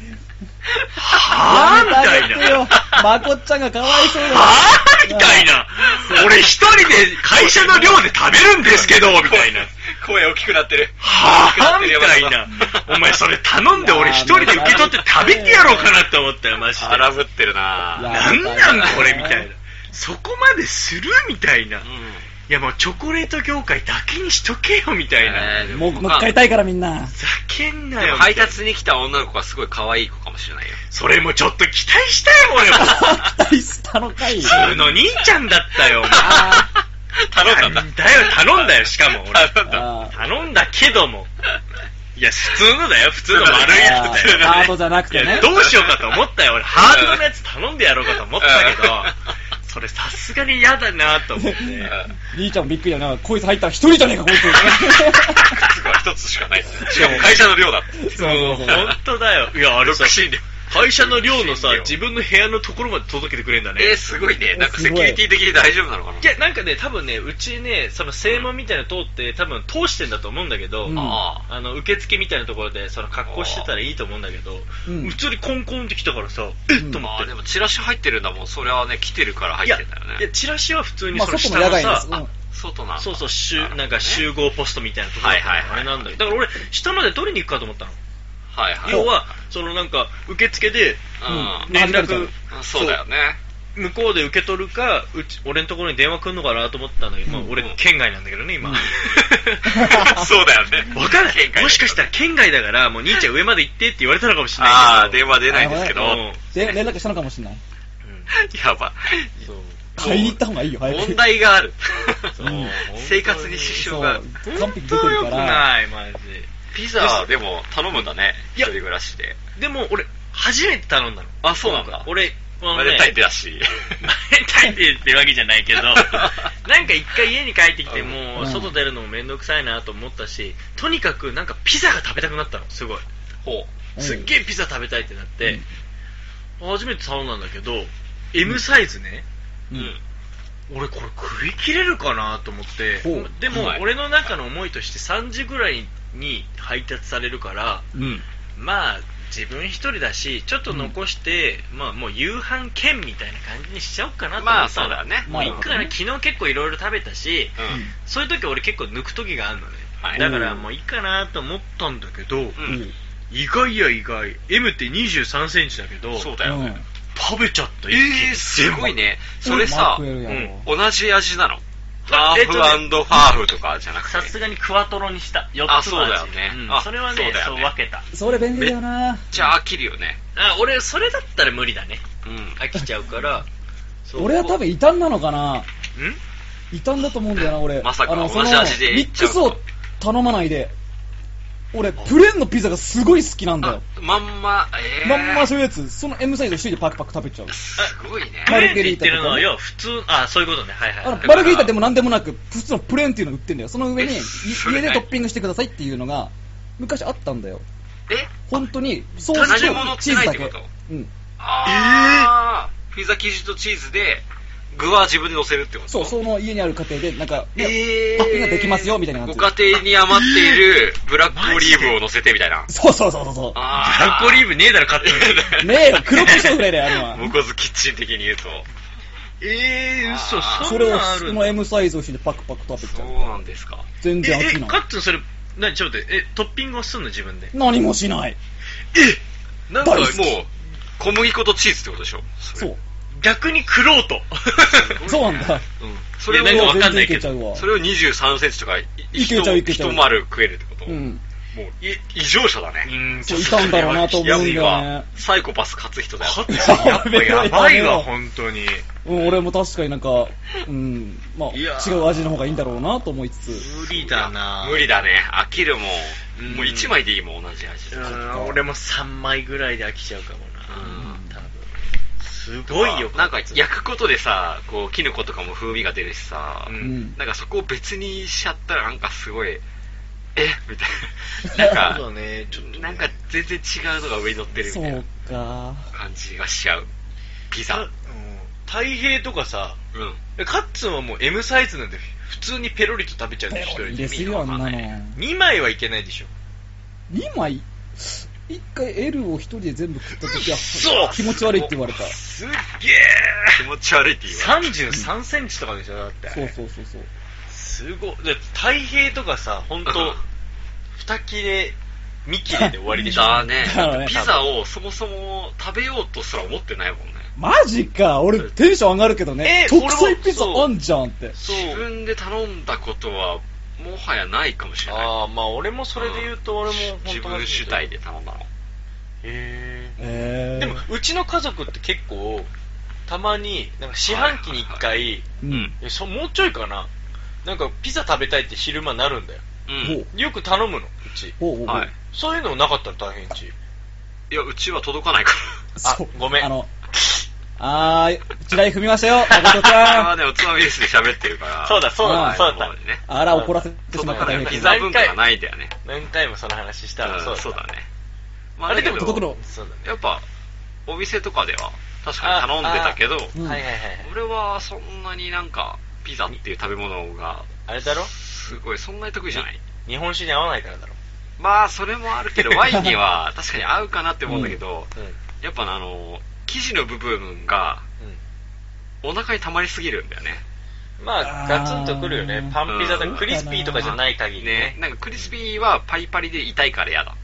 Speaker 5: はぁみた
Speaker 4: や
Speaker 5: い
Speaker 4: めてあ
Speaker 5: な。
Speaker 4: げてよ
Speaker 5: は。
Speaker 4: まこっちゃんがかわいそうだよ。
Speaker 5: ぁみたいな。俺一人で会社の寮で食べるんですけど、みたいな。
Speaker 3: 声大きくなってる。
Speaker 5: はぁみたいな。お前それ頼んで俺一人で受け取って食べてやろうかなって思ったよ、マジで。
Speaker 3: 荒ぶってるなぁ。
Speaker 5: なんなんこれみたいな。そこまでするみたいな、
Speaker 3: う
Speaker 5: い
Speaker 3: ん
Speaker 5: やもうチョコレート業界だけにしとけよみたいな、
Speaker 3: えー
Speaker 5: ふ
Speaker 3: で
Speaker 4: もう、もう一回たいからみんな。
Speaker 5: ざけんな
Speaker 3: でも
Speaker 5: よ
Speaker 3: 配達に来た女の子はすごい可愛い子かもしれないよ。
Speaker 5: それもちょっと期待したよ俺
Speaker 4: *laughs*
Speaker 5: は
Speaker 4: 期待したのかい。
Speaker 5: 普通の兄ちゃんだったよお前
Speaker 4: あー
Speaker 3: 頼んだ
Speaker 5: なんだよ頼んだよしかも俺
Speaker 3: 頼んだ
Speaker 4: あー
Speaker 5: 頼んだけどもいや普通のだよ普通の丸いやつだよ
Speaker 4: あーハートじゃなくてね
Speaker 5: いやどうしようかと思ったよ俺ハートのやつ頼んでやろうかと思ったけどそれさすがに嫌だなと思って
Speaker 4: 兄ちゃんもびっくりだな。こいつ入ったら一人じゃねえか、こい
Speaker 3: 靴が一つしかない。しかも会社の量だって。
Speaker 4: つ。そうそうそう。
Speaker 5: 本当だよいやあれさ
Speaker 3: 独身寮
Speaker 5: 会社の寮のさ
Speaker 3: 独身寮
Speaker 5: 自分の部屋のところまで届けてくれんだね
Speaker 3: えー、すごいね。なんかセキュリティ的に大丈夫なのかない
Speaker 5: やなんかね多分ねうちねその正門みたいなの通って多分通してんだと思うんだけど、
Speaker 4: うん
Speaker 3: あ
Speaker 5: あの受付みたいなところでその格好してたらいいと思うんだけど、
Speaker 4: うん
Speaker 5: 普通にコンコンって来たからさ、えっと思
Speaker 3: あ。
Speaker 5: っ
Speaker 3: あ
Speaker 5: て
Speaker 3: でもチラシ入ってるんだもん。それはね、来てるから入
Speaker 5: いや
Speaker 3: ってんだよ
Speaker 5: いや
Speaker 3: ね。
Speaker 5: チラシは普通に
Speaker 4: まあ、
Speaker 5: その
Speaker 4: 外
Speaker 5: 下
Speaker 4: も野
Speaker 5: の
Speaker 4: 外で
Speaker 5: さ
Speaker 4: す。、
Speaker 5: あ
Speaker 3: 外なんだ。
Speaker 5: そうそう
Speaker 3: しゅ
Speaker 5: 集なんか集合ポストみたいなところだったの
Speaker 3: はいはいはい
Speaker 5: あれなんだけどだから俺下まで取りに行くかと思ったの
Speaker 3: はいはい。
Speaker 5: 要はそのなんか受付で
Speaker 3: う
Speaker 5: 連
Speaker 4: あ離れちゃ
Speaker 5: 絡
Speaker 4: う
Speaker 3: ん。そうだよね。
Speaker 5: 向こうで受け取るかうち俺のところに電話来んのかなと思ったんだけど、まあ
Speaker 4: うん
Speaker 5: 俺県外なんだけどね今、
Speaker 3: そうだよね。
Speaker 5: *laughs* わかんな
Speaker 3: 県外
Speaker 5: い。もしかしたら県外だから、もう兄ちゃん上まで行ってって言われたのかもしれないけど。
Speaker 3: ああ、電話出ないんですけど。
Speaker 5: う
Speaker 3: や
Speaker 5: ん
Speaker 4: で、連絡したのかもしれない。
Speaker 3: ば。
Speaker 5: そう
Speaker 4: 買いに行った方がいいよ、早く。
Speaker 3: 問題がある。
Speaker 5: *laughs* そう
Speaker 4: うん
Speaker 3: 生活に支
Speaker 4: そ
Speaker 3: 障
Speaker 4: う
Speaker 3: が。
Speaker 4: 完璧出てる
Speaker 5: よ
Speaker 4: か
Speaker 5: く
Speaker 4: ら。
Speaker 5: ない、マジ
Speaker 3: ピザでも頼むんだね。
Speaker 5: い
Speaker 3: 一
Speaker 5: や
Speaker 3: 人暮らしで。
Speaker 5: で。でも俺、初めて頼んだの。
Speaker 3: あそうなんだ
Speaker 5: 俺、あの
Speaker 3: バ
Speaker 5: ね
Speaker 3: レンタインデーだ
Speaker 5: *laughs*
Speaker 3: し。
Speaker 5: バレンタインデーってわけじゃないけど、なんか一回家に帰ってきて、も
Speaker 4: う
Speaker 5: うん外出るのもめんどくさいなと思ったし、とにかくなんかピザが食べたくなったの、すごい。
Speaker 3: ほ
Speaker 4: うん
Speaker 5: すっげえピザ食べたいってなって、初めて頼んだんだけど、M サイズね。
Speaker 3: う。うん。
Speaker 5: 俺これ食い切れるかなと思って
Speaker 4: ほう
Speaker 5: でも
Speaker 3: はい
Speaker 5: 俺の中の思いとして3時ぐらいに配達されるから
Speaker 4: うん。
Speaker 5: まあ自分一人だしちょっと残して、まあもう夕飯券みたいな感じにしちゃおうかなと思ったの
Speaker 3: まあそうだね
Speaker 5: もういくら
Speaker 4: まあ
Speaker 5: ね昨日結構いろいろ食べたし、
Speaker 3: うん。
Speaker 5: そういう時俺結構抜く時があるのね、
Speaker 3: はい
Speaker 5: だからもういいかなと思ったんだけど、
Speaker 3: うん
Speaker 5: 意外や意外 M って2 3センチだけど
Speaker 3: そうだ
Speaker 4: う
Speaker 3: よ
Speaker 4: ん。
Speaker 3: ね。
Speaker 5: 食べちゃった
Speaker 3: えー、すごいね。それさ、
Speaker 4: う
Speaker 5: うんん
Speaker 3: 同じ味なのハ
Speaker 5: あ
Speaker 3: ーフハーフとかじゃなくて。
Speaker 5: さすがにクワトロにした4つの味
Speaker 3: あそうだよね
Speaker 5: うん
Speaker 3: あ
Speaker 5: それは
Speaker 3: そ
Speaker 5: ね
Speaker 3: うだ
Speaker 5: そ
Speaker 3: よ
Speaker 5: う
Speaker 3: ね
Speaker 5: 分けた
Speaker 4: それ便利だよな。
Speaker 3: じゃあ飽きるよね。
Speaker 5: あ俺それだったら無理だね
Speaker 3: うん。
Speaker 5: 飽きちゃうからそう
Speaker 4: 俺は多分異端なのかな。
Speaker 5: ん
Speaker 4: 異端だと思うんだよな、俺。
Speaker 3: まさか
Speaker 4: あの
Speaker 3: 同
Speaker 4: その
Speaker 3: じ味でい
Speaker 4: ミ
Speaker 3: っ
Speaker 4: ッ
Speaker 3: ちゃう
Speaker 4: クス
Speaker 3: と
Speaker 4: を頼まないで。俺、プレーンのピザがすごい好きなんだ
Speaker 3: あ
Speaker 4: よ。
Speaker 3: まんま、えー、
Speaker 4: まんまそういうやつ、その M サイズを一人でパクパク食べちゃう。
Speaker 3: すごいね。
Speaker 5: プ
Speaker 4: マ
Speaker 5: レーン
Speaker 4: ル
Speaker 5: っ
Speaker 4: ゲ
Speaker 5: て
Speaker 4: リ
Speaker 5: 言
Speaker 4: ー
Speaker 5: って
Speaker 4: タとかね
Speaker 5: るのは要は普通あそういうことねはいはい
Speaker 4: あの
Speaker 5: はい
Speaker 4: マルゲリータでも何でもなく、普通のプレーンっていうの売ってんだよ。その上に
Speaker 3: え
Speaker 4: い
Speaker 3: それ
Speaker 4: 家でトッピングしてくださいっていうのが、昔あったんだよ。
Speaker 3: え
Speaker 4: 本当に、ソー
Speaker 3: 同
Speaker 4: ス
Speaker 3: じもの
Speaker 4: と
Speaker 3: って
Speaker 4: チー
Speaker 3: な
Speaker 4: ズ
Speaker 3: いっ
Speaker 4: だ
Speaker 3: て
Speaker 4: け
Speaker 3: こ。と
Speaker 4: うん。
Speaker 3: あー、ピザ生地とチーズで、具は自分で乗せるってこと
Speaker 4: そう、その家にある家庭で、なんか、ね
Speaker 3: えー、
Speaker 4: パッキングができますよ、みたいな
Speaker 3: ご
Speaker 4: 感じ。
Speaker 3: 家庭に余っているブラックオリーブを乗せてみたいな。
Speaker 4: そうそうそうそう。
Speaker 3: あ
Speaker 5: ラッコリーブねえだろ買って
Speaker 3: ー
Speaker 5: る
Speaker 4: ねえよ、黒胡椒ぐらいだよ、あのは。
Speaker 3: 向こうずキッチン的に言うと。
Speaker 5: *laughs* えー、嘘
Speaker 3: あー
Speaker 5: そ
Speaker 4: そ
Speaker 5: ん
Speaker 4: れ
Speaker 5: な
Speaker 4: を
Speaker 5: んあ
Speaker 4: そ
Speaker 5: る
Speaker 4: の
Speaker 5: のえ
Speaker 4: M サイズをしてパクパク食べち
Speaker 3: そ
Speaker 4: ゃ
Speaker 3: う
Speaker 4: う。
Speaker 3: なんですか。
Speaker 4: 全然飽き
Speaker 5: え
Speaker 4: な
Speaker 5: カ
Speaker 4: い。
Speaker 5: ッツンそれ何ちょっと待ってえトッピングはすんの自分で
Speaker 4: 何もしない。
Speaker 3: なんかもう
Speaker 4: 大好き、
Speaker 3: 小麦粉とチーズってことでしょ
Speaker 4: そ。う。
Speaker 5: 逆に食ろうと
Speaker 4: *laughs* そうなんだ。
Speaker 3: うん。
Speaker 5: そ
Speaker 3: そ
Speaker 5: れ
Speaker 3: れ
Speaker 5: は
Speaker 3: を
Speaker 5: なんかわかんない
Speaker 4: 全然い
Speaker 5: け
Speaker 4: けちゃ
Speaker 5: ど
Speaker 4: うわ
Speaker 3: そ。れを23センチとか、い
Speaker 4: いけちゃういけちゃう
Speaker 3: 一丸食えるってこと、
Speaker 4: うん。
Speaker 3: もうい、異常者だね。
Speaker 5: ん
Speaker 4: そう、いたんだろうなと思
Speaker 3: や
Speaker 4: う
Speaker 3: ば
Speaker 4: ん
Speaker 3: い
Speaker 4: だよね
Speaker 3: わ。。サイコパス勝つ人だよ。
Speaker 5: カッツンやっぱやばいわ本当に
Speaker 4: うん、俺も確かになんか、うん、まあ、
Speaker 5: いやー
Speaker 4: 違う味の方がいいんだろうなと思いつつ。
Speaker 5: 無理だな
Speaker 3: 無理だね。飽きるも
Speaker 5: うん
Speaker 3: ん。もう1枚でいいもん、同じ味
Speaker 5: う
Speaker 3: だから
Speaker 5: ん俺も3枚ぐらいで飽きちゃうかもな
Speaker 3: うん
Speaker 5: 多分すごいよ
Speaker 3: なんか
Speaker 5: カツ、
Speaker 3: 焼くことでさ、こう、キノコとかも風味が出るしさ、
Speaker 5: う
Speaker 4: うんん。
Speaker 3: なんかそこを別にしちゃったら、なんかすごい、えみたいな。
Speaker 5: *laughs*
Speaker 3: なん
Speaker 5: そうだ
Speaker 3: か、
Speaker 5: ねちょっとね
Speaker 3: なんか全然違うのが上に乗ってるみ
Speaker 4: そ
Speaker 3: たいな
Speaker 4: うか。
Speaker 3: 感じがしちゃう。ピ
Speaker 5: たう
Speaker 3: ザ
Speaker 5: ん。太平とかさ
Speaker 3: うん。
Speaker 5: カッツンはもう M サイズなんで普通にペロリと食べちゃうんだよ一人
Speaker 4: 入
Speaker 5: で
Speaker 4: れすぎよ、あんなの。2
Speaker 5: 2枚はいけないでしょ
Speaker 4: 枚 ?1 回 L を1人で全部食った時
Speaker 5: そ
Speaker 4: は、気持ち悪いって言われた。
Speaker 5: すっげ
Speaker 3: 気持ち悪いって言われる。
Speaker 5: え33センチとかでしょだって
Speaker 4: そうそうそうそう。
Speaker 5: すごいだって太平とかさ本当
Speaker 3: うん
Speaker 5: 二切れ三切れで終わりでしょ
Speaker 3: *laughs* だね
Speaker 4: だからね
Speaker 3: ピザをそもそも食べようとすら思ってないもんね。
Speaker 4: マジか俺テンション上がるけどね
Speaker 3: え
Speaker 4: 特製ピザ
Speaker 3: 俺もそう
Speaker 4: あんじゃんって
Speaker 3: 自分で頼んだことはもはやないかもしれない
Speaker 5: ああ、まあ俺もそれで言うと俺も本当
Speaker 3: 自分主体で頼んだの
Speaker 5: へえ
Speaker 4: え
Speaker 5: で
Speaker 4: ー、
Speaker 5: もうちの家族って結構たまになんか四半期に1
Speaker 3: は
Speaker 5: 回
Speaker 4: う
Speaker 3: うんん
Speaker 5: えそもうちょいかななんかピザ食べたいって昼間なるんだよ
Speaker 3: うん
Speaker 5: よく頼むのうち
Speaker 4: ほうほうほう
Speaker 3: はい
Speaker 5: そういうのなかったら大変ち
Speaker 3: いやうちは届かないから
Speaker 4: そう
Speaker 5: あごめん
Speaker 4: あのあー地雷踏みましたよ誠
Speaker 3: *laughs*
Speaker 4: ち
Speaker 3: あ
Speaker 4: ゃ
Speaker 3: あ
Speaker 4: ん
Speaker 3: ね、おつまみですで喋ってるから。
Speaker 5: そうだそう
Speaker 4: だ
Speaker 3: はい
Speaker 5: そうだった
Speaker 3: 今までね。
Speaker 4: あら怒らせてしま
Speaker 3: だ
Speaker 4: っ
Speaker 3: か
Speaker 4: た
Speaker 3: らやっぱ
Speaker 5: あ
Speaker 4: ね
Speaker 3: ピ
Speaker 5: 膝
Speaker 3: ザ文化がないんだよね。
Speaker 5: 何回もその話したらそううん
Speaker 3: そう
Speaker 5: だ
Speaker 3: だね。ま
Speaker 5: あれでも
Speaker 3: だけど
Speaker 4: 届くの
Speaker 5: そうだね
Speaker 3: やっぱ、お店とかでは確かに頼んでたけど、
Speaker 4: うん
Speaker 5: はいはいはい
Speaker 3: 俺はそんなになんか、ピザっていう食べ物が、
Speaker 5: あれだろ
Speaker 3: すごい、そんなに得意じゃない。
Speaker 5: 日本酒に合わないからだろ
Speaker 3: まあ、それもあ
Speaker 5: *laughs*
Speaker 3: るけど、ワインには確かに合うかなって思うんだけど、
Speaker 5: うん
Speaker 3: やっぱあの、生地の部分が、お腹に溜まりすぎるんだよね。
Speaker 5: うんまあガツンとくるよねパンピザと
Speaker 3: うん
Speaker 5: クリスピーとかじゃない限り
Speaker 3: ね
Speaker 5: ね。
Speaker 3: なんかクリスピーはパリパリで痛いから嫌だ。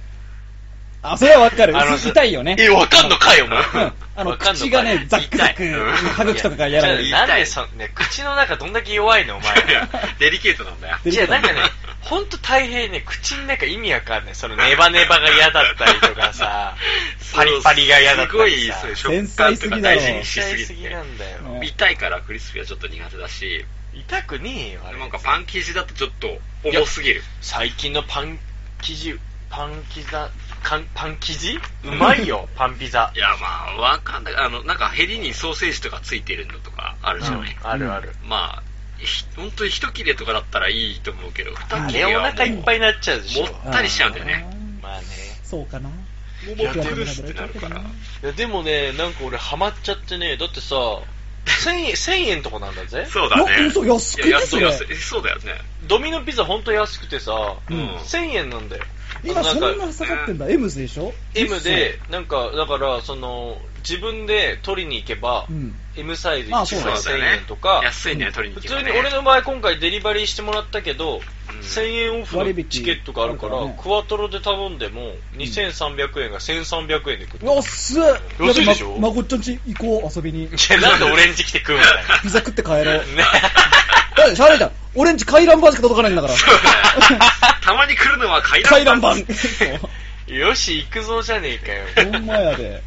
Speaker 4: あそれはわかる
Speaker 5: あの
Speaker 4: 痛いよね
Speaker 5: えわかんのかよもう
Speaker 4: うんあの
Speaker 5: わかんのか
Speaker 4: 口がねザックザック
Speaker 3: 痛いうん
Speaker 4: 歯茎とかが嫌なんだ
Speaker 5: い
Speaker 4: よ
Speaker 5: やなんでそんね口の中どんだけ弱いのお前
Speaker 3: いやデリケートなんだよ。、
Speaker 4: デリ
Speaker 5: じゃ
Speaker 4: ケー
Speaker 5: あ
Speaker 4: トな
Speaker 5: なんん
Speaker 4: だ
Speaker 5: かね、ほんと大変ね、口の中意味わかんない。そのネバネバが嫌だったりとかさ
Speaker 3: *laughs*
Speaker 5: パリパリが嫌だったりさ。
Speaker 3: すごい、
Speaker 5: い、
Speaker 3: そういう食感とか大事にし
Speaker 5: 繊細
Speaker 3: す
Speaker 5: す
Speaker 3: ぎ
Speaker 5: ぎ
Speaker 3: て。
Speaker 5: なんだよ。
Speaker 4: うん
Speaker 3: 痛いからクリスピーはちょっと苦手だし、
Speaker 5: 痛くねえよ、あれ。
Speaker 3: なんかパン生地だとちょっと重すぎる。
Speaker 5: 最近のパン生地、パン生地だ、パンパン生地うまいよ、パンピザ
Speaker 3: い。や、まあ、わかんない。あの、なんかヘリにソーセージとかついてるのとかあるじゃない。
Speaker 5: あるある。
Speaker 3: まあ、ひ本当に一切れとかだったらいいと思うけど、
Speaker 4: ん
Speaker 3: 二
Speaker 5: あ
Speaker 3: 切
Speaker 5: れ
Speaker 3: れ
Speaker 5: お
Speaker 3: はもう
Speaker 5: 腹いっぱいになっちゃうでしょ。
Speaker 3: もったりしちゃうんだよね。
Speaker 5: まあね。
Speaker 4: そうかな
Speaker 3: やってるっすってなるから。
Speaker 5: いや、でもね、なんか俺ハマっちゃってね、だってさ、1000円、1000円とかなんだぜ。
Speaker 3: そうだ
Speaker 4: い
Speaker 3: ね。
Speaker 4: や嘘安くね
Speaker 3: いや安い
Speaker 4: それ
Speaker 3: 安い。そうだよね。
Speaker 5: ドミノピザほんと安くてさ、
Speaker 3: うん
Speaker 5: 1000円なんだよ。
Speaker 4: 今そん
Speaker 5: なんか
Speaker 4: な下がってんだ M ズでしょ
Speaker 5: M で、なんか、だから、その、自分で取りに行けば、
Speaker 4: うん
Speaker 5: M サイズ
Speaker 4: あ
Speaker 5: 1
Speaker 4: そう
Speaker 5: 個
Speaker 4: だ
Speaker 3: そうだよ
Speaker 5: 1000
Speaker 3: ね
Speaker 5: 円とか、。
Speaker 3: 安いね、取り
Speaker 5: 普
Speaker 3: に
Speaker 5: 通
Speaker 3: 行けば
Speaker 5: に
Speaker 3: ね
Speaker 5: 俺の場合今回デリバリーしてもらったけ
Speaker 3: う
Speaker 5: ど、
Speaker 3: ん
Speaker 5: 1000円オフのチケットがあるから、
Speaker 4: 割引あるからね
Speaker 5: クワトロで頼んでも、2300円が1300円で食って。
Speaker 4: 安っ
Speaker 5: 安いでしょ
Speaker 4: やべままこっちゃんち行こう遊びに
Speaker 5: いや *laughs* なんでオレンジ来て食うんだよ。
Speaker 4: ピザ食って帰ろうだ
Speaker 5: ね
Speaker 4: ってしゃあないじゃんオレンジ回覧板しか届かないんだから
Speaker 3: *laughs* たまに来るのは階
Speaker 4: 回覧
Speaker 3: 段
Speaker 4: 板
Speaker 3: 版。
Speaker 5: よし、行くぞじゃねえかよ。
Speaker 4: ほんまやで。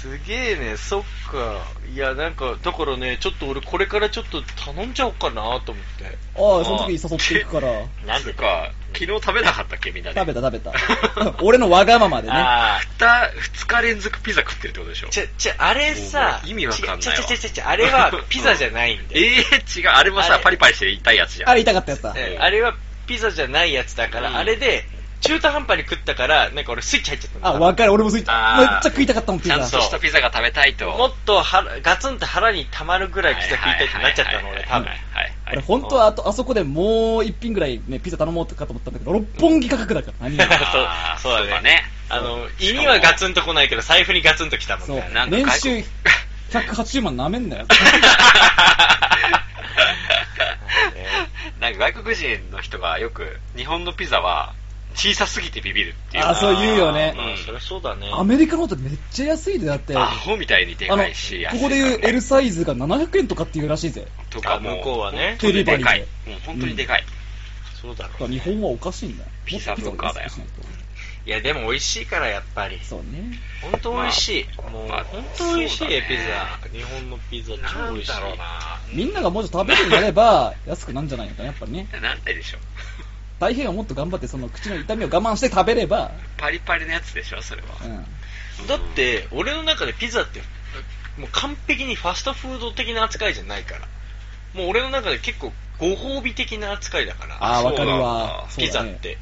Speaker 5: すげえね、そっか。いや、なんか、だからね、ちょっと俺これからちょっと頼んじゃおうかなと思って。
Speaker 4: ああ、その時に誘っていくから。
Speaker 5: なん
Speaker 3: つ
Speaker 5: で
Speaker 3: うか、昨日食べなかったっけみんなで。
Speaker 4: 食べた食べた。 *laughs* 俺のわがままでね。
Speaker 5: ああ、
Speaker 3: た二日連続ピザ食ってるってことでしょ
Speaker 5: ちゃ、ちゃ、あれさ、
Speaker 3: もう意味わかんないわ
Speaker 5: ちゃちゃちゃちゃちゃ、あれ
Speaker 3: *laughs*
Speaker 5: はピザじゃないんで。
Speaker 3: ええ違う。あれも
Speaker 5: あ
Speaker 3: さ
Speaker 5: れ、
Speaker 3: パリパリして痛いやつじゃん。
Speaker 4: あれ痛かったやつだ。
Speaker 5: えあれはピザじゃないやつだか
Speaker 3: うん
Speaker 5: ら、あれで、中途半端に食ったから、なんか俺スイッチ入っちゃったんだ
Speaker 4: あ、わかる。俺もスイッチ。めっち
Speaker 3: あー
Speaker 4: ゃ食いたかったもん、ピ
Speaker 3: ちゃん
Speaker 4: ザ。
Speaker 3: としたピザが食べたいと。
Speaker 5: もっと腹ガツンと腹に溜まるぐらいピザ食いたいってなっちゃったの、
Speaker 3: はい
Speaker 5: 俺、
Speaker 3: は
Speaker 5: 多
Speaker 3: い
Speaker 5: 分
Speaker 3: はい。はいはい
Speaker 4: 俺本当はあと、あそこでもう一品ぐらいね、ピザ頼もうかと思ったんだけど、六本木価格だから。何
Speaker 3: *laughs*
Speaker 4: より
Speaker 3: あー
Speaker 5: そうそうだね。あの、
Speaker 3: し
Speaker 5: 胃
Speaker 3: かも
Speaker 5: にはガツンと来ないけど、財布にガツンと来たもん
Speaker 4: そう
Speaker 5: ね。。
Speaker 3: なんか
Speaker 4: 年
Speaker 3: 外
Speaker 4: 収
Speaker 3: 国
Speaker 4: 180万なめんなよ。
Speaker 3: *laughs* なんか外国人の人がよく、日本のピザは小さすぎてビビるっていう。
Speaker 4: あ、そう言うよね
Speaker 5: ま。あ、そりゃそうだね。
Speaker 4: アメリカの方ってめっちゃ安いで、だって。
Speaker 3: ア
Speaker 4: あ
Speaker 3: ホみたいにで
Speaker 4: の、
Speaker 3: か
Speaker 4: こ
Speaker 3: いし、
Speaker 4: こ
Speaker 3: 安
Speaker 4: で
Speaker 3: い
Speaker 4: 言
Speaker 3: か
Speaker 4: う
Speaker 3: らね
Speaker 4: L サイズが700円とかっていうらしいぜ。
Speaker 3: とかも
Speaker 5: あ向こうはね
Speaker 3: 本当にでかい
Speaker 4: デリ
Speaker 3: も
Speaker 4: バ。
Speaker 3: う本当にでかい。
Speaker 5: そうだ
Speaker 4: だか
Speaker 5: ろう
Speaker 4: ら
Speaker 5: ね
Speaker 4: 日本はおかしいんだよ。
Speaker 3: ピザ文化だよ
Speaker 4: もっとピザを安くしない
Speaker 5: いや、でも美味しいから、やっぱり
Speaker 4: と。そうね。
Speaker 5: 本当美味しい。
Speaker 3: まあ
Speaker 5: もう、
Speaker 3: まあ
Speaker 5: 本当美味し
Speaker 3: そう
Speaker 5: い、
Speaker 3: だね
Speaker 5: ピザ。日本のピザ、
Speaker 3: な
Speaker 5: 超美
Speaker 3: ん
Speaker 5: 味しい。
Speaker 3: だろうな
Speaker 4: みんながもうちょっと食べるようになれば、 *laughs* 安くなんじゃないのかな、やっぱりね。
Speaker 3: なんないでしょ。
Speaker 4: 大変はもっと頑張って、その口の痛みを我慢して食べれば、
Speaker 3: パリパリのやつでしょ、それは。
Speaker 4: うん。
Speaker 5: だって、俺の中でピザって、もう完璧にファストフード的な扱いじゃないから。もう俺の中で結構、ご褒美的な扱いだから。
Speaker 4: ああ、
Speaker 3: そう
Speaker 4: わかるわ。
Speaker 5: ピザっ
Speaker 4: そうだね。
Speaker 5: て。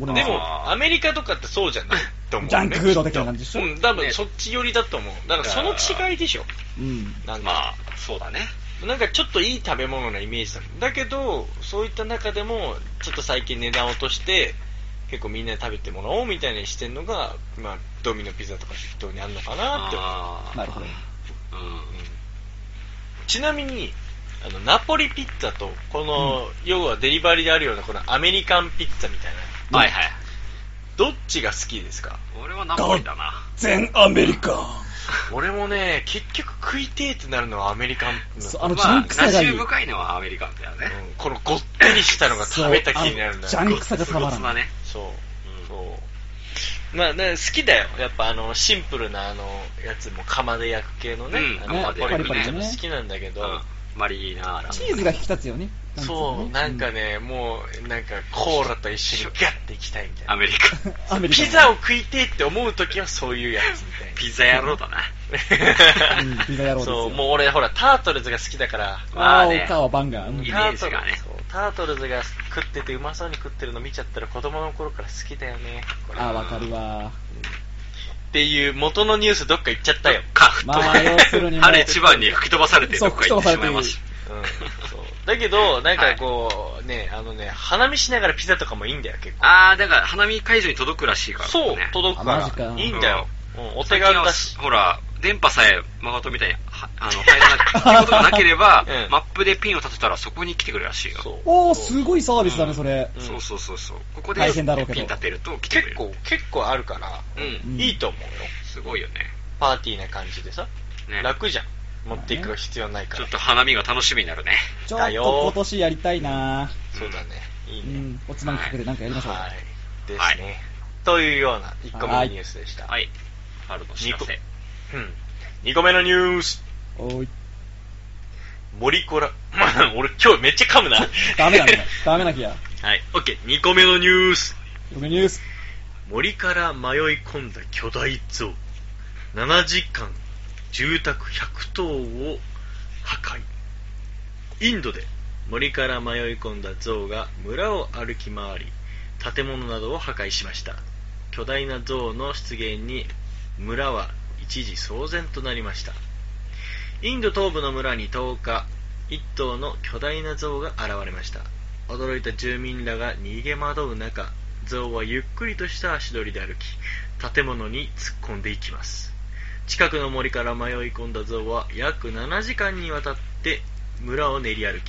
Speaker 4: 俺
Speaker 5: で
Speaker 4: も、
Speaker 5: も、アメリカとかってそうじゃないと思う、ね。
Speaker 4: ジャンクフード的な感じでしょ
Speaker 5: うん、多分そっち寄りだと思う。だからその違いでしょ。
Speaker 4: うん。
Speaker 5: なんか、
Speaker 3: まあ、そうだね。
Speaker 5: なんかちょっといい食べ物のイメージだ。だけど、そういった中でも、ちょっと最近値段を落として、結構みんなで食べてもらおうみたいにしてんのが、まあ、ドミノピザとか適当にあんのかなって思う。
Speaker 3: あー
Speaker 4: なるほ
Speaker 3: う
Speaker 4: ど。
Speaker 3: ん
Speaker 5: ちなみに、あの、ナポリピッツァと、この、要はデリバリーであるような、このアメリカンピッツァみたいな、
Speaker 3: はいはい。
Speaker 5: どっちが好きですか
Speaker 3: 俺はナポリだな。
Speaker 4: 全アメリカン。
Speaker 5: 俺もね、結局食いてえってなるのはアメリカンの
Speaker 4: そうあのジ
Speaker 3: ま
Speaker 4: ャ
Speaker 3: あ
Speaker 4: ンクさがいい
Speaker 3: ナシュ深いのはアメリカンだよね。
Speaker 5: うんこのごってりしたのが食べた気になるんだ
Speaker 4: そうあのジャンクさがたまらん
Speaker 3: ごつごつなね。
Speaker 5: そう
Speaker 3: うん。
Speaker 5: そう。まあ、ね、好きだよ。やっぱあの、シンプルなあの、やつも釜で焼く系のね、
Speaker 3: うん
Speaker 5: あの
Speaker 3: ね
Speaker 5: パリパリ
Speaker 3: パリパリ
Speaker 5: も
Speaker 4: ね
Speaker 5: 好きなんだけど、
Speaker 3: うんマリーナーラ。
Speaker 4: チーズが引き立つよね。
Speaker 5: そう、なんかね、もう、なんかコーラと一緒にガッていきたいみた
Speaker 3: ア
Speaker 5: いな。
Speaker 3: メリカン。
Speaker 4: アメリカン。
Speaker 5: ピザを食いてえって思う時はそういうやつみたいな。
Speaker 3: ピザ野郎だな。
Speaker 4: うんピザ野郎ですよ
Speaker 5: そう、もう俺ほら、タートルズが好きだから、
Speaker 3: ま
Speaker 4: あ
Speaker 3: あ
Speaker 4: あ、
Speaker 3: ね
Speaker 4: おかわバンガー。う
Speaker 3: イ
Speaker 4: ん
Speaker 5: タ
Speaker 3: メー
Speaker 5: ー
Speaker 3: ジ
Speaker 5: トル
Speaker 3: がね
Speaker 5: そうタートルズが食っててうまそうに食ってるの見ちゃったら子供の頃から好きだよね。これ
Speaker 4: ああ、わかるわ。
Speaker 5: っていう元のニュースどっか行っちゃったよ。
Speaker 3: カフ
Speaker 4: まあまあ要するにもう
Speaker 3: 春一番に吹き飛ばされて
Speaker 4: そ
Speaker 3: ど
Speaker 4: う
Speaker 3: っか行ってしまいまし
Speaker 5: うん、そうだけど、なんかこう、ね、あのね、花見しながらピザとかもいいんだよ、結構。
Speaker 3: た。あー、だから花見会場に届くらしいからね。
Speaker 5: そう、届く
Speaker 4: あマジ
Speaker 5: か。
Speaker 4: から
Speaker 5: いいんだよ。うん、お手軽だし、
Speaker 3: 最近。はほら、電波さえ、誠みたいに、はあの、入らなくて、いうことがなければ
Speaker 5: *laughs* うん
Speaker 3: マップでピンを立てたらそこに来てくれるらしいよ。
Speaker 5: そう
Speaker 4: おー、すごいサービスだね、それ。
Speaker 5: うん
Speaker 3: そうそうそうそう。ここで
Speaker 4: 大変だろうけど
Speaker 3: ピン立てると来てくれ
Speaker 5: 結
Speaker 3: る。
Speaker 5: 構、結構あるから、
Speaker 3: うん。
Speaker 4: ん
Speaker 5: いいと思うよ。
Speaker 3: すごいよね。
Speaker 5: パーティーな感じでさ、
Speaker 3: ね
Speaker 5: 楽じゃん。持っていく必要ないか
Speaker 3: ちょ
Speaker 5: ら
Speaker 3: っ。と花見が楽しみになるね。
Speaker 4: ちょっ
Speaker 5: だ
Speaker 4: と
Speaker 5: よ
Speaker 4: 今年やりたいな
Speaker 5: そうだね。いいうね。
Speaker 4: ん。おつまみかけてなんかやりましょう。
Speaker 5: はい。ですね。
Speaker 3: はい
Speaker 5: というような1個目のニュースでした。
Speaker 3: はい。春の知らせ。
Speaker 5: うん。2個目のニュース。
Speaker 4: おい。
Speaker 5: 森コラ。 *laughs* まあ、俺今日めっちゃ噛むな。
Speaker 4: ダメだ
Speaker 5: *laughs*
Speaker 4: ね。ダメなきゃ。
Speaker 5: はい。オッケー。2個目のニュース。
Speaker 4: ごめんニュース。
Speaker 5: 森から迷い込んだ巨大像。7時間、住宅100棟を破壊。インドで森から迷い込んだ像が村を歩き回り、建物などを破壊しました。巨大な像の出現に村は一時騒然となりました。インド東部の村に10日、一頭の巨大な象が現れました。驚いた住民らが逃げ惑う中、象はゆっくりとした足取りで歩き、建物に突っ込んでいきます。近くの森から迷い込んだ象は約7時間にわたって村を練り歩き、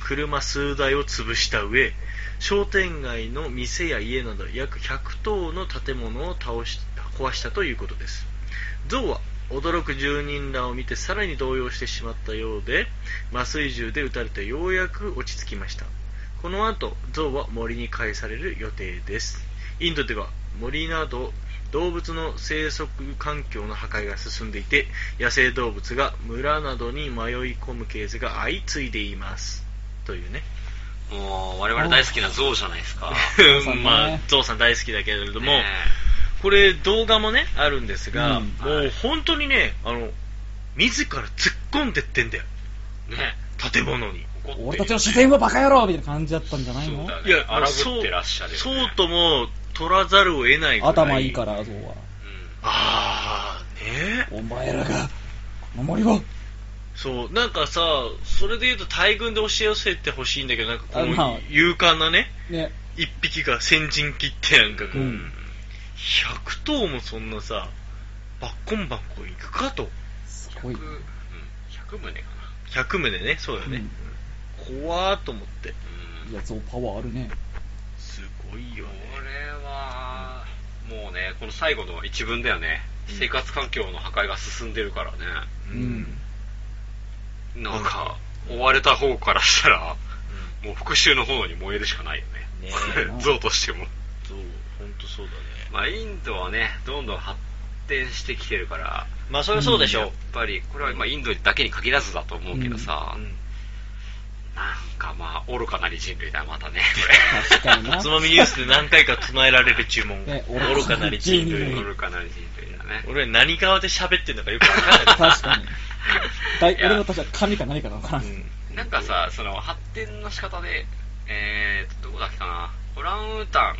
Speaker 5: 車数台を潰した上、商店街の店や家など約100棟の建物を倒し壊したということです。象は驚く住人らを見てさらに動揺してしまったようで麻酔銃で撃たれてようやく落ち着きましたこの後象は森に返される予定ですインドでは森など動物の生息環境の破壊が進んでいて野生動物が村などに迷い込むケースが相次いでいますというね
Speaker 3: もう、我々大好きな象じゃないですか。
Speaker 4: そうね
Speaker 5: まあ象さん大好きだけれども、
Speaker 3: ね
Speaker 5: これ動画もねあるんですが、
Speaker 4: うん
Speaker 5: もう本当にねあの自ら突っ込んでってんだよ
Speaker 3: えね
Speaker 5: 建物に
Speaker 3: 怒ってるよ
Speaker 4: 俺たちの自然はバカ野郎みたいな感じだったんじゃない
Speaker 3: そう
Speaker 4: の
Speaker 3: だね。
Speaker 5: いや
Speaker 3: 荒
Speaker 5: そ
Speaker 3: ぶ
Speaker 5: う
Speaker 3: ってらっしゃるよね。
Speaker 5: そうとも取らざるを得ないぐらい
Speaker 4: 頭いいから、そうは。
Speaker 3: うん
Speaker 5: ああね
Speaker 4: お前らが、守りを。
Speaker 5: そうなんかさそれで言うと大群で押し寄せてほしいんだけどなんかこ
Speaker 4: あまあ
Speaker 5: の勇敢なね
Speaker 4: ね。
Speaker 5: 一匹が先陣切ってなんかこう、
Speaker 4: うん
Speaker 5: 100頭もそんなさバッコンバッコンいくかと
Speaker 4: すごい。
Speaker 3: 100うん100棟かな。
Speaker 5: 100棟ねそうだね、怖ーと思って
Speaker 3: うん
Speaker 4: いや、そう、パワーある
Speaker 5: *laughs*
Speaker 4: ね。
Speaker 5: すごいよ
Speaker 3: こ
Speaker 5: ね
Speaker 3: れは、もうね、この最後の一文だよね。
Speaker 5: うん
Speaker 3: 生活環境の破壊が進んでるからね。
Speaker 4: うん。
Speaker 3: なんか、追われた方からしたら、もう復讐の炎に燃えるしかないよね。
Speaker 5: ね
Speaker 4: え
Speaker 3: *laughs* 像としても。
Speaker 5: そう本当そうだね
Speaker 3: まあ、インドはね、どんどん発展してきてるから、
Speaker 5: まあそれはそうでし
Speaker 3: や
Speaker 5: ょ
Speaker 3: っぱり、これはまあインドだけに限らずだと思うけどさ、
Speaker 5: う、うん
Speaker 3: なんかまあ、愚かなり人類だ、またね。
Speaker 4: 確かに
Speaker 3: *laughs*
Speaker 4: な。
Speaker 5: つまみニュースで何回か唱えられる注文
Speaker 4: ね
Speaker 5: 愚かなり人
Speaker 4: 愚かなり *laughs* 人
Speaker 5: 類
Speaker 4: 類
Speaker 3: 愚かなり人類だね。
Speaker 5: 俺何側で喋ってんのかよくわからない
Speaker 3: *laughs*
Speaker 4: 確かに。だい
Speaker 3: いや
Speaker 4: 俺の確か神か何かなのかな。
Speaker 3: なんかさ、その発展の仕方で、えーと、どこだっけかな、オランウータン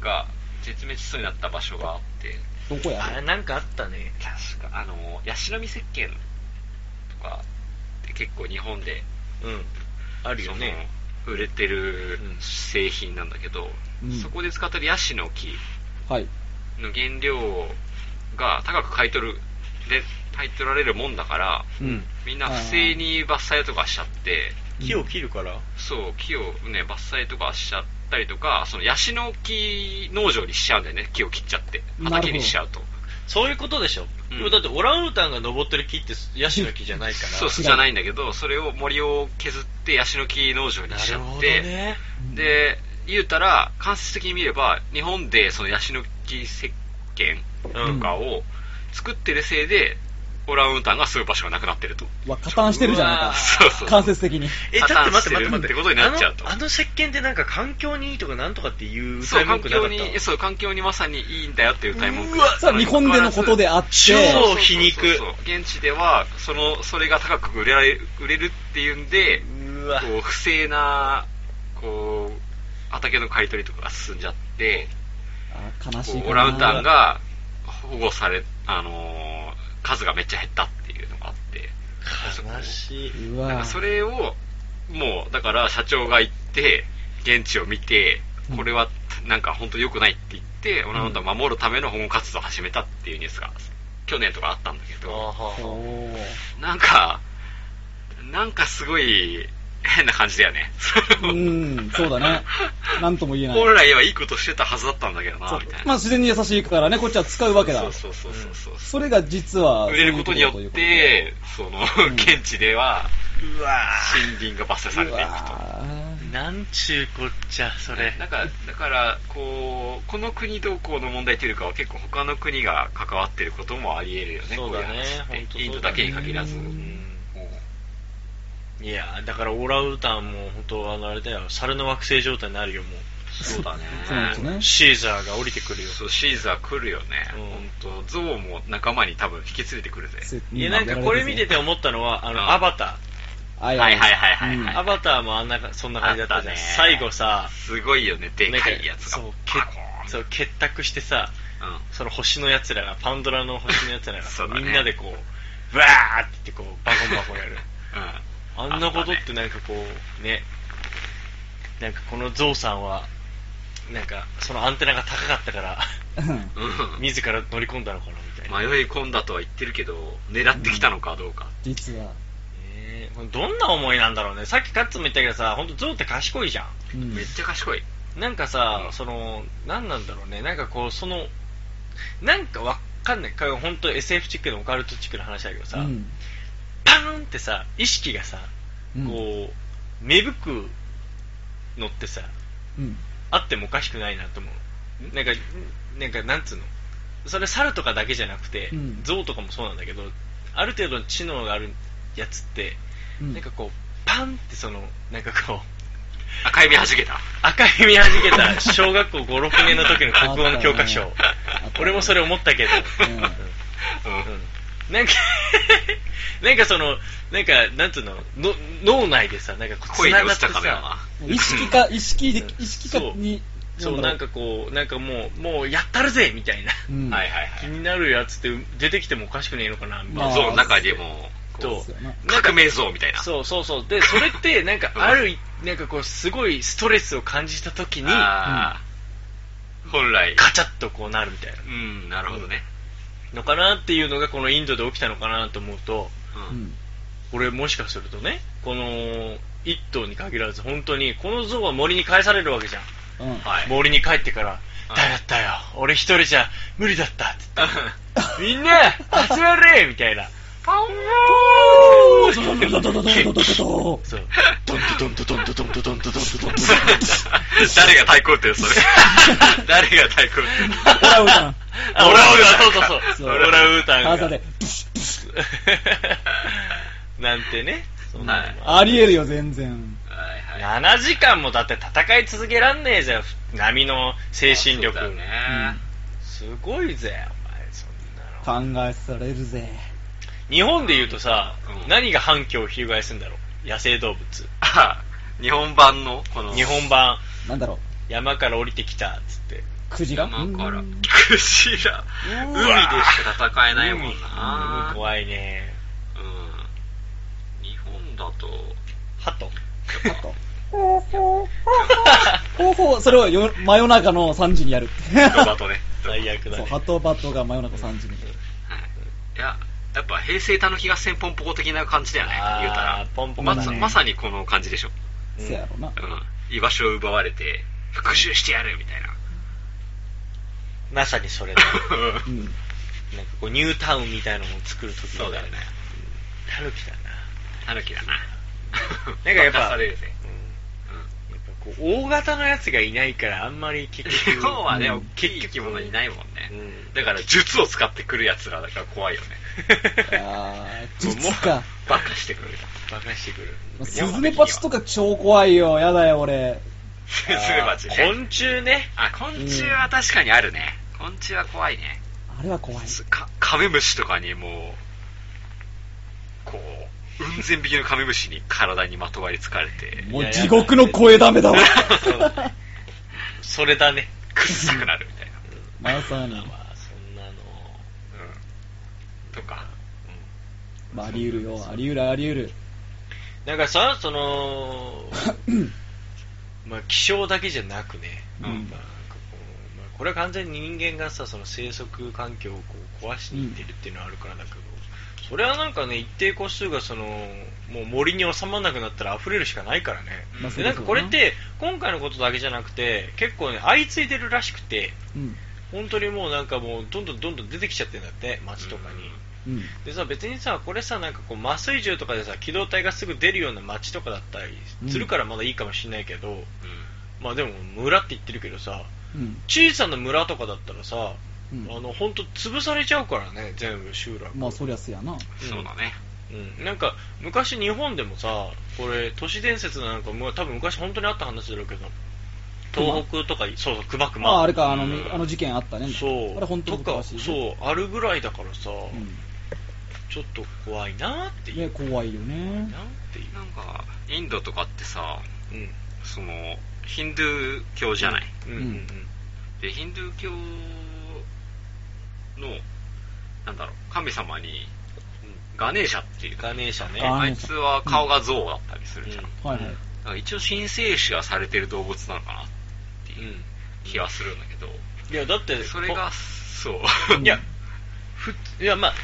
Speaker 3: が絶滅しそうになった場所があって、
Speaker 4: どこや
Speaker 5: あれなんかあったね
Speaker 3: 確か、あの、ヤシの実石鹸とかって結構日本で、
Speaker 5: うんあるよね
Speaker 3: その売れてる
Speaker 5: うん
Speaker 3: 製品なんだけど、
Speaker 4: うん
Speaker 3: そこで使ってるヤシの木
Speaker 4: はい。
Speaker 3: の原料が高く買い取る、で、買い取られるもんだから、
Speaker 5: うん
Speaker 3: みんな不正に伐採とかしちゃって、
Speaker 5: 木を切るから
Speaker 3: そう、木をね、伐採とかしちゃったりとか、そのヤシの木農場にしちゃうんだよね、木を切っちゃって。
Speaker 4: なるほど
Speaker 3: 畑にしちゃうと。
Speaker 5: そういうことでしょ、
Speaker 3: うん
Speaker 5: でもだってオランウータンが登ってる木ってヤシの木じゃないから
Speaker 3: そうそうじゃないんだけどそれを森を削ってヤシの木農場に
Speaker 5: な
Speaker 3: しちゃ
Speaker 5: るほ
Speaker 3: っ
Speaker 5: ど
Speaker 3: て、
Speaker 5: ね
Speaker 3: で言うたら間接的に見れば日本でそのヤシの木石鹸とかを作ってるせいで、オランウータンが住む場所がなくなってると
Speaker 4: わ、加担してるじゃないう
Speaker 5: わ
Speaker 4: か
Speaker 5: ー。
Speaker 3: そうそう
Speaker 4: 間接的に。
Speaker 5: えだって待って待って
Speaker 3: 破綻してる
Speaker 5: 待
Speaker 3: ってことになっちゃうと
Speaker 5: あのあの石鹸ってなんか環境にいいとかなんとかっていう
Speaker 3: そ
Speaker 5: 歌
Speaker 3: う
Speaker 5: い
Speaker 3: 環
Speaker 5: 文句なか
Speaker 3: 境
Speaker 5: った
Speaker 3: にそう環境にまさにいいんだよっていうタイム
Speaker 5: うわ
Speaker 4: さあ、日本でのことであって、
Speaker 5: 超
Speaker 3: そう
Speaker 5: 皮
Speaker 3: そ
Speaker 5: 肉
Speaker 3: うそうそう現地ではそのそれが高く売れられ売れるっていうんで
Speaker 5: うわ
Speaker 3: こう不正なこう畑の買い取りとかが進んじゃって
Speaker 4: あ悲し
Speaker 3: こ
Speaker 4: い
Speaker 3: う
Speaker 4: かな
Speaker 3: オランウータンが保護され、あのー数がめっちゃ減ったっていうのがあって
Speaker 5: 悲しいう
Speaker 3: なん
Speaker 4: わ
Speaker 3: かそれをもうだから社長が行って現地を見てこれはなんか本当良くないって言って、オランウータンを守るための保護活動を始めたっていうニュースが去年とかあったんだけど、
Speaker 4: そう
Speaker 3: なんか、なんかすごい変な感じだよね。
Speaker 4: うん、そうだね。なんとも言えない。
Speaker 3: 本来はいいことしてたはずだったんだけどな、
Speaker 4: そう
Speaker 3: みたいな。
Speaker 4: まあ自然に優しいからね、こっちは使うわけだ
Speaker 3: そう。そうそうそうそう。
Speaker 4: それが実は、
Speaker 3: 売れることによ
Speaker 4: そういう
Speaker 3: っ
Speaker 4: ことで
Speaker 3: て、その、
Speaker 4: ん
Speaker 3: 現地では
Speaker 5: うわ
Speaker 3: 森林が伐採され
Speaker 4: う
Speaker 3: ていくと。
Speaker 4: わ
Speaker 5: ーなんちゅうこっちゃそれ
Speaker 3: だから、だから、こう、この国同行の問題というよりかは結構他の国が関わってることもあり得るよね、
Speaker 5: そうだね
Speaker 3: こういう話っ
Speaker 5: 本当そうだ
Speaker 3: て
Speaker 5: ね
Speaker 3: インドだけに限らず。
Speaker 4: う
Speaker 3: うんん
Speaker 5: いやだからオランウータンも本当あのあれだよ猿の惑星状態になるよも
Speaker 3: そうだね。
Speaker 4: そうなんですね
Speaker 5: うシーザーが降りてくるよ
Speaker 3: そうシーザー来るよね、
Speaker 5: うん
Speaker 3: 本当ゾウも仲間に多分引き連れてくるぜ
Speaker 4: ー
Speaker 5: いやなんかこれ見てて思ったのはあ
Speaker 3: う
Speaker 5: の
Speaker 3: ん
Speaker 5: アバタ
Speaker 4: はい
Speaker 3: はいはいはいはいはい
Speaker 5: ーアバターもあんなかそんな感じだったじゃ
Speaker 3: あっ
Speaker 5: ん
Speaker 3: たね
Speaker 5: 最後さ
Speaker 3: すごいよねでかいやつが
Speaker 5: なんか
Speaker 3: パコーン
Speaker 5: そうけそう結託してさその星のやつらがパンドラの星のやつらが
Speaker 3: そうだね
Speaker 5: みんなでこうわーってこうバコンバコン
Speaker 3: *laughs*
Speaker 5: やる
Speaker 3: うん、うん、
Speaker 5: あんなことってなんかこうねなんかこのゾウさんはなんかそのアンテナが高かったから
Speaker 3: あったね、
Speaker 5: 自ら乗り込んだのかなみたいな、ね
Speaker 3: うん、迷い込んだとは言ってるけど狙ってきたのかどうか、
Speaker 4: 実は。
Speaker 5: えこれどんな思いなんだろうねさっきカッツンも言ったけどさ本当ゾウって賢いじゃん
Speaker 4: うん
Speaker 3: めっちゃ賢い
Speaker 5: なんかさ、その、なんなんだろうね、なんかこう、その、なんかわかんない、これ本当 SF チックのオカルトチックの話だけどさ、
Speaker 4: うん
Speaker 5: パーンってさ、意識がさ、
Speaker 4: うん
Speaker 5: こう、芽吹くのってさ、
Speaker 4: うん
Speaker 5: あってもおかしくないなと思う。なんか、なんかなんつうの、それ猿とかだけじゃなくて、
Speaker 4: うん
Speaker 5: 象とかもそうなんだけど、ある程度の知能があるやつって、
Speaker 4: うん
Speaker 5: なんかこう、パンってその、なんかこう、
Speaker 3: 赤い目はじけた
Speaker 5: 赤い見始めた小学校56年の時の国語の教科書、
Speaker 4: あったねあったね
Speaker 5: 俺もそれ思ったけど、
Speaker 4: う
Speaker 5: うんん
Speaker 3: うん
Speaker 5: なんか *laughs* なんかそのなんかなんつうのの脳内でさなんかこう
Speaker 3: 声に
Speaker 5: 繋が
Speaker 3: 落
Speaker 5: っ
Speaker 3: ち
Speaker 5: て
Speaker 3: たかのよう
Speaker 5: さ
Speaker 3: な
Speaker 4: 意識か、意識で、意識か
Speaker 5: そう
Speaker 4: に、
Speaker 5: そうなんかこうなんかもうもうやったるぜみたいな、
Speaker 4: うん、
Speaker 3: はいはいは
Speaker 5: 気
Speaker 3: い
Speaker 5: になるやつって出てきてもおかしくねえのかなみたい
Speaker 4: まあ
Speaker 5: な、
Speaker 3: ゾウの中でも
Speaker 5: と
Speaker 4: そうですよね
Speaker 5: なんか
Speaker 3: 革命像みたいな
Speaker 5: そうそうそうでそれってなんかあるなんかこうすごいストレスを感じた時にガ
Speaker 3: あー本来
Speaker 5: チャッとこうなるみたいな
Speaker 3: うんなるほどね、
Speaker 5: のかなっていうのがこのインドで起きたのかなと思うと
Speaker 3: う
Speaker 4: うんん
Speaker 5: 俺もしかするとねこの一頭に限らず本当にこの象は森に返されるわけじゃん、
Speaker 4: うん
Speaker 3: はい *laughs*
Speaker 5: 森に帰ってから「
Speaker 3: うん
Speaker 5: だめだったよ俺一人じゃ無理だった」って言って「みんな集まれ!」みたいな
Speaker 3: パオン
Speaker 4: ドドドドドドドドドド
Speaker 5: そう
Speaker 3: *laughs* 誰が太鼓打ってる
Speaker 5: *laughs*
Speaker 3: それ誰が太鼓打ってる
Speaker 4: オランウータン
Speaker 5: あオランウータンそうそうそう
Speaker 4: そう
Speaker 5: オランウータン
Speaker 4: タ
Speaker 5: が
Speaker 4: ーザンで
Speaker 5: なんてねそんなのも
Speaker 4: ありえるよ全然
Speaker 3: はいはい
Speaker 5: 7時間もだって戦い続けらんねえぜ波の精神力
Speaker 3: そうだね
Speaker 5: すごいぜお前そんなの
Speaker 4: 考えされるぜ
Speaker 5: 日本で言うとさ、
Speaker 3: うん
Speaker 5: 何が反響を翻すんだろう野生動物
Speaker 3: あ日本版のこの
Speaker 5: 日本版
Speaker 4: なんだろう
Speaker 5: 山から降りてきたっつって
Speaker 4: クジラ
Speaker 3: 山から
Speaker 4: うん
Speaker 3: クジラ
Speaker 5: う
Speaker 3: 海
Speaker 5: わ
Speaker 3: でしか戦えないもんな
Speaker 5: 海怖いね
Speaker 3: うん日本だと
Speaker 5: 鳩
Speaker 4: ほうほうほうほうそれをよ真夜中の3時にやる
Speaker 3: ロバ *laughs* トね
Speaker 5: 最悪だ
Speaker 4: そう
Speaker 5: ね
Speaker 4: ハトバトが真夜中3時に
Speaker 3: いややっぱ平成たぬき合戦ポンポコ的な感じだよね
Speaker 5: あー
Speaker 3: 言うたら
Speaker 5: ポンポコ
Speaker 3: ま
Speaker 5: だね
Speaker 3: さまさにこの感じでしょ、
Speaker 5: うん
Speaker 4: せやろな
Speaker 3: うん、居場所を奪われて復讐してやるみたいな *laughs*
Speaker 5: まさにそれだ
Speaker 4: うん
Speaker 5: なんかこうニュータウンみたいなのを作るとき
Speaker 3: そうだよね
Speaker 5: たぬきだな
Speaker 3: たぬきだな
Speaker 5: なんかや
Speaker 3: *laughs* 任
Speaker 5: っぱ
Speaker 3: されるぜ
Speaker 5: うんやっぱこう大型のやつがいないからあんまり結
Speaker 3: 日
Speaker 5: 局
Speaker 3: 本はね、
Speaker 5: うん
Speaker 3: 大きい生き物いないもんね、
Speaker 5: うん
Speaker 3: だから術を使ってくるやつらだから怖いよね
Speaker 4: あー術か。
Speaker 3: バカしてくる
Speaker 5: バカしてくる
Speaker 4: まあスズメバチとか超怖いよ。やだよ、俺。
Speaker 3: スズメバチね
Speaker 5: 昆虫ね
Speaker 3: あ昆虫は確かにあるね、昆虫は怖いね
Speaker 4: あれは怖い。
Speaker 3: すかカメムシとかにもうこう雲仙引きのカメムシに体にまとわりつかれて
Speaker 4: もう地獄の声ダメだわ。
Speaker 5: そうだねそれだね
Speaker 3: くっさくなるみたいな、
Speaker 4: まさに。
Speaker 5: まあそんなの
Speaker 3: うん、とか
Speaker 4: まあ、あり得るよ。あり得る、あり得る。
Speaker 5: なんかさそのまあ気象だけじゃなくね、
Speaker 4: うん
Speaker 5: まあなんかこうまあこれは完全に人間がさその生息環境をこう壊しにいってるっていうのはあるからだけど、それはなんかね一定個数がそのもう森に収まらなくなったら溢れるしかないからね、
Speaker 4: まあ
Speaker 5: でなんかこれっ、て今回のことだけじゃなくて結構ね相次いでるらしくて
Speaker 4: そうだな
Speaker 5: 本当にもうなんかもうどんどんどんどん出てきちゃってんだって街とかに。
Speaker 4: うん。うん。
Speaker 5: でさ別にさこれさなんかこう麻酔銃とかでさ機動隊がすぐ出るような街とかだったりするからまだいいかもしれないけど、まあでも村って言ってるけどさ
Speaker 4: うん。
Speaker 5: 小さな村とかだったらさ、
Speaker 4: うん
Speaker 5: あの本当潰されちゃうからね全部集落、
Speaker 4: まあ、そりゃそうやな。
Speaker 3: うんそうだね
Speaker 5: うん、なんか昔日本でもさこれ都市伝説なんかもう多分昔本当にあった話だろうけど東北とかそうそう熊熊
Speaker 4: まあ、あれか、あの、
Speaker 5: うん
Speaker 4: あの事件あったね。
Speaker 5: そう
Speaker 4: あれ本当
Speaker 5: と
Speaker 4: に
Speaker 5: か
Speaker 4: 詳しい。
Speaker 5: そうあるぐらいだからさ、
Speaker 4: う
Speaker 5: ちょっと怖いなーって
Speaker 4: ん。
Speaker 5: い
Speaker 4: ね、
Speaker 5: う、
Speaker 4: 怖いよね。
Speaker 5: なんていう
Speaker 3: なんかインドとかってさ
Speaker 5: うん
Speaker 3: そのヒンドゥー教じゃない、
Speaker 5: うんうんうん
Speaker 3: でヒンドゥー教のなんだろう神様にガネーシャっていう
Speaker 5: ガネーシャね。
Speaker 4: あ
Speaker 3: あいつは顔が象だったりするじゃん、
Speaker 5: うん
Speaker 3: だ
Speaker 4: はいはい。
Speaker 3: から一応神聖視はされてる動物なのかなって
Speaker 5: う。
Speaker 3: いうん気はするんだけど、
Speaker 5: いや、だって、
Speaker 3: それが
Speaker 5: こ
Speaker 3: そう *laughs*
Speaker 4: うん
Speaker 5: いや、ふ、いや、まあ、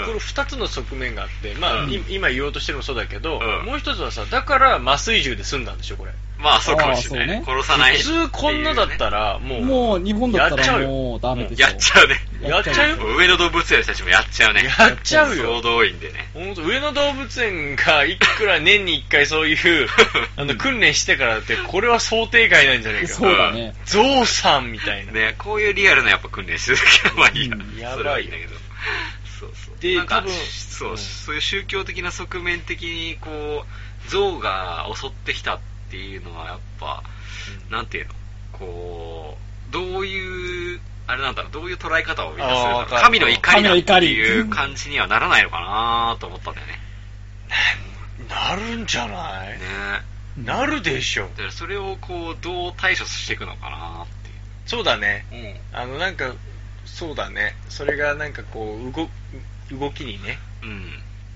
Speaker 3: うん
Speaker 5: この二つの側面があって、まあ、
Speaker 3: うん
Speaker 5: い今言おうとしてるのもそうだけど、
Speaker 3: うん
Speaker 5: もう一つはさ、だから麻酔銃で済んだんでしょ、これ。
Speaker 3: まあそうかもしれない、
Speaker 4: あーそうね
Speaker 3: 殺さないっていうね
Speaker 5: 普通こんなだったら、もう、
Speaker 4: もう日本だった
Speaker 5: やっちゃう
Speaker 4: ら
Speaker 5: よ
Speaker 4: もうダメでしょ。
Speaker 3: やっちゃうね
Speaker 5: やっちゃうよ。
Speaker 3: もう上野動物園の人たちもやっちゃうね
Speaker 5: やっ
Speaker 3: *laughs*
Speaker 5: ちゃうよ
Speaker 3: 総動員でね
Speaker 5: 本当上野動物園がいくら年に一回そ
Speaker 3: *laughs*
Speaker 5: ういうあの訓練してからだってこれは想定外なんじゃないか
Speaker 4: そうだね。
Speaker 5: ゾウさんみたいな、
Speaker 3: ねこういうリアルなやっぱ訓練してる時はまあいいや、
Speaker 5: うんやばいよ
Speaker 3: それはいいんだけどそうそう
Speaker 5: で
Speaker 3: なんか
Speaker 5: 多分
Speaker 3: そう、
Speaker 5: うん
Speaker 3: そういう宗教的な側面的にこう象が襲ってきたっていうのはやっぱ、
Speaker 5: うん
Speaker 3: なんていうのこうどういうあれなんだろうどういう捉え方をみんな
Speaker 5: あーわ
Speaker 3: す
Speaker 5: か
Speaker 3: るの
Speaker 5: る
Speaker 3: 神の怒りだってい
Speaker 4: 神の怒り
Speaker 3: う感じにはならないのかなと思ったんだよね
Speaker 5: なるんじゃない、
Speaker 3: ね
Speaker 5: なるでしょ
Speaker 3: だからそれをこうどう対処していくのかなっ
Speaker 5: そうだね
Speaker 3: ていう
Speaker 5: あのなんかそうだねそれがなんかこう動動きにね、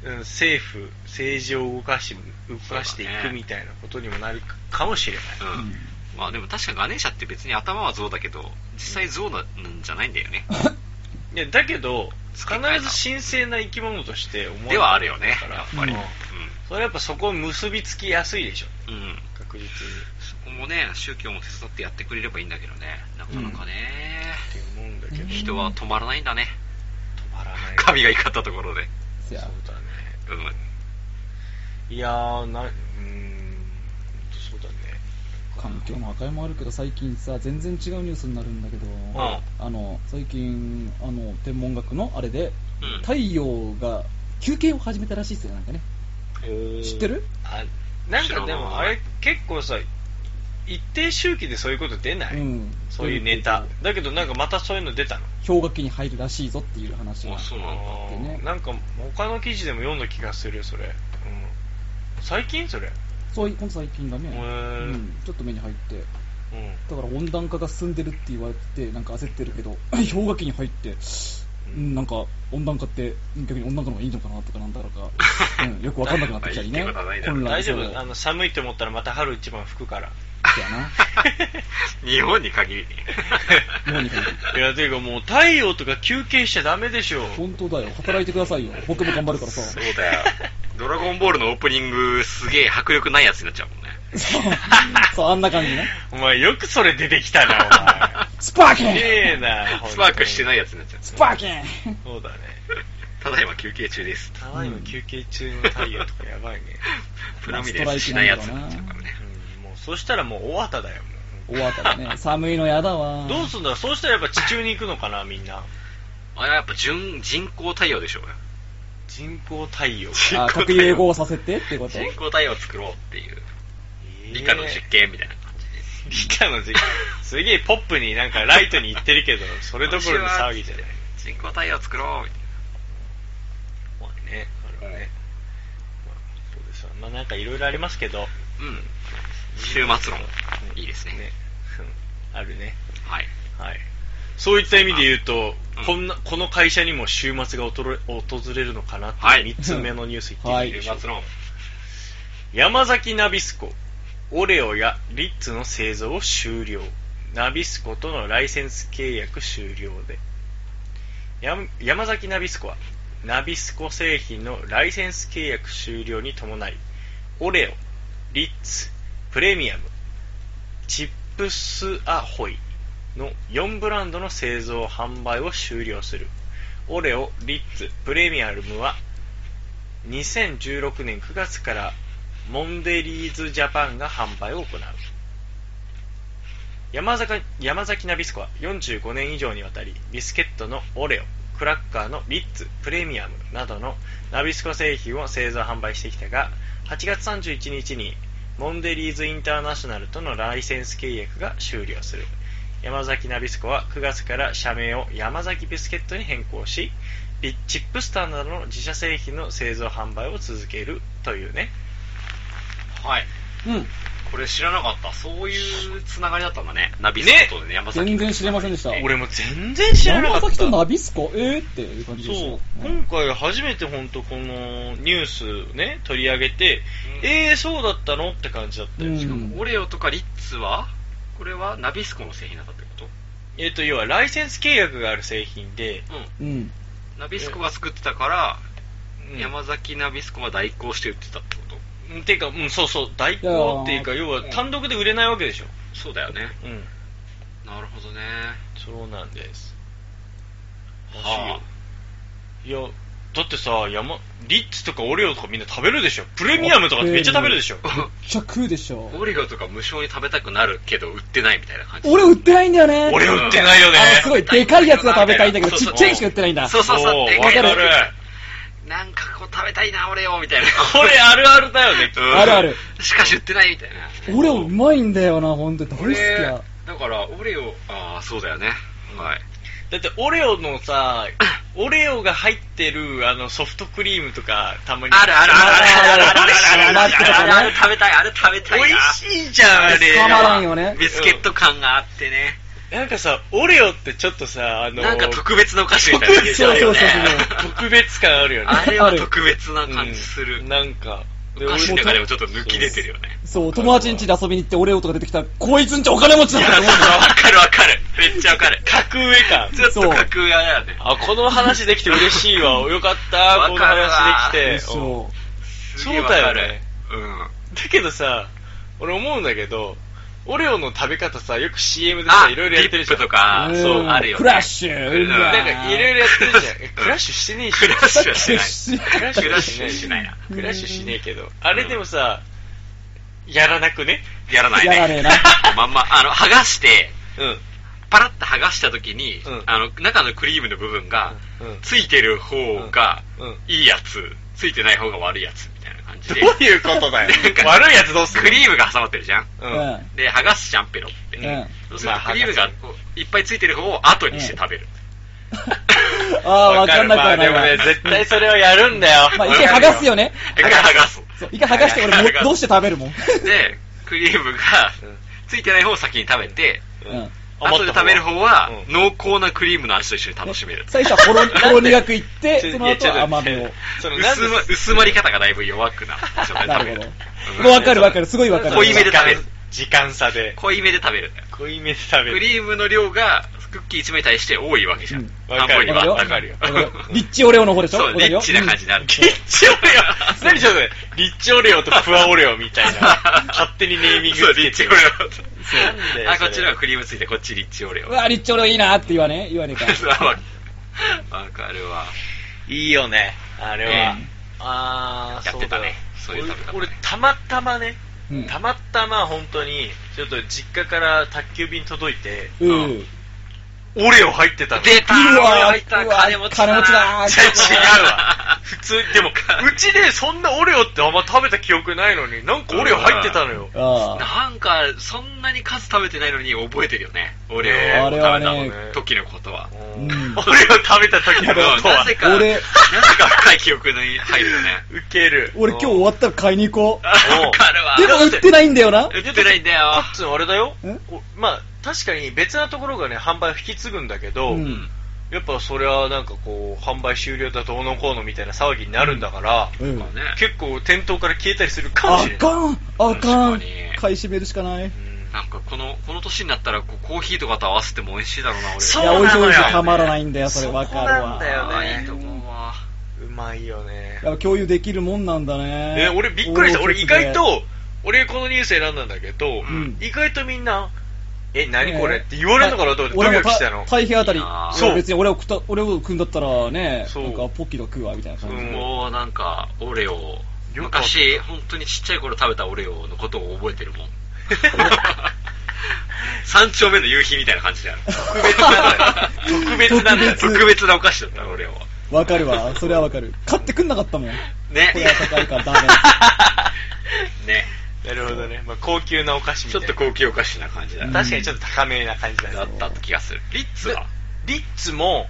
Speaker 3: うん、うん
Speaker 5: うん、政府政治を動かし動かしてい
Speaker 3: そうだ
Speaker 5: く
Speaker 3: ね
Speaker 5: みたいなことにもなるかもしれない
Speaker 3: うんまあでも確かガネーシャって別に頭は象だけど実際象なんじゃないんだよね、
Speaker 5: いやだけど必
Speaker 3: 付け替えた
Speaker 5: ず神聖な生き物として思われて
Speaker 3: ではあるよね
Speaker 5: から
Speaker 3: やっぱり、
Speaker 5: う
Speaker 3: うん
Speaker 5: んそれはやっぱそこに結びつきやすいでしょ
Speaker 3: うん
Speaker 5: 確実に
Speaker 3: そこもね宗教も手伝ってやってくれればいいんだけどねなかなかね、
Speaker 5: って思うんだけど、止
Speaker 3: 人は止まらないんだね
Speaker 5: まらない
Speaker 3: 神が怒ったところで、
Speaker 5: そう
Speaker 4: せや
Speaker 5: だね
Speaker 3: うん、
Speaker 5: いやーなうーんそうだね
Speaker 4: 環境の破壊もあるけど、最近さ、全然違うニュースになるんだけど、あの、最近、あの、天文学のあれで、
Speaker 3: うん
Speaker 4: 太陽が休憩を始めたらしいっすよ、なんかね。知ってる
Speaker 5: あなんかでもあれ結構さ一定周期でそういうこと出ない、
Speaker 4: うん。
Speaker 5: そういうネタだけどなんかまたそういうの出たの
Speaker 4: 氷河期に入るらしいぞっていう話が
Speaker 3: あ。そうなんだ
Speaker 4: ってね
Speaker 5: なんか他の記事でも読んだ気がするそれ、うん、最近それ
Speaker 4: そう、ほんと最近だ
Speaker 5: へ
Speaker 4: ね。う
Speaker 5: ー
Speaker 4: ん。ちょっと目に入って。
Speaker 5: うん
Speaker 4: だから温暖化が進んでるって言われてなんか焦ってるけど *clears throat* 氷河期に入ってうんなんか温暖化って逆に温暖化の方がいいのかなとかなんだろ
Speaker 5: *laughs*
Speaker 4: うか、うん、よくわかんなくなってきたり
Speaker 3: ま
Speaker 4: ね
Speaker 3: あいいってことはないだろ
Speaker 4: 混
Speaker 3: う
Speaker 4: 乱
Speaker 5: 大
Speaker 4: し
Speaker 5: 丈
Speaker 4: う
Speaker 5: 夫あの寒いと思ったらまた春一番吹くから
Speaker 3: *laughs* 日本に限りね
Speaker 4: やな日本に限り
Speaker 5: いやていうかもう太陽とか休憩しちゃダメでしょ
Speaker 4: *laughs* 本当だよ働いてくださいよ僕も頑張るから
Speaker 3: そ
Speaker 4: さ
Speaker 3: う
Speaker 4: *laughs*
Speaker 3: だよドラゴンボールのオープニングすげえ迫力ないやつになっちゃうもんね
Speaker 4: そうあんな感じね
Speaker 5: お前よくそれ出てきたな
Speaker 4: スパーキ
Speaker 3: *laughs*
Speaker 4: ン
Speaker 5: 綺麗な
Speaker 3: スパークしてないいやつになっちゃった
Speaker 4: スパーキン
Speaker 5: そうだね
Speaker 3: ただいま休憩中です
Speaker 5: ただいま休憩中の太陽とかやばいね、
Speaker 3: *laughs* プラミデスしないやつになっちゃうからね
Speaker 5: うんもうそしたらもう尾形だよも
Speaker 4: 終わったらね、寒いのやだわ。
Speaker 5: うどうすんだろうそうしたらやっぱ地中に行くのかなみんな
Speaker 3: あれはやっぱ純人工太陽でしょうよ
Speaker 5: 人工太陽
Speaker 4: あ、核融合させてってこと
Speaker 3: 人工太陽を作ろうっていう理科の実
Speaker 5: 験
Speaker 3: 験みたいな感じ
Speaker 5: 理科の実験すげえポップになんかライトに行ってるけどそれどころの騒ぎじゃない
Speaker 3: 人工太陽を作ろうみたい
Speaker 5: まあねあれはね、まあ、そうですわまあなんかいろいろありますけど
Speaker 3: なうん週末論いいですね
Speaker 5: うんあるね
Speaker 3: はい
Speaker 5: はいそういった意味で言うと、
Speaker 3: あうん
Speaker 5: こんなこの会社にも週末がおとろ訪れるのかなって
Speaker 3: はい
Speaker 5: 3つ目のニュース言ってみましょう
Speaker 4: は
Speaker 3: 週
Speaker 4: い
Speaker 3: 末論
Speaker 5: 山崎ナビスコオレオやリッツの製造を終了ナビスコとのライセンス契約終了でや山崎ナビスコはナビスコ製品のライセンス契約終了に伴いオレオリッツプレミアムチップスアホイの4ブランドの製造販売を終了するオレオリッツプレミアムは2016年9月からモンデリーズジャパンが販売を行う山崎山崎ナビスコは45年以上にわたりビスケットのオレオクラッカーのリッツプレミアムなどのナビスコ製品を製造販売してきたが8月31日にモンデリーズインターナショナルとのライセンス契約が終了する山崎ナビスコは9月から社名を山崎ビスケットに変更しビチップスターなどの自社製品の製造販売を続けるというね
Speaker 3: はい
Speaker 4: うん。
Speaker 3: これ知らなかったそういうつながりだったんだねナビスコとね山崎
Speaker 4: 全然知れませんでした。
Speaker 5: 俺も全然知らなか
Speaker 4: 山
Speaker 5: った
Speaker 4: 崎とナビスコえーっていう感じでした
Speaker 5: そう
Speaker 4: よ。、
Speaker 5: 今回初めて本当このニュースね、取り上げて、
Speaker 3: うん
Speaker 5: えー、そうだったのって感じだったよ。
Speaker 4: うん
Speaker 5: しかも
Speaker 3: オレオとかリッツはこれはナビスコの製品だったってこ
Speaker 5: えっ、と、要はライセンス契約がある製品で、
Speaker 3: とうん
Speaker 4: うん。
Speaker 3: ナビスコが作ってたから、
Speaker 5: うん
Speaker 3: 山崎ナビスコが代行して売ってたってこと
Speaker 5: うんてか、うん、そうそう、代行っていうか、
Speaker 4: いやー
Speaker 5: 要は単独で売れないわけでしょ。
Speaker 3: そうだよね
Speaker 5: うん、
Speaker 3: なるほどね
Speaker 5: そうなんです。
Speaker 3: はあ
Speaker 5: いや、だってさ、山、リッツとかオレオとかみんな食べるでしょ。プレミアムとかめっちゃ食べるでしょ。
Speaker 4: ちゃ食うでしょ。
Speaker 3: オレオとか無償に食べたくなるけど売ってないみたいな感じ
Speaker 4: 俺売ってないんだよね。
Speaker 5: 俺売ってないよね
Speaker 4: あの、すごい、でかいやつが食べたいんだけど、ちっちゃいしか売ってないんだ。
Speaker 3: そうそうそう
Speaker 5: おー
Speaker 3: で
Speaker 5: わ
Speaker 3: かい
Speaker 5: か
Speaker 3: やつ
Speaker 5: る。
Speaker 3: なんかこう食べたいなオレオみたいな
Speaker 5: これあるあるだよね。
Speaker 3: うん
Speaker 4: あるある
Speaker 3: しかし売ってないみたいな
Speaker 4: 俺うまいんだよな、ほんと。大好きや。
Speaker 3: だからオレオああそうだよねはい
Speaker 5: だってオレオのさ、オレオが入ってるあのソフトクリームとかたまに。
Speaker 3: あるあるあるあるあるあるあるあるあるあるある食べたいあれ食べたい
Speaker 5: 美
Speaker 3: な
Speaker 5: 味しいじゃん、あれ。
Speaker 4: 捕まらんよね。
Speaker 3: ビスケット感があってね
Speaker 5: なんかさ、オレオってちょっとさ、あの、
Speaker 3: なんか特別なお菓子みたいな感じ
Speaker 4: そう
Speaker 3: だ
Speaker 4: そ
Speaker 3: よ
Speaker 4: う
Speaker 3: ね
Speaker 4: そう
Speaker 5: 特別感あるよね。
Speaker 3: あれは特別な感じする
Speaker 5: うんなんか。
Speaker 3: お菓子の中でもちょっと抜き出てるよね
Speaker 4: そう、友達ん家で遊びに行って、オレオとか出てきたら、こいつんちお金持ちだ
Speaker 3: わ
Speaker 4: なって思うんだよ。
Speaker 3: かるわかるめっちゃわかる
Speaker 5: 格上感。
Speaker 3: ちょっと格上だよね
Speaker 5: あ、この話できて嬉しいわ。よかった、この
Speaker 3: わかるわ
Speaker 5: 話できて。うん
Speaker 4: そ
Speaker 3: すげえわかる
Speaker 5: そうだよね
Speaker 3: うん
Speaker 5: だけどさ、俺思うんだけど、オレオの食べ方さ、よく CM で
Speaker 3: あ
Speaker 5: さ、いろいろやってるじ
Speaker 3: リッ
Speaker 5: ゃん。
Speaker 3: プとか
Speaker 4: うん
Speaker 5: そう、あ
Speaker 3: るよね
Speaker 4: クラッシュ。うま
Speaker 5: なんかいろいろやってるじゃん
Speaker 3: うん
Speaker 5: え。クラッシュしてねえし。
Speaker 3: クラッシュはしない
Speaker 5: クラッシュはしない
Speaker 3: しないな
Speaker 5: クラッシュしねえけど。あれでもさ、やらなくね
Speaker 3: やらないね
Speaker 4: やらねえな
Speaker 3: *laughs* まんまあの剥がして
Speaker 5: うん。
Speaker 3: パラッと剥がした時に、
Speaker 5: うん
Speaker 3: あの中のクリームの部分が、
Speaker 5: うん
Speaker 3: ついてる方が
Speaker 5: うんうん
Speaker 3: いいやつ、ついてない方が悪いやつみたいな感じ
Speaker 5: ど
Speaker 3: で
Speaker 5: ういうことだよ
Speaker 3: なん。か
Speaker 5: 悪いやつどうする
Speaker 3: クリームが挟まってるじゃん
Speaker 5: う
Speaker 4: うん *laughs*
Speaker 5: ん。
Speaker 3: で剥がすじゃんペロって、
Speaker 4: うん
Speaker 3: そうすると
Speaker 5: まあ
Speaker 3: クリームがこういっぱいついてる方を後にして食べる、
Speaker 4: あー、わかんなく
Speaker 5: まあ
Speaker 4: はな
Speaker 5: で
Speaker 4: い
Speaker 5: も
Speaker 4: わ。
Speaker 5: ね、絶対それをやるんだよ。
Speaker 4: まあ、一回剥がすよね。
Speaker 3: 一回剥がす
Speaker 4: そう、一回剥がして俺
Speaker 3: 剥が
Speaker 4: も、
Speaker 3: す
Speaker 4: どうして食べるもん。
Speaker 3: でクリームが
Speaker 5: うん
Speaker 3: ついてない方を先に食べて、
Speaker 4: うん。
Speaker 3: 後で食べる方は
Speaker 5: うん
Speaker 3: 濃厚なクリームの味と一緒に楽しめる、
Speaker 4: 最初はほろ、ほろ苦くいって、
Speaker 5: ちょ
Speaker 4: その後は甘
Speaker 5: い
Speaker 4: みを
Speaker 5: や。ちょっと待って
Speaker 3: 薄
Speaker 5: そのな
Speaker 3: ま
Speaker 5: んで
Speaker 3: 薄まり方がだいぶ弱くなってちょっとね
Speaker 4: な
Speaker 3: 食べ
Speaker 4: る
Speaker 3: る
Speaker 4: ほど。わかるわかる、すごいわかる。
Speaker 3: 濃いめで食べる
Speaker 5: 時間差で。
Speaker 3: 濃いめで食べる
Speaker 5: 濃いめで食べ
Speaker 3: ク
Speaker 5: る。
Speaker 3: リームの量がクッキー1枚に対して多いわけじゃん、
Speaker 4: うん
Speaker 5: わかる
Speaker 3: 半分に
Speaker 4: わ
Speaker 3: は
Speaker 4: か
Speaker 5: るよ
Speaker 4: わかるよリッチオレオの方でしょ
Speaker 3: そう
Speaker 4: わか
Speaker 3: リ
Speaker 4: るよ
Speaker 3: ッチな感じになる、
Speaker 5: リッチオレオ *laughs* 何ちょっと、リッチオレオとプアオレオみたいな、勝手にネーミング
Speaker 3: そう
Speaker 5: つけ
Speaker 3: リッチ
Speaker 5: て
Speaker 3: オレオ
Speaker 5: なんだよ
Speaker 3: あ、
Speaker 5: そ
Speaker 3: こ
Speaker 5: れ
Speaker 3: っちのはクリームついて、こっちリッチオレオ。
Speaker 4: うわ、立地俺いいなって言わね言わね
Speaker 3: *laughs*
Speaker 4: えか。
Speaker 3: そうわわかる *laughs* わ。
Speaker 5: いいよね、あれは。
Speaker 3: ええ
Speaker 5: あー、
Speaker 3: やってたね
Speaker 5: そう
Speaker 3: そう
Speaker 5: だ
Speaker 3: いう食べ方ね
Speaker 5: 俺、俺たまたまね、
Speaker 4: うん
Speaker 5: たまたま本当に、ちょっと実家から宅急便届いて、
Speaker 4: うん。
Speaker 5: オレオ入ってたの。
Speaker 3: 出た
Speaker 4: うわ
Speaker 3: 俺入った
Speaker 4: うわ
Speaker 3: 金持ちだな。
Speaker 4: 金持ちだ
Speaker 5: 違うわ普通に、で
Speaker 4: *laughs*
Speaker 5: も、うちでそんなオレオってあんま食べた記憶ないのに、なんかオレオ入ってたのよ。
Speaker 4: ああ。
Speaker 3: なんか、そんなに数食べてないのに覚えてるよね。俺を食
Speaker 4: あれ
Speaker 3: べた
Speaker 4: はね
Speaker 3: の時のことは。
Speaker 5: うん
Speaker 4: うん
Speaker 5: オレオ食べた時のこと
Speaker 3: な
Speaker 5: は
Speaker 3: ぜ、か、な
Speaker 4: 俺
Speaker 3: ぜか深い記憶に入るよね。
Speaker 5: ウケる。
Speaker 4: 俺今日終わったら買いに行こう。
Speaker 3: わかるわ。
Speaker 4: でも売ってないんだよな。
Speaker 3: 売ってないんだよ。
Speaker 5: カッツンあれだよ
Speaker 4: ん。
Speaker 5: こまあ、確かに別なところがね、販売を引き継ぐんだけど、
Speaker 4: うん
Speaker 5: やっぱそれはなんかこう、販売終了だどうのこうのみたいな騒ぎになるんだから、
Speaker 4: うん。
Speaker 3: ね。
Speaker 5: 結構店頭から消えたりするかも
Speaker 4: あ
Speaker 5: しれない。
Speaker 4: かんあか
Speaker 3: 確か
Speaker 4: ん
Speaker 3: に
Speaker 4: 買い占めるしかない。
Speaker 5: うん
Speaker 3: なんかこの、この年になったらこうコーヒーとかと合わせても美味しいだろうな、俺。
Speaker 5: そ
Speaker 4: いうや、
Speaker 5: な
Speaker 4: おいしい
Speaker 5: の
Speaker 4: お
Speaker 5: よ
Speaker 4: いしいたまらないんだよ、それわかる
Speaker 5: そこなん
Speaker 4: わ。
Speaker 5: だよ
Speaker 3: あー
Speaker 5: ね
Speaker 3: いいと思うわ。
Speaker 5: うまいよね。
Speaker 4: やっぱ共有できるもんなんだね。
Speaker 5: え俺びっくりした。俺意外
Speaker 4: 大きく
Speaker 5: と、俺このニュース選んだんだけど、
Speaker 4: ん
Speaker 5: 意外とみんな、え、
Speaker 4: て、
Speaker 5: 何これ
Speaker 4: ね
Speaker 5: って言われるのかなと思ってドキドキしてたの
Speaker 4: 俺も。た太平あたり
Speaker 3: いいな、
Speaker 5: ぁ
Speaker 4: そう。別に俺を食った、俺を食うんだったらね、
Speaker 5: そう
Speaker 4: なんかポッキーとか食うわ、みたいな感じ
Speaker 5: うん
Speaker 4: で。
Speaker 3: もうなんか、オレオ。
Speaker 5: よかった
Speaker 3: 昔、本当にちっちゃい頃食べたオレオのことを覚えてるも
Speaker 5: *laughs*
Speaker 3: ん。三丁目の夕日みたいな感じだよ。特別な特別なんだよ。
Speaker 4: 特別
Speaker 3: 特別なお菓子だったの、オレオは。
Speaker 4: わかるわ、それはわかる。買ってくんなかったもん。
Speaker 3: ね
Speaker 4: これは高いからダメ。
Speaker 3: ね。
Speaker 5: なるほどね。まあ、高級なお菓子み
Speaker 3: ち
Speaker 5: た
Speaker 3: ょ
Speaker 5: い
Speaker 3: っ
Speaker 5: な。
Speaker 3: と高級お菓子な感じだよ。
Speaker 5: 確かにちょっと高めな感じだ
Speaker 3: だ
Speaker 5: ね。
Speaker 3: った気がする。リッツは、
Speaker 5: リッツも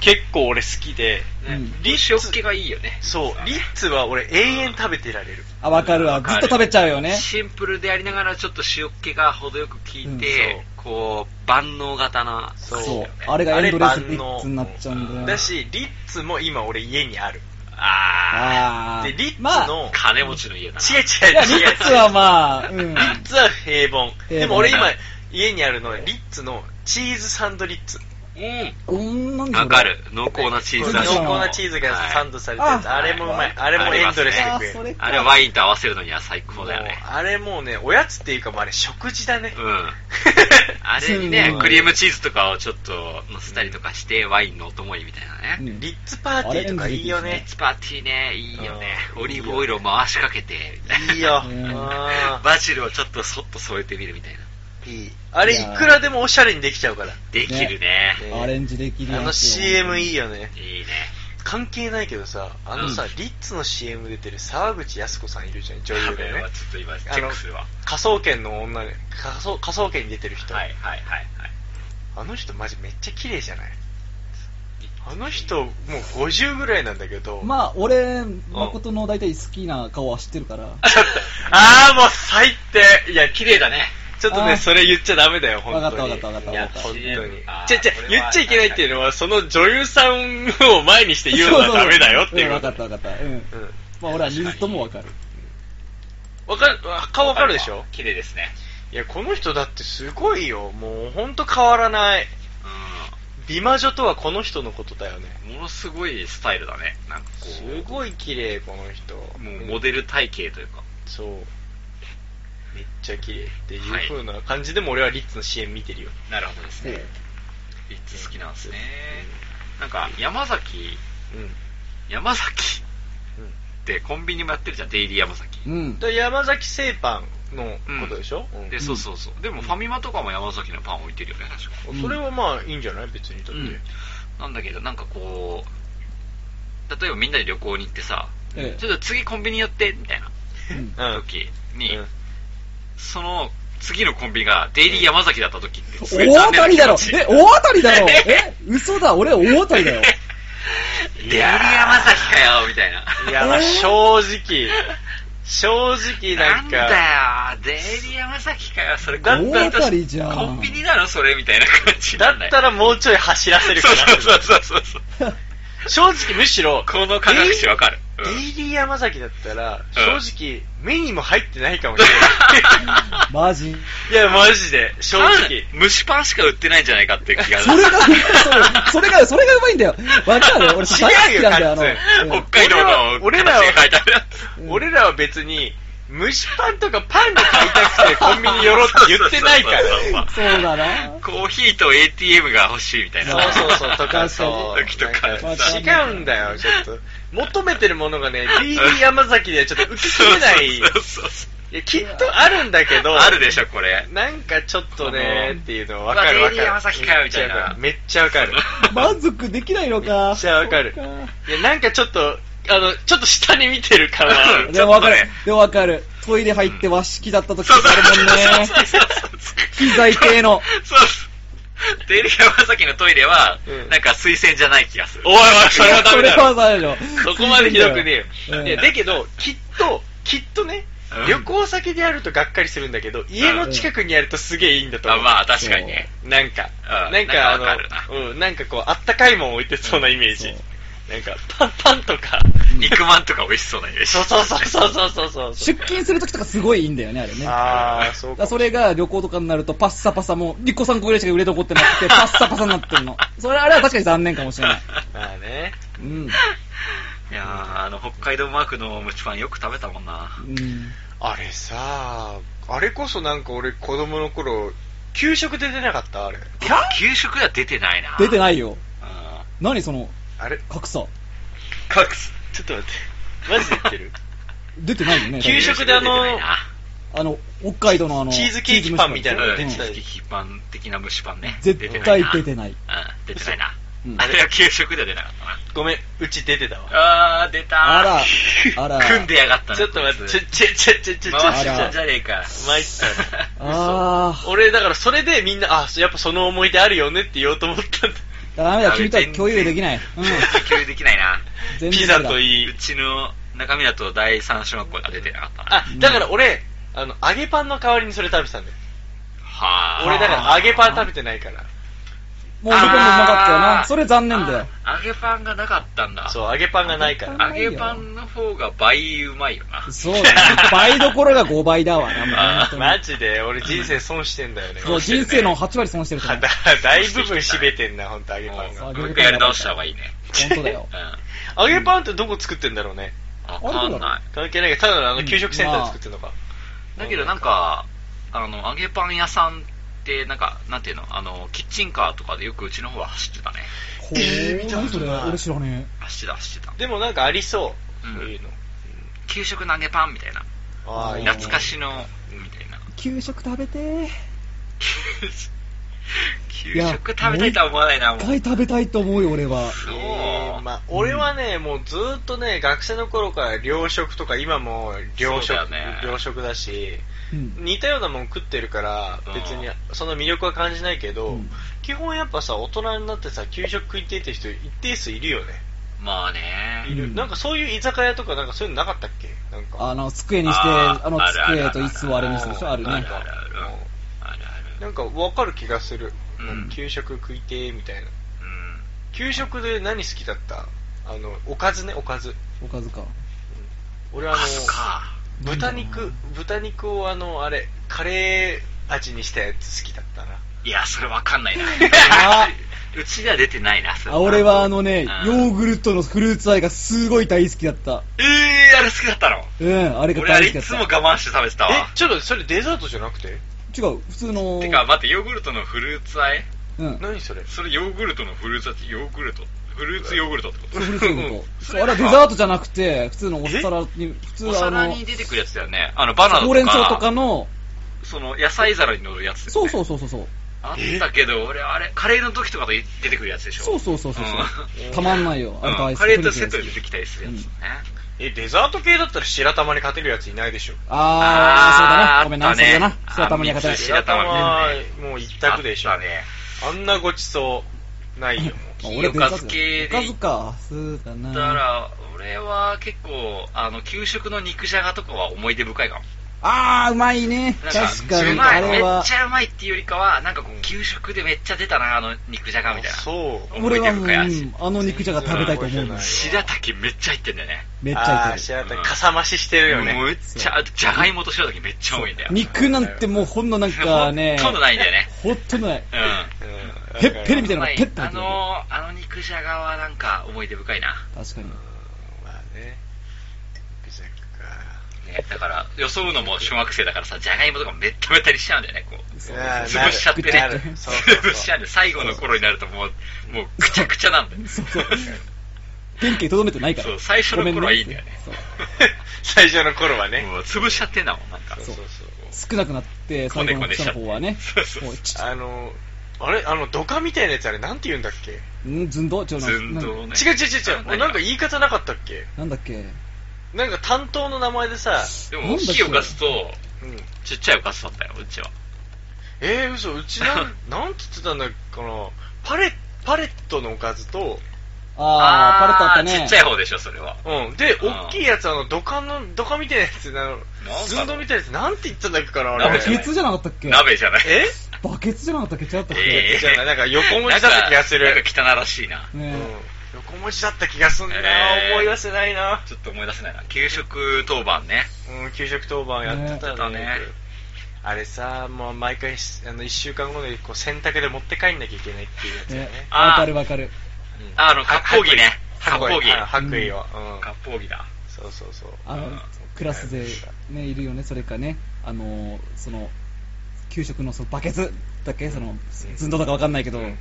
Speaker 5: 結構俺好きで、
Speaker 4: うん
Speaker 3: リッツ塩気がいいよね。
Speaker 5: そう、リッツは俺永遠食べてられる。
Speaker 4: あ、わ
Speaker 5: *laughs*
Speaker 4: かるわ。ずっと食べちゃうよね。
Speaker 3: シンプルでありながら、ちょっと塩気が程よく効いて、こう、万能型な。
Speaker 5: そう
Speaker 4: そう。あれがエンドレスリッツになっちゃうんだよね。
Speaker 5: だし、リッツも今俺家にある。
Speaker 3: あ
Speaker 4: あー
Speaker 5: で、リッツ
Speaker 4: まあ
Speaker 5: の、
Speaker 3: 金持ちの家だな。
Speaker 5: 違う
Speaker 4: いや、リ
Speaker 5: 違う違う。
Speaker 4: ッツはまあ、う
Speaker 5: リ
Speaker 4: ん。
Speaker 5: ッツは平凡。
Speaker 4: 平凡
Speaker 5: でも俺今家にあるのはリッツのチーズサンドリッツ。
Speaker 3: うん。
Speaker 4: うん、なんだ
Speaker 3: わかる。濃厚なチー
Speaker 5: 濃
Speaker 3: ズ
Speaker 5: 厚
Speaker 3: だし。
Speaker 5: なチーズがサンドされてるやつ。
Speaker 4: はい
Speaker 5: あれもうまい。
Speaker 3: あ
Speaker 5: あれもエンドレスで
Speaker 4: あ
Speaker 5: 食え
Speaker 4: それ
Speaker 5: る。
Speaker 4: か
Speaker 3: あれはワインと合わせるのには最高だよ
Speaker 5: もう
Speaker 3: ね。
Speaker 5: あれもうね、おやつっていうかもうあれ食事だね
Speaker 3: う。ん。あれにね
Speaker 4: うん、
Speaker 3: クリームチーズとかをちょっと乗せたりとかして、ワインのお供にみたいな
Speaker 4: う
Speaker 3: ね。
Speaker 4: ん
Speaker 5: *laughs* リッツパーティーとかいいよ
Speaker 3: レ
Speaker 5: ね
Speaker 3: ッ。ツパーティーね、いいよね。
Speaker 5: うん
Speaker 3: オリーブオイルを回しかけて、
Speaker 5: いいよ。
Speaker 4: うん
Speaker 5: あ
Speaker 3: バジルをちょっとそっと添えてみるみたいな。
Speaker 5: ーいいあれ、いくらでもおしゃれにできちゃうから。
Speaker 3: できるね。
Speaker 5: ね
Speaker 4: アレンジできる
Speaker 5: あの CM いいよね。
Speaker 3: いいね。
Speaker 5: 関係ないけどさ、あのさ、リッツの CM 出てる沢口靖子さんいるじゃん、女優
Speaker 3: こ
Speaker 5: で
Speaker 3: れ
Speaker 5: ね
Speaker 3: は。ちょっと今、チェックするわ。
Speaker 5: 科捜研の女で、科捜科捜研に出てる人。
Speaker 3: はいはいはいはい。
Speaker 5: あの人マジめっちゃ綺麗じゃないあの人、もう50ぐらいなんだけど。
Speaker 4: まあ、俺、誠の大体好きな顔は知ってるから。
Speaker 5: *laughs* あーもう最低
Speaker 3: いや、綺麗だね。
Speaker 5: ちょっとね、
Speaker 4: あー
Speaker 5: それ言っちゃダメだよ、本当に。
Speaker 4: わかったわかったわかった
Speaker 5: いや、本当に。
Speaker 3: い
Speaker 5: ち
Speaker 3: や
Speaker 5: ょ
Speaker 3: あー
Speaker 5: ちょ
Speaker 3: これは
Speaker 5: 言っちゃいけないっていうのは、その女優さんを前にして言うの
Speaker 4: そ
Speaker 5: は
Speaker 4: そ
Speaker 5: ダメだよっていううんこ
Speaker 4: わか
Speaker 5: と
Speaker 4: ったわかった。うん。
Speaker 5: うん
Speaker 4: まあ、俺は水ともわかる。
Speaker 5: わかる、わ顔わかるでしょ
Speaker 3: 綺麗ですね。
Speaker 5: いや、この人だってすごいよ。もうほんと変わらない。美魔女とはこの人のことだよね。
Speaker 3: うん。ものすごいスタイルだね。なんかこ
Speaker 5: すごい綺麗、この人。
Speaker 3: う、もうモデル体型というか。
Speaker 5: そう。めっちゃ綺麗っていう
Speaker 3: はい
Speaker 5: 風な感じでも俺はリッツの CM 見てるよ。
Speaker 3: なるほどですね。リッツ好きなんですね。なんか、山崎、
Speaker 5: うん。うん。
Speaker 3: 山崎ってコンビニもやってるじゃん、デイリー山崎。
Speaker 4: うん。
Speaker 5: で山崎製パンのことでしょ、うん
Speaker 3: で、そうそうそう。でもファミマとかも山崎のパン置いてるよね、確か。
Speaker 4: うん
Speaker 5: それはまあいいんじゃない別にだって、
Speaker 3: うんなんだけど、なんかこう、例えばみんなで旅行に行ってさ、
Speaker 4: え
Speaker 3: ちょっと次コンビニ寄って、みたいな
Speaker 4: え。うん
Speaker 5: うん
Speaker 3: 時に、
Speaker 5: うん
Speaker 3: その次のコンビニがデイリー山崎だった時って、すごい
Speaker 4: 大
Speaker 3: 残
Speaker 4: 当た
Speaker 3: 念
Speaker 4: りだろ
Speaker 3: な気持ち *laughs*
Speaker 4: え、大当たりだろえ、嘘だ、俺大当たり
Speaker 5: *laughs*
Speaker 4: だよ。
Speaker 3: デイリー山崎かよ、みたいな。
Speaker 5: いやまあ正直正直な
Speaker 3: なんん
Speaker 5: か
Speaker 3: だよ、デイリー山崎かよ、それ
Speaker 5: だったら
Speaker 4: 大当たりじゃん。
Speaker 3: コンビニなのそれみたいな感じ
Speaker 5: だ
Speaker 3: なんよ
Speaker 5: ったらもうちょい走らせるかな
Speaker 3: そうそうそうそうそう。
Speaker 5: 正直むしろ
Speaker 3: この科学史わかる。うん
Speaker 5: デイリー山崎だったら
Speaker 3: うん
Speaker 5: 正直目にも入ってないかもしれな
Speaker 3: *laughs*
Speaker 4: マジ。
Speaker 5: いいやマジで正直
Speaker 3: パン蒸しパンしか売ってないんじゃないかっていう気が
Speaker 4: それが、
Speaker 3: *laughs*
Speaker 4: *laughs* それそれが、それがうまいんだよ。わかる俺、大好きなんだよ、あの
Speaker 5: 違うよ完全
Speaker 4: うん。
Speaker 3: 北海道の
Speaker 5: 俺らは
Speaker 3: 形が書いてある
Speaker 4: うん
Speaker 5: 俺らは別に蒸しパンとかパンが買いた
Speaker 3: *laughs*
Speaker 5: くてコンビニ寄ろうって言ってないから。
Speaker 4: そうだな。
Speaker 3: コーヒーと ATM が欲しいみたいな。
Speaker 5: そうそうそう、とか、そう。
Speaker 3: 時とか
Speaker 5: なん
Speaker 4: さ
Speaker 5: 違うんだよ、ちょっと。求めてるものがね、BD 山崎ではちょっと受けきれ *laughs* ない。い
Speaker 3: そうそうそう
Speaker 5: や、きっとあるんだけど、
Speaker 3: あるでしょ、これ。
Speaker 5: なんかちょっと
Speaker 3: こ
Speaker 5: ね
Speaker 3: の、
Speaker 5: っていうのわかるわかる。
Speaker 3: うわ BD 山崎かよみたいな
Speaker 5: めっちゃわか *laughs* る。
Speaker 4: 満足できないのか。
Speaker 5: めっちゃわかる
Speaker 4: そっ
Speaker 5: いや、なんかちょっと、あの、ちょっと下に見てるから、 *laughs*
Speaker 3: うん
Speaker 4: でもわかる
Speaker 3: ちょっとね。
Speaker 4: でもわかる。トイレ入って和式だった時
Speaker 3: そう
Speaker 4: とか
Speaker 3: そう
Speaker 4: あるもん
Speaker 3: そう
Speaker 4: ね
Speaker 3: そう。そう
Speaker 4: 機材系の。
Speaker 3: そうそう。テレビ山崎のトイレは、
Speaker 5: うん
Speaker 3: なんか推薦じゃない気がする。
Speaker 5: おいおい、 *laughs* それはダ
Speaker 4: そ
Speaker 5: メ
Speaker 4: れ
Speaker 5: だ
Speaker 4: は
Speaker 5: ろ。
Speaker 4: ダメだよ。
Speaker 3: *laughs*
Speaker 5: そこまでひどくねえ
Speaker 4: う
Speaker 5: よ。
Speaker 4: ん
Speaker 5: いや、だけど、きっと、きっとね
Speaker 3: うん、
Speaker 5: 旅行先であるとがっかりするんだけど、家の近くにあるとすげえいいんだと
Speaker 3: あ
Speaker 5: 思う。
Speaker 3: まあ、確かにね。
Speaker 5: なんか、
Speaker 3: うん
Speaker 5: なんか
Speaker 3: な
Speaker 5: あ
Speaker 3: んかわかる
Speaker 5: の、うん、なんかこう、あったかいもん置いてそうなイメージ
Speaker 4: うんそ。
Speaker 5: なんか、パンパンとか、
Speaker 3: 肉まんとか美味しそうなイメージ。
Speaker 5: そうそうそうそうそうそうそう
Speaker 4: 出勤する時とかすごいいいんだよね、あれね。
Speaker 5: ああ、そ
Speaker 4: だ
Speaker 5: う
Speaker 4: から
Speaker 5: か。
Speaker 4: それが旅行とかになるとパッサパサもう、1個3個ぐらいしか売れ残ってな
Speaker 5: *laughs*
Speaker 4: くて、パッサパサになってるの。それあれは確かに残念かもしれない。
Speaker 5: まあね。
Speaker 4: うん。
Speaker 3: いやー、あの、北海道マークのムチパンよく食べたもんな。
Speaker 4: うん。
Speaker 5: あれさ、あれこそなんか俺子供の頃、給食で出なかったあれ。
Speaker 3: 給食では出てないな。
Speaker 4: 出て
Speaker 3: い。
Speaker 4: ないよ。何その
Speaker 5: あれ
Speaker 4: 格差。
Speaker 3: 隠す。
Speaker 5: ちょっと待って。マジで言ってる
Speaker 4: 出てないよね。
Speaker 5: 給食であの
Speaker 3: 出てないな
Speaker 4: あの、北海道のあの、
Speaker 5: チーズケーキパンみたいな
Speaker 3: う
Speaker 5: の
Speaker 3: ん、
Speaker 5: 出てた
Speaker 3: 手つきパン的な蒸しパンね。
Speaker 4: 絶対出て
Speaker 3: い。
Speaker 4: ない。
Speaker 3: うん、出てないな。
Speaker 4: うん
Speaker 3: あれは給食では出なかった
Speaker 5: ごめん、うち出てたわ。
Speaker 3: な。あー、出たー。 *laughs*
Speaker 4: あら、あら。
Speaker 3: 組んでやがったな
Speaker 5: ちょっと待って、
Speaker 3: こ
Speaker 5: ち
Speaker 3: い
Speaker 5: ょ、ちょ、ちょ、ちょ、ちょ、ちょ、ちょ、
Speaker 3: つ回し
Speaker 5: ちょ
Speaker 3: たんじゃねえか。
Speaker 5: 参ったな
Speaker 4: あー。
Speaker 5: 俺、だからそれでみんな、あ、やっぱその思い出あるよねって言おうと思ったんだ。
Speaker 4: ダメだ、君とは共有
Speaker 3: *laughs*
Speaker 4: できない。うん。
Speaker 3: 共有できないな。。
Speaker 4: 全然
Speaker 5: ピザ
Speaker 4: ダメだ
Speaker 5: といいう
Speaker 3: ちの中身だと第三小学校では出てなかったな。
Speaker 5: あ、だから俺、あの、揚げパンの代わりにそれ食べてたんだよ。
Speaker 3: はー
Speaker 5: 俺、だから揚げパン食べてないから。
Speaker 4: もう日本もうまかったよ
Speaker 3: あ
Speaker 4: な。
Speaker 3: ー
Speaker 4: それ残念だよ。
Speaker 3: あー揚げパンがなかったんだ。
Speaker 5: そう、揚げパンがないから。
Speaker 3: 揚げパンの方が倍うまいよな。
Speaker 4: そうだね。倍どころが5倍だわな、もう本当に
Speaker 5: マジで、俺人生損してんだよね。
Speaker 4: そう、人生の8割損してると
Speaker 5: だ
Speaker 4: 思う。
Speaker 5: 大部分占めてんな、ほんと、揚
Speaker 3: *laughs*
Speaker 5: げパン
Speaker 4: そ
Speaker 5: が。
Speaker 3: もう一回やり直した方が *laughs* いいね。
Speaker 4: 本当だよ
Speaker 3: う。ん。
Speaker 5: 揚げパンってどこ作ってんだろうね。
Speaker 3: わかんない。
Speaker 5: 関係ないけど、ただのあの、給食センターで作ってんのか。
Speaker 3: だけどなんか、あの、揚げパン屋さんって、なんか、なんていうの、あの、キッチンカーとかでよくうちの方は走ってたね。
Speaker 4: ほー、何それ俺知らね
Speaker 3: 走ってた、走ってた。
Speaker 5: でもなんかありそう。
Speaker 3: うん
Speaker 5: そういうの。
Speaker 3: 給食の揚げパンみたいな。
Speaker 5: ああ、
Speaker 4: うん
Speaker 3: 懐かしの、みたいな。 *laughs*
Speaker 4: え。給食食べてー。
Speaker 3: 給
Speaker 4: いや
Speaker 3: 食食べたいとは思わないな、も
Speaker 4: 一
Speaker 3: う。
Speaker 4: 回食べたいと思うよ、俺は。
Speaker 3: そう。
Speaker 5: えーまあ、俺はね、もうずーっとね、学生の頃から糧食とか、今も糧
Speaker 3: そう
Speaker 5: 食
Speaker 3: だよね
Speaker 5: 糧食だし、
Speaker 4: うん。
Speaker 5: 似たようなもん食ってるから
Speaker 3: うん、
Speaker 5: 別にその魅力は感じないけど、
Speaker 4: うん
Speaker 5: 基本やっぱさ、大人になってさ、給食食いてって人、一定数いるよね。
Speaker 3: まあね。
Speaker 5: いる、
Speaker 4: うん
Speaker 5: なんかそういう居酒屋とか、なんかそういうのなかったっけなんか。
Speaker 4: あの、机にして、
Speaker 3: あー
Speaker 4: あの、
Speaker 3: あるある
Speaker 4: 机と椅子をあれにするでしょ、ある
Speaker 3: あ
Speaker 4: ね
Speaker 3: る。あるある。あるある。
Speaker 5: なんかわかる気がする。
Speaker 3: うん
Speaker 5: 給食食いて、みたいな。
Speaker 3: うん。
Speaker 5: 給食で何好きだったあの、おかずね、おかず。
Speaker 4: おかずか。
Speaker 5: 俺あ
Speaker 3: あ
Speaker 5: の、
Speaker 3: そっか。
Speaker 5: 豚肉、豚肉をあの、あれ、カレー味にしたやつ好きだったな。
Speaker 3: いや、それわかんないな。
Speaker 4: *laughs* あ
Speaker 3: うちでは出てないな、それ
Speaker 4: あ、俺はあのね、
Speaker 3: うん
Speaker 4: ヨーグルトのフルーツあえがすごい大好きだった。
Speaker 3: ええあれ好きだったの
Speaker 4: うん、あれが
Speaker 3: 俺あ
Speaker 4: 大
Speaker 3: れ
Speaker 4: 好きだ
Speaker 3: い
Speaker 4: っ
Speaker 3: つも
Speaker 4: た。
Speaker 3: 我慢して食べてたわ
Speaker 5: え、。ちょっとそれデザートじゃなくて
Speaker 4: 違う、普通の。
Speaker 3: てか、待って、ヨーグルトのフルーツあえ
Speaker 4: うん。
Speaker 5: 何それ
Speaker 3: それヨーグルトのフルーツあえってヨーグルトフルーツヨーグルトってこと
Speaker 4: フルーツヨーグルト。そうあれは
Speaker 3: それ
Speaker 4: デ
Speaker 3: は
Speaker 4: ザートじゃなくて、普通のお皿に、普
Speaker 3: お
Speaker 4: 通あ
Speaker 3: 皿
Speaker 4: の、
Speaker 3: に出てくるやつだよね。あの、バナナ
Speaker 4: ほうれん
Speaker 3: とか
Speaker 4: 草、とかの、
Speaker 3: その、野菜皿に乗るやつ、ね。。
Speaker 4: そうそううそうそうそう。
Speaker 3: あったけど、俺、あれ、カレーの時とかで出てくるやつでしょ。
Speaker 4: そうそうそうそう
Speaker 3: う。ん
Speaker 4: たまんないよ。あれ
Speaker 3: う
Speaker 4: 大
Speaker 3: ん
Speaker 4: 好き。
Speaker 3: カレーとセットで出てきたりするやつね。
Speaker 5: え、デザート系だったら白玉に勝てるやついないでしょ。
Speaker 4: あー、そうだね。ごめん
Speaker 3: あ
Speaker 4: な、
Speaker 3: っ
Speaker 4: そ
Speaker 3: た
Speaker 4: う
Speaker 3: ね
Speaker 4: だな。白玉に焼か
Speaker 3: あんみ
Speaker 4: れ
Speaker 3: つ
Speaker 4: て
Speaker 3: 白玉
Speaker 5: は
Speaker 3: ね
Speaker 5: もう一択でしょ。
Speaker 3: あ
Speaker 5: あ
Speaker 3: ったね。
Speaker 5: んなごちそう、ないよ、もう。
Speaker 4: まあ
Speaker 3: おかず系
Speaker 4: お
Speaker 3: で
Speaker 4: かずか。そうだ
Speaker 3: だ
Speaker 4: な。
Speaker 3: から、俺は結構、あの、給食の肉じゃがとかは思い出深いかも。
Speaker 4: あー、うまいね。
Speaker 3: なん
Speaker 4: 確か
Speaker 3: う
Speaker 4: に、
Speaker 3: ま
Speaker 4: あ
Speaker 3: い
Speaker 4: れ
Speaker 3: めっ
Speaker 4: は
Speaker 3: ち。ゃうまいっていうよりかは、なんかこう、給食でめっちゃ出たな、あの肉じゃがみたいな。
Speaker 5: そう。
Speaker 3: 思
Speaker 4: 俺
Speaker 3: い出
Speaker 4: はもう、う
Speaker 3: 深い味
Speaker 4: んあの肉じゃが食べたいと思うもん
Speaker 5: 全然
Speaker 3: 白滝めっちゃ入ってんだよね。
Speaker 4: めっち
Speaker 5: あ
Speaker 4: ゃ
Speaker 5: ー
Speaker 4: いてる。
Speaker 5: 白玉、かさ増ししてるよ
Speaker 3: もうめ
Speaker 5: ね。
Speaker 3: っちゃ、じゃがいもと白滝めっちゃ多いんだよ。
Speaker 4: 肉なんてもうほんのなんかね、
Speaker 3: ほとんどないんだよね。
Speaker 4: ほとんどない。
Speaker 3: うん。
Speaker 5: うん
Speaker 4: へっぺりみたい
Speaker 3: う
Speaker 4: なのが
Speaker 3: まい
Speaker 4: ペッて入ってる
Speaker 3: あのー、あの肉じゃがはなんか思い出深いな。
Speaker 4: 確かに。
Speaker 5: まあね。ぐちゃぐちゃか。
Speaker 3: ね、だから、よそうのも小学生だからさ、じゃがいもとかめっためたにしちゃうんだよね、こう。
Speaker 4: そう
Speaker 5: あー
Speaker 3: 潰しちゃってね
Speaker 5: なるなるそうそうそ
Speaker 3: *laughs*
Speaker 5: う
Speaker 3: 潰しちゃうんで、最後の頃になるともう、もうくちゃくちゃなんだよ。
Speaker 4: そうそう。原型とどめてないから。
Speaker 3: そう最初の頃はいいんだよね
Speaker 4: ごめん
Speaker 5: *laughs* 最初の頃は
Speaker 3: *laughs*
Speaker 5: ね。
Speaker 3: もう潰しちゃってんだもん、なんか。
Speaker 5: そうそう
Speaker 4: そう少なくなって、最後の人の方はね
Speaker 3: そうそう。
Speaker 4: もうち
Speaker 5: そう。あの、あれあの、ドカみたいなやつあれ、なんて言うんだっけ
Speaker 4: んずんどちょ、なん
Speaker 3: ずんどうね。
Speaker 5: 違う違う違う違う。なんか言い方なかったっけ
Speaker 4: なんだっけ。
Speaker 5: なんか担当の名前でさ、
Speaker 3: でも、大きいおかずと、
Speaker 5: うん。
Speaker 3: ちっちゃいおかずだったよ、うちは。
Speaker 5: えー、嘘、うち *laughs* なん、なんつってたんだっけかな。パレ、パレットのおかずと、
Speaker 4: あー、パレットあったね。
Speaker 3: ちっちゃい方でしょ、それは。
Speaker 5: うん。で、
Speaker 3: あー
Speaker 5: 大きいやつ、あの、ドカの、ドカみたいなやつ、あの、寸胴みたいなやつ、なんて言ったんだっけかな、あ
Speaker 4: バ
Speaker 5: れ
Speaker 3: 鍋。じゃない
Speaker 4: ケツじゃなかったっけ
Speaker 3: 鍋じゃない。
Speaker 5: え
Speaker 4: バケツじゃなかったっけ違ったっ
Speaker 3: え
Speaker 4: け、
Speaker 3: ー
Speaker 5: じゃないなんか横文字だった気が
Speaker 3: な
Speaker 5: す
Speaker 3: ん
Speaker 5: る。
Speaker 3: かなんか汚らしいな。
Speaker 5: う
Speaker 4: ね
Speaker 5: ん
Speaker 4: え。
Speaker 5: 横文字だった気がすんな、
Speaker 3: えー
Speaker 5: 思い出せないな。
Speaker 3: ちょっと思い出せないな。給食当番ね。
Speaker 5: うん、給食当番やってたの
Speaker 3: ね
Speaker 5: ね。
Speaker 3: やってたね
Speaker 5: あれさ、もう毎回し、あの、一週間後のこう洗濯で持って帰んなきゃいけないっていうやつだよ
Speaker 4: ね
Speaker 5: ね。
Speaker 3: あー
Speaker 4: わかるわかる。
Speaker 5: うん
Speaker 3: あの、格好着ね。格好着。
Speaker 5: はい白衣を。うん。
Speaker 3: 格好着だ。
Speaker 5: そうそうそう。
Speaker 4: あの
Speaker 3: うん、
Speaker 4: クラスでね、いるよね。それかね、あの、その、給食のそのバケツだっけその、ずんどうだかわかんないけど、
Speaker 3: う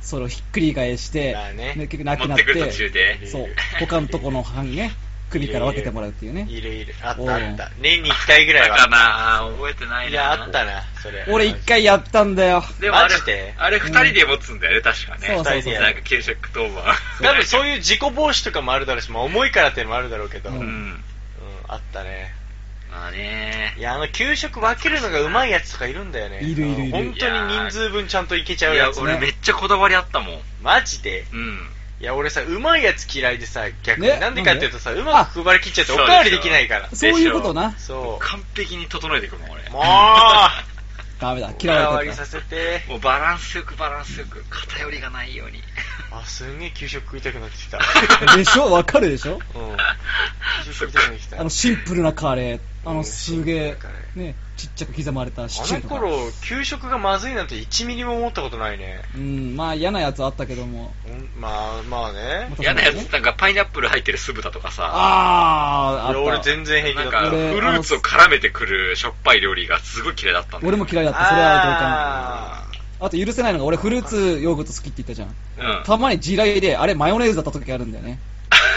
Speaker 4: それをひっくり返して
Speaker 5: まあ、ね
Speaker 4: 結局なく
Speaker 3: ん。持
Speaker 4: な
Speaker 3: っ
Speaker 4: って
Speaker 3: くる途
Speaker 4: て
Speaker 3: 中、で。
Speaker 4: そう、他のとこの班ね、首から分けてもらうっていうね。
Speaker 5: いるいる。あっ
Speaker 4: おう
Speaker 5: たあった。年に1回ぐら
Speaker 3: だ
Speaker 5: い
Speaker 3: か
Speaker 5: は。
Speaker 3: な覚えてないな。
Speaker 5: いや、あったな、それ。
Speaker 4: 俺一回やったんだよ。
Speaker 3: でもあ
Speaker 5: マジ
Speaker 3: れ
Speaker 5: で、
Speaker 3: あれ二人で持つんだよね、確かね。
Speaker 4: そうそう
Speaker 5: そう
Speaker 3: なんか給食当番。
Speaker 5: 多分そういう自己防止とかもあるだろうし、まあ、重いからっていうのもあるだろうけど、う、、
Speaker 4: うん
Speaker 3: うんん。
Speaker 5: あったね。
Speaker 3: まあね
Speaker 5: いや、あの、給食分けるのがうまいやつとかいるんだよね。
Speaker 4: いるいるいる
Speaker 5: 本当に人数分ちゃんといけちゃう
Speaker 3: いや
Speaker 5: や、つ
Speaker 3: 俺
Speaker 5: ね。
Speaker 3: めっちゃこだわりあったもん。
Speaker 5: マジで。
Speaker 3: うん。
Speaker 5: いや、俺さ、うまいやつ嫌いでさ、逆に。
Speaker 4: ね
Speaker 5: なんでかっていうとさ、うまく配りきっちゃっておかわりできないから。
Speaker 4: そういうことな。
Speaker 5: そ
Speaker 3: 完璧に整えてくるもん、俺。
Speaker 5: う。もう、お
Speaker 4: ダメだ、嫌
Speaker 5: か
Speaker 4: わ
Speaker 5: わ
Speaker 4: れ
Speaker 5: り
Speaker 4: て
Speaker 5: さ
Speaker 4: た。
Speaker 5: せて。
Speaker 3: もうバランスよくバランスよく、偏りがない *laughs* ように。
Speaker 5: あ、すんげえ給食食いたくなってき *laughs* た。
Speaker 4: でしょわかるでしょ
Speaker 5: うん。給食食いたくなってきた。
Speaker 4: あの、シンプルなカレー。あ
Speaker 5: う
Speaker 4: の、
Speaker 5: ん
Speaker 4: す
Speaker 5: シ
Speaker 4: げ
Speaker 5: ン
Speaker 4: え
Speaker 5: プルなカレ、ー
Speaker 4: ね、ちっちゃく刻まれたシチ
Speaker 5: あ
Speaker 4: ュー
Speaker 5: の
Speaker 4: とか。
Speaker 5: 頃、給食がまずいなんて1ミリも思ったことないね。
Speaker 4: うん、まあ嫌なやつあったけども。
Speaker 5: うんまあ、まあね
Speaker 4: ま。た
Speaker 3: 嫌なやつ、なんかパイナップル入ってる酢豚とかさ、
Speaker 4: あ
Speaker 5: いや
Speaker 4: ー、あ
Speaker 5: 俺
Speaker 4: った。
Speaker 5: 全然平
Speaker 3: なん
Speaker 5: 気
Speaker 3: か
Speaker 5: だ
Speaker 3: フ
Speaker 5: った。
Speaker 4: 俺
Speaker 3: ルーツを絡めてくるしょっぱい料理がすごい嫌いだったんだよ
Speaker 4: 俺も嫌いだった、それは
Speaker 5: あ
Speaker 4: 同感。あと許せないのが、俺フルーツヨーグルト好きって言ったじゃん。
Speaker 3: うん。
Speaker 4: たまに地雷で、あれマヨネーズだった時あるんだよね。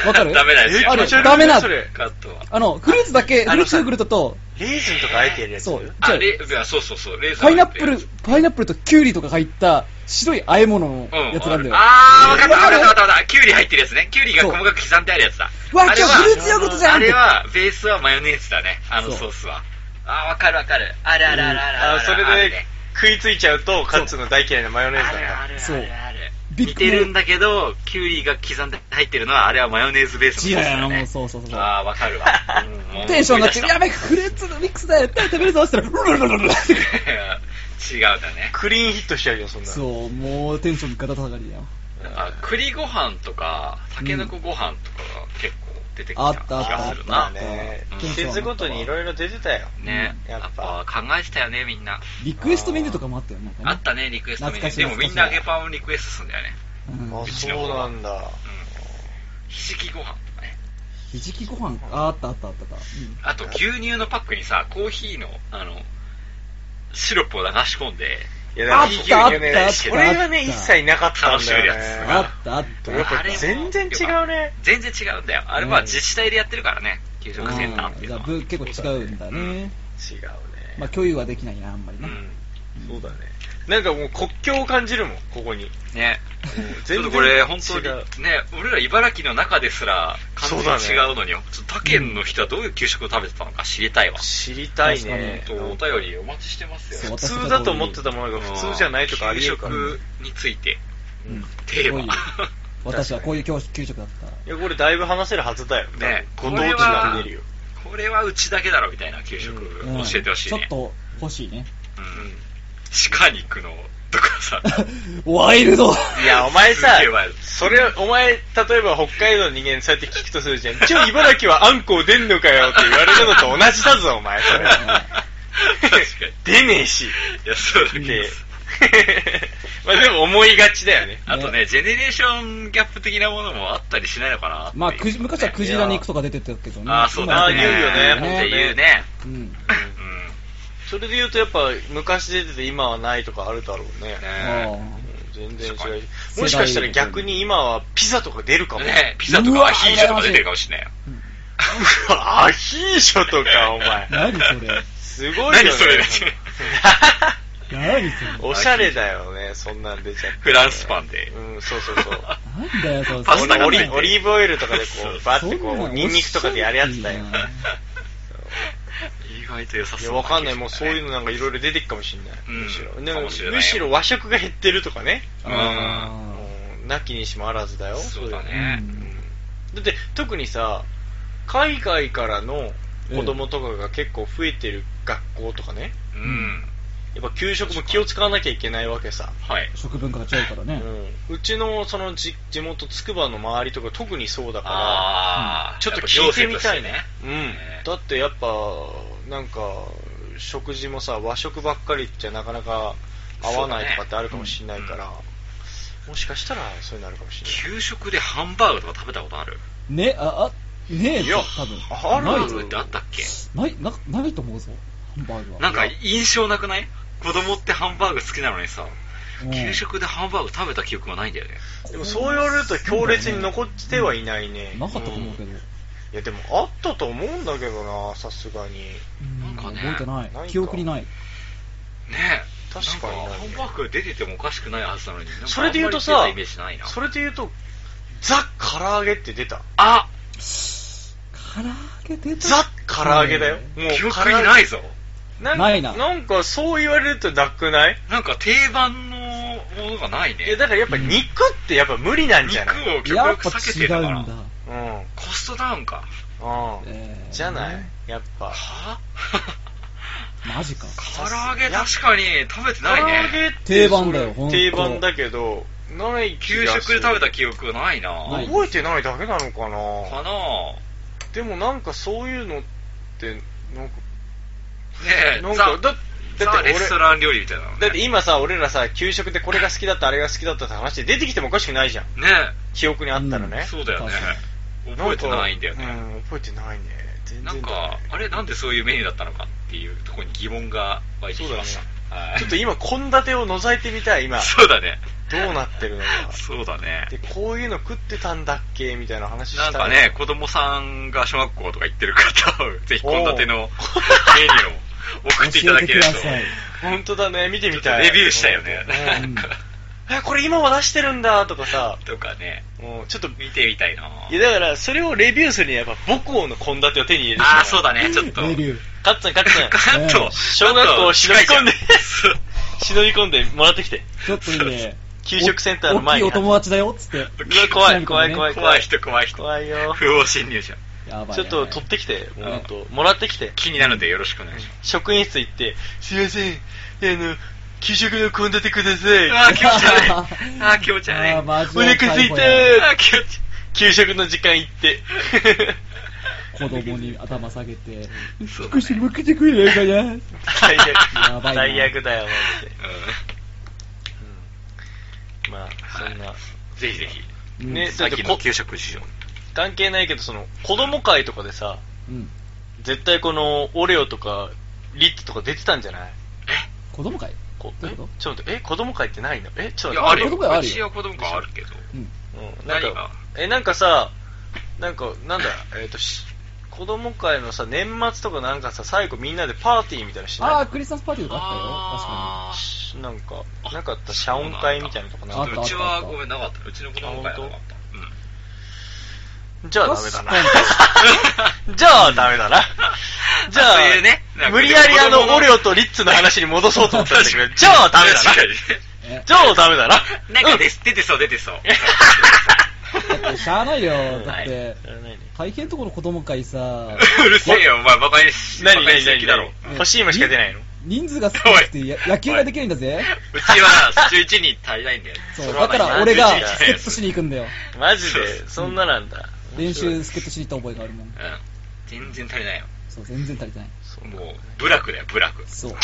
Speaker 4: わかる
Speaker 3: ダメなやつ
Speaker 5: ー
Speaker 3: や
Speaker 4: あ
Speaker 5: 気
Speaker 4: れ
Speaker 5: 持ち悪い
Speaker 4: ダメな
Speaker 5: それ
Speaker 3: カットは。
Speaker 4: あの、フルーツだけ、
Speaker 5: あ
Speaker 4: フ
Speaker 5: あ
Speaker 4: ル
Speaker 5: の
Speaker 4: ーツ
Speaker 5: さ
Speaker 4: ヨーグルトと、
Speaker 5: レーズンとかあえてやるやつ
Speaker 4: そう、
Speaker 3: あ、
Speaker 4: じゃあ
Speaker 3: レ、いやそうそうそう、レーズン
Speaker 4: パイナップル
Speaker 3: 入って、
Speaker 4: パイナップルとキュウリとか入った白い和え物の
Speaker 3: る。うん。
Speaker 4: やつなんだよ。
Speaker 3: あー、わかったわか
Speaker 4: わか
Speaker 3: った
Speaker 4: る
Speaker 3: わかったわかった。キュウリ入ってるやつね。キュウリが細かく刻んであるやつだ。
Speaker 4: わ、今
Speaker 3: あ
Speaker 4: 日
Speaker 3: れは
Speaker 4: フルーツヨーグルトじゃん
Speaker 3: あ
Speaker 4: って
Speaker 3: れは、ベースはマヨネーズだね。あの
Speaker 4: そう
Speaker 3: ソースは。あー、わかるわかる。あるあるあるあるある。
Speaker 5: あそれ
Speaker 3: ある
Speaker 5: で
Speaker 3: ね
Speaker 5: 食いついちゃうと、カッツンの大嫌いなマヨネーズ
Speaker 3: あ
Speaker 5: なん
Speaker 3: るあ
Speaker 5: だ。
Speaker 3: るあ
Speaker 4: そ
Speaker 3: る
Speaker 4: う
Speaker 3: ある。
Speaker 4: ビッグ
Speaker 3: 似てるんだけど、キュウリが刻んで入ってるのは、あれはマヨネーズベース
Speaker 4: 違
Speaker 3: のソースだ
Speaker 4: うよ、も
Speaker 3: ね
Speaker 4: う。そうそうそう。
Speaker 3: あー、わか
Speaker 4: *laughs*
Speaker 3: るわ。うんもう
Speaker 4: テンション上がって、
Speaker 3: 思い出
Speaker 4: やべえ、フルーツのミックスだよ、絶対食べる
Speaker 3: *laughs*
Speaker 4: ぞって言ったら、ルルルルルルって
Speaker 3: した *laughs* 違うだね。
Speaker 5: クリーンヒットしちゃうよ、そんなの。
Speaker 4: そう、もうテンションガタ下がりだよ。
Speaker 3: なんか栗ご飯とか、たけのこご飯とかが結構出てきた
Speaker 4: あ
Speaker 3: 気
Speaker 4: ったあった
Speaker 3: が
Speaker 5: あ
Speaker 3: する
Speaker 5: っ
Speaker 3: な。
Speaker 5: たね
Speaker 3: うん。
Speaker 5: 季節ごとにいろいろ出てたよ。
Speaker 3: ね、
Speaker 5: うん
Speaker 3: や
Speaker 5: や
Speaker 3: っ
Speaker 5: っぱ
Speaker 3: ぱ考えてたよね、みんな。
Speaker 4: リクエストメニューとかもあったよ、なんかね。
Speaker 3: あったね、リクエストメニュ
Speaker 4: 懐
Speaker 3: ー。
Speaker 4: か
Speaker 3: でも
Speaker 4: しい
Speaker 3: みんな揚げパンをリクエストするんだよね。
Speaker 4: うん
Speaker 5: あ、そうなんだ。
Speaker 3: うん。ひじきご飯とかね。
Speaker 4: ひじきご飯、ああったあったあったあった。うん
Speaker 3: あと牛乳のパックにさ、コーヒーの、あの、シロップを流し込んで、
Speaker 5: いや、だから
Speaker 4: あったあった
Speaker 5: ね
Speaker 4: あった
Speaker 5: 俺はね、一切なかったんだよ
Speaker 3: 楽しめる
Speaker 5: ね。
Speaker 4: あったあ
Speaker 5: や
Speaker 4: っ。
Speaker 5: ったぱ全然違うね。
Speaker 3: 全然違うんだよ。あれは自治体でやってるからね、給食センターっていう
Speaker 4: じゃ
Speaker 3: のは。
Speaker 4: あぶ結構違うんだ
Speaker 5: 違
Speaker 4: ね。
Speaker 5: うね。
Speaker 4: まあ、共有はできないな、あんまり
Speaker 3: う
Speaker 4: な。
Speaker 3: ん。
Speaker 5: そうだね。なんかもう国境を感じるもん、ここに。
Speaker 3: ね。ちょ
Speaker 5: 全
Speaker 3: っと
Speaker 5: 然
Speaker 3: これ本当に
Speaker 5: 違う
Speaker 3: ね、俺ら茨城の中ですら完全に違うのに、ちょっと他県の人はどういう給食を食べてたのか知りたいわ。
Speaker 5: 知りたいね。
Speaker 3: ちょっとお便りお待ちしてますよ。
Speaker 5: 普通だと思ってたものが普通じゃないとかありえ
Speaker 3: 給
Speaker 5: るから。
Speaker 3: 食について、
Speaker 4: うん
Speaker 3: テーマ。
Speaker 4: こういう私はこういう教給食だった。
Speaker 5: いや、これだいぶ話せるはずだよ。
Speaker 3: ね
Speaker 5: ご当地なんて出るよ。
Speaker 3: これはうちだけだろみたいな給食
Speaker 4: うん
Speaker 3: 教えてほしい
Speaker 4: ちょっ
Speaker 3: ね。
Speaker 4: と欲しいね。 *laughs*
Speaker 3: うん。鹿肉のとか
Speaker 5: *laughs*
Speaker 3: さ。
Speaker 4: ワイルド
Speaker 5: いや、お前さ
Speaker 3: すげえワイルド、
Speaker 5: それ、お前、例えば北海道の人間にそうやって聞くとするじゃん。一応茨城はあんこう出んのかよって言われるのと同じだぞ、お前、そ
Speaker 3: *laughs*
Speaker 5: れ。
Speaker 3: 確かに。
Speaker 5: 出ねえし。
Speaker 3: いや、そうだけど
Speaker 5: で、 *laughs* まあでも思いがちだよね。
Speaker 3: あとね、ジェネレーションギャップ的なものもあったりしないのかなっていう
Speaker 4: まあ、くじ昔はクジラ肉とか出てたけどね。
Speaker 3: ああ、そう
Speaker 5: ま
Speaker 3: だ
Speaker 5: あ
Speaker 3: ね。
Speaker 5: 言うよね
Speaker 3: っ
Speaker 5: ほんと
Speaker 3: て
Speaker 5: に
Speaker 3: いうね。
Speaker 4: うん。
Speaker 3: うん。
Speaker 5: それで言うとやっぱ昔出てて今はないとかあるだろうね。
Speaker 3: ね
Speaker 4: あ
Speaker 5: 全然違
Speaker 3: 確かに
Speaker 5: うし。もしかしたら逆に今はピザとか出るかも。
Speaker 3: ねピザと
Speaker 4: う
Speaker 3: か
Speaker 4: わ
Speaker 3: アヒージョとか出てるかもしれないよ。
Speaker 5: うわアヒージョとか、お
Speaker 3: *laughs*
Speaker 5: 前
Speaker 4: あ。。何それ。
Speaker 5: すごいよね。
Speaker 3: 何それだって。
Speaker 4: 何それ。
Speaker 5: *laughs* おしゃれだよね、そんなん出ちゃって。
Speaker 3: フランスパンで
Speaker 5: うん、そうそうそう。
Speaker 4: なんだよ、それ。
Speaker 3: パスタが
Speaker 5: オ
Speaker 3: つ
Speaker 5: リ
Speaker 3: いて
Speaker 5: オリーブオイルとかでこ
Speaker 3: そう
Speaker 5: う、バ
Speaker 4: そ
Speaker 5: ッてこ
Speaker 4: んな
Speaker 5: う、
Speaker 4: ん
Speaker 5: ニンニクとかでやるやつだよ。
Speaker 4: おっしゃるな
Speaker 3: 意外と良さ
Speaker 5: い
Speaker 3: そう
Speaker 5: や、
Speaker 3: な
Speaker 5: わ
Speaker 3: 気が
Speaker 5: か
Speaker 3: するね。
Speaker 5: んない。もうそういうのなんかいろいろ出てくかもしんない。
Speaker 3: うん
Speaker 5: むしろ。
Speaker 3: かもしれないよ
Speaker 5: むしろ和食が減ってるとかね。
Speaker 3: うん。
Speaker 4: あ
Speaker 5: うんなきにしもあらずだよ。
Speaker 3: そうだ
Speaker 4: ー
Speaker 3: ね。
Speaker 4: うん
Speaker 5: だって特にさ海外からの子供とかが結構増えてる学校とかね
Speaker 3: うん。
Speaker 5: やっぱ給食も気を使わなきゃいけないわけさ、
Speaker 3: はい。
Speaker 4: 食文化が違うから
Speaker 5: う
Speaker 4: ね。
Speaker 5: ん、うちのそのじ地元つくばの周りとか特にそうだか
Speaker 3: あ
Speaker 5: ら
Speaker 3: あ。
Speaker 5: ちょっと聞いてみたいね
Speaker 3: やっ
Speaker 5: うん
Speaker 3: ね
Speaker 5: だってやっぱなんか食事もさ和食ばっかりじゃなかなか合わないとかってあるかもしれないから、もしかしたらそういうのあるかもし
Speaker 3: ぱ
Speaker 5: れ
Speaker 3: り
Speaker 5: ない
Speaker 3: 給食でハンバーグとか食べたことある
Speaker 4: ね、あ、あ、ねえ、
Speaker 5: いや
Speaker 4: 多分。
Speaker 5: ある
Speaker 4: な
Speaker 3: ハ
Speaker 4: い
Speaker 3: ン
Speaker 4: ぞ
Speaker 3: バーグってあったっけ
Speaker 4: ない、な、ないと思うぞ。ハンバーグは。
Speaker 3: なんか印象なくない子供ってハンバーグ好きなのにさ、
Speaker 4: うん
Speaker 3: 給食でハンバーグ食べた記憶がないんだよね。
Speaker 5: でもそう言われると強烈に残ってはいないね、
Speaker 4: なかったと思うけど。
Speaker 5: いやでもあったと思うんだけどなさすがに
Speaker 4: うん
Speaker 3: なんかね
Speaker 4: 覚えてな
Speaker 5: ないか
Speaker 4: い。記憶にない。
Speaker 3: ねえ。
Speaker 5: 確かに
Speaker 3: なんハンバーグ出ててもおかしくないはずなのに。なんか
Speaker 5: それで言うと
Speaker 3: あん
Speaker 5: さ
Speaker 3: まり出たイメージないな。
Speaker 5: それで言うとザ・唐揚げって出た
Speaker 3: あ
Speaker 4: 唐揚げ出た
Speaker 5: ザ・唐揚げだよもう
Speaker 3: 記憶にない
Speaker 5: ぞ
Speaker 3: ぞ。
Speaker 5: なん
Speaker 4: ないな
Speaker 5: なんかそう言われるとなくない
Speaker 3: なんか定番のものがないね。
Speaker 5: いやだからやっぱ肉ってやっぱ無理なんじゃ
Speaker 3: 肉
Speaker 5: ない
Speaker 3: を極
Speaker 4: やっ
Speaker 3: 力
Speaker 4: ぱ
Speaker 3: 避け
Speaker 4: 違
Speaker 3: てたか
Speaker 4: う
Speaker 3: ら
Speaker 4: ん。だ。
Speaker 5: うん
Speaker 3: コストダウンか。
Speaker 5: うん
Speaker 4: えー
Speaker 5: じゃないやっぱ
Speaker 3: は
Speaker 4: マジか。
Speaker 3: 唐揚げ確かに食べてない
Speaker 5: 唐
Speaker 3: ね。
Speaker 5: 揚げって
Speaker 4: 定番だよ
Speaker 5: それ
Speaker 4: ほんと
Speaker 5: 定番だけどない気
Speaker 3: 給
Speaker 5: がする
Speaker 3: 食で食べた記憶がないな。
Speaker 4: ない
Speaker 5: 覚えてないだけなのか
Speaker 3: か
Speaker 5: な
Speaker 3: な
Speaker 5: でもなんかそういうのってなんか
Speaker 3: ねえ、
Speaker 5: なん
Speaker 3: ザ
Speaker 5: かだだって
Speaker 3: ザ
Speaker 5: 俺
Speaker 3: レストラン料理みたいなのね。
Speaker 5: だって今さ、俺らさ、給食でこれが好きだった、あれが好きだったって話で出てきてもおかしくないじゃん。
Speaker 3: ね
Speaker 5: 記憶にあったらね
Speaker 3: え、。そうだよね
Speaker 4: 確
Speaker 5: な
Speaker 4: か。
Speaker 5: んか
Speaker 3: 覚えてないんだよ
Speaker 5: う
Speaker 3: ね。
Speaker 5: ん、覚えてないね。全然
Speaker 3: な
Speaker 5: だね
Speaker 3: んか、あれなんでそういうメニューだったのかっていうところに疑問が湧いてきました
Speaker 5: そう。
Speaker 3: はい
Speaker 5: ちょっと今、献立を覗いてみたい、今。
Speaker 3: *laughs* そうだね。
Speaker 5: どうなってるのか。
Speaker 3: そうだね。
Speaker 5: で、こういうの食ってたんだっけみたいな話した
Speaker 3: ないんかね、、子供さんが小学校とか行ってる方は、ぜひ献立のメニューを送っていただけると
Speaker 4: 教えてくだ。さい
Speaker 5: 本当だね、見て
Speaker 3: ちょ
Speaker 5: み
Speaker 3: っと
Speaker 5: たい。
Speaker 3: レビューしたいよね。
Speaker 5: う
Speaker 3: なん
Speaker 5: ん
Speaker 3: か
Speaker 5: え、これ今は出してるんだ、とかさ。
Speaker 3: とかね、
Speaker 5: もうちょっと、
Speaker 3: 見てみたいない
Speaker 5: や、だから、それをレビューするにはやっぱ母校の献立を手に入れてしまう。
Speaker 3: ああ、そうだね、ちょっと。
Speaker 4: レビュー。
Speaker 5: カッツン、カッツン。
Speaker 3: カット。
Speaker 5: 小学校を忍び込んで
Speaker 3: カットそう *laughs*
Speaker 5: 忍び込んでもらってきて。
Speaker 4: ちょっといいね。
Speaker 5: 給食センターの前に
Speaker 4: 大きいお友達だよっつって。
Speaker 5: うわ怖い怖い怖い
Speaker 3: 怖い人、怖い人。
Speaker 5: 怖いよ
Speaker 3: 不法侵入者。
Speaker 4: やばい。
Speaker 5: ちょっと取ってきて、もうほんともらってきて、
Speaker 3: 気になるんでよろしくお願いします。
Speaker 5: 職員室行って、すいません、あの、給食の献立ください。
Speaker 3: ああ、気持ち悪い。ああ、気持ち悪い。
Speaker 4: あー
Speaker 3: あ
Speaker 4: マジ
Speaker 5: お腹すいた
Speaker 4: 最
Speaker 3: あ、気持ち
Speaker 5: 給食の時間
Speaker 3: *laughs*
Speaker 5: 行って。
Speaker 4: 高や子供に頭下げて、
Speaker 3: そうだ
Speaker 4: 少
Speaker 3: ね
Speaker 4: し向けてくれないかな。
Speaker 5: 最
Speaker 4: や
Speaker 5: 悪。
Speaker 4: ばいな
Speaker 5: 最悪だよ、マジで。
Speaker 3: 悪
Speaker 5: うんまあ、そんな。
Speaker 3: い。ぜひぜひ。
Speaker 4: うん
Speaker 5: ねだっ
Speaker 3: 最
Speaker 5: て
Speaker 3: 近
Speaker 5: こ
Speaker 3: の給食事情。
Speaker 5: 関係ないけど、その、子供会とかでさ、
Speaker 4: うん。
Speaker 5: 絶対この、オレオとか、リッツとか出てたんじゃない
Speaker 4: 子供会
Speaker 5: こ
Speaker 4: どういうこと
Speaker 5: えちょっと待って、え、子供会ってないのえ、ちょっ
Speaker 3: い
Speaker 5: と
Speaker 3: や、あ
Speaker 5: 待っ
Speaker 3: る
Speaker 5: て
Speaker 3: よ。
Speaker 4: 子供会あ
Speaker 3: うちは子供会あ
Speaker 4: るよ
Speaker 3: るけど。
Speaker 4: うん。
Speaker 5: うん、なん
Speaker 3: 何
Speaker 5: か
Speaker 3: が、
Speaker 5: え、なんかさ、なんか、なんだ、えっ、とし、子供会のさ、年末とかなんかさ、最後みんなでパーティーみたいなのし
Speaker 4: あ
Speaker 5: な
Speaker 4: あ、クリスマスパーティーとかあっ
Speaker 5: い
Speaker 3: ー
Speaker 5: しなんか、なかった、謝恩会みたいなのとかな
Speaker 4: あっ
Speaker 5: か
Speaker 4: た
Speaker 5: っ
Speaker 3: う
Speaker 4: あった
Speaker 3: ちはごめんなかった。うちの子供会はなか
Speaker 5: あ
Speaker 3: った。うん
Speaker 5: た。じゃあダメ
Speaker 4: 確か
Speaker 5: だな。
Speaker 4: に
Speaker 5: *laughs* じゃあダ
Speaker 3: *laughs*
Speaker 5: メだな。じゃあ、
Speaker 3: そういうねなんか
Speaker 5: 無理やりあ
Speaker 3: 子供
Speaker 5: の、
Speaker 3: の
Speaker 5: オレオとリッツの話に戻そうと思ったんだけど、じゃあダメだ
Speaker 3: *laughs* 確か
Speaker 5: な。
Speaker 3: に
Speaker 4: たよ。
Speaker 5: じ
Speaker 4: 確
Speaker 5: ゃあダメだな。
Speaker 3: なんか出出てそう、出てそう。
Speaker 4: かに。え、だってしゃあないよ。だっ
Speaker 5: はい
Speaker 4: て、大変とこの子供会さ、
Speaker 3: *laughs* うるせえよ、お前、バカにし、バカ
Speaker 5: 何
Speaker 3: に
Speaker 5: 何
Speaker 3: しす
Speaker 5: 何
Speaker 3: ぎだろ。
Speaker 5: 何欲しい今しか出ないの
Speaker 4: 人数が少なくてや野球ができないんだぜ。
Speaker 3: うちは11人足りないんだよ。
Speaker 4: そう、
Speaker 5: れは
Speaker 4: だ
Speaker 5: ない
Speaker 4: から俺が
Speaker 5: 11
Speaker 4: スケットしに行くんだよ。
Speaker 5: マジ
Speaker 3: そうそ
Speaker 5: で、そんななんだ。
Speaker 4: 練習スケットしに行った覚えがあるもん。
Speaker 3: うん。全然足りないよ。
Speaker 4: そう、全然足りてない。
Speaker 5: そう
Speaker 3: *laughs* もう、ブラックだよ、ブラック。
Speaker 4: そう。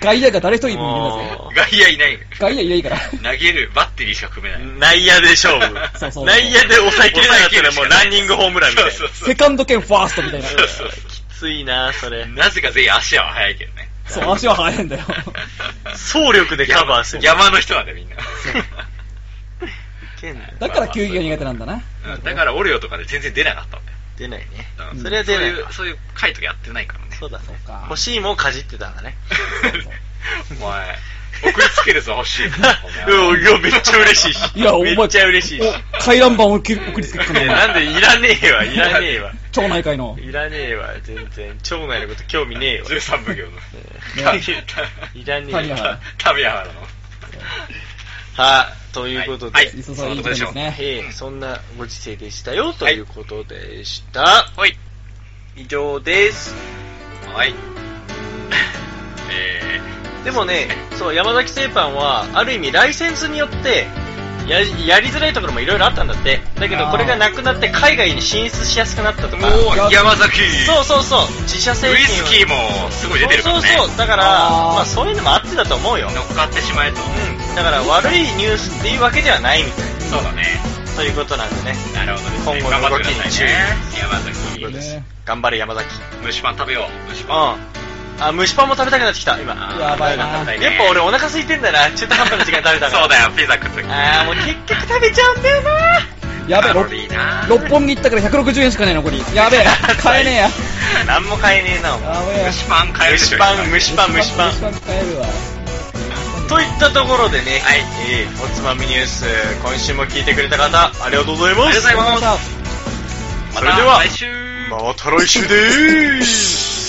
Speaker 4: 外野が誰一人いるんだぜ。
Speaker 6: も
Speaker 3: 外野いない。
Speaker 4: 外野いないから。
Speaker 3: 投げる、バッテリーしか組めない。
Speaker 5: う内野で勝負
Speaker 4: そうそう
Speaker 5: 内野で抑えきれなかったらもうランニングホームランみたいな
Speaker 3: そうそう
Speaker 4: セカンド兼ファースト
Speaker 5: *laughs*
Speaker 4: みたいな。
Speaker 3: そうそうそう
Speaker 5: きついなそれ
Speaker 3: なぜか全員足は速いけどね。
Speaker 4: そう、足は速いんだよ。
Speaker 5: 総力でカバーする
Speaker 3: *laughs* 山の人なんだよみんな。
Speaker 5: いけんない
Speaker 4: だから球技が苦手なんだな。
Speaker 3: うんだからオレオとかで全然出なかったんだよ。
Speaker 5: 出ないね
Speaker 3: うん
Speaker 5: それは出ない
Speaker 3: そういう、そういう回とかやってないからね。
Speaker 5: そ
Speaker 3: *laughs*
Speaker 5: うだね
Speaker 4: うか
Speaker 5: 欲しいもんかじってたんだね *laughs*
Speaker 3: お前、送りつけるぞ、欲しい。 *laughs* お
Speaker 5: うんい
Speaker 3: 前
Speaker 5: やめっちゃ嬉しいし
Speaker 4: いや、お
Speaker 5: め
Speaker 4: 前。
Speaker 5: っちゃ嬉しいし
Speaker 4: お回覧板を送りつけてくんだ、お
Speaker 5: ねな
Speaker 4: 前
Speaker 5: んでいらねえわいらねえわ
Speaker 4: 町内会の。
Speaker 5: いらねえわ全然町内のこと興味ねえわ
Speaker 3: 13奉行の。
Speaker 5: いらねえ
Speaker 4: 谷
Speaker 5: わ
Speaker 4: 原
Speaker 3: タミヤ原の。
Speaker 5: はいということで、
Speaker 3: はい
Speaker 4: いそ
Speaker 3: そ
Speaker 4: そうう、
Speaker 3: いう
Speaker 4: い
Speaker 3: ことで
Speaker 4: いことで
Speaker 3: しょう
Speaker 4: すね。
Speaker 5: ええそんなご時世でしたよということでした、
Speaker 3: はい。
Speaker 5: 以上です
Speaker 3: はい。え
Speaker 5: でもねそう山崎製パンはある意味ライセンスによってややりづらいところもいろいろあったんだってだけど
Speaker 4: あー
Speaker 5: これがなくなって海外に進出しやすくなったと
Speaker 3: ー、
Speaker 5: か
Speaker 3: もう山崎。
Speaker 5: そうそうそう自社製
Speaker 3: ウ
Speaker 5: 品を
Speaker 3: イスキーもすごい出てるからね。
Speaker 5: そうそうそうだから
Speaker 4: あー
Speaker 5: まあ、そういうのもあってだと思うよ、
Speaker 3: 乗っかってしまえと。
Speaker 5: うん、だから悪いニュースっていうわけではないみたい
Speaker 3: そうだね。
Speaker 5: なということなんでね
Speaker 3: なるほどですね。
Speaker 5: 今後の動きに注意
Speaker 3: 頑張ってくださいね
Speaker 5: そう
Speaker 3: 山
Speaker 5: で
Speaker 3: 崎。
Speaker 5: す
Speaker 4: ね
Speaker 5: 頑張れ山崎
Speaker 3: 蒸しパン食べよう。蒸し
Speaker 5: うん
Speaker 3: パン。
Speaker 5: あ蒸しパンも食べたくなってきた今
Speaker 4: やばいな
Speaker 3: 食べたいね
Speaker 5: やっぱ俺お腹空いてんだな
Speaker 3: *laughs*
Speaker 5: 中途半端な時間食べたから
Speaker 3: そうだよ、ピザ食って
Speaker 5: ああもう結局食べちゃうんだよな
Speaker 4: やべ
Speaker 3: カ
Speaker 4: え、
Speaker 3: ロ
Speaker 4: 六
Speaker 3: リーな
Speaker 4: 六本木行ったから160円しかない残り。や
Speaker 5: *laughs*
Speaker 4: べえ、買えねえや。
Speaker 5: 何も買えねえなお前
Speaker 4: やべえ。
Speaker 3: 蒸しパン買える
Speaker 5: 蒸
Speaker 3: でし
Speaker 5: し
Speaker 3: ょ
Speaker 5: パン蒸しパン蒸しパン
Speaker 4: 蒸しパン買えるわ。
Speaker 5: といったところでね、
Speaker 3: はい
Speaker 5: えーおつまみニュース今週も聞いてくれた方ありがとうございます
Speaker 3: ありがとうございます
Speaker 5: それでは
Speaker 3: また来週
Speaker 5: また来週でーす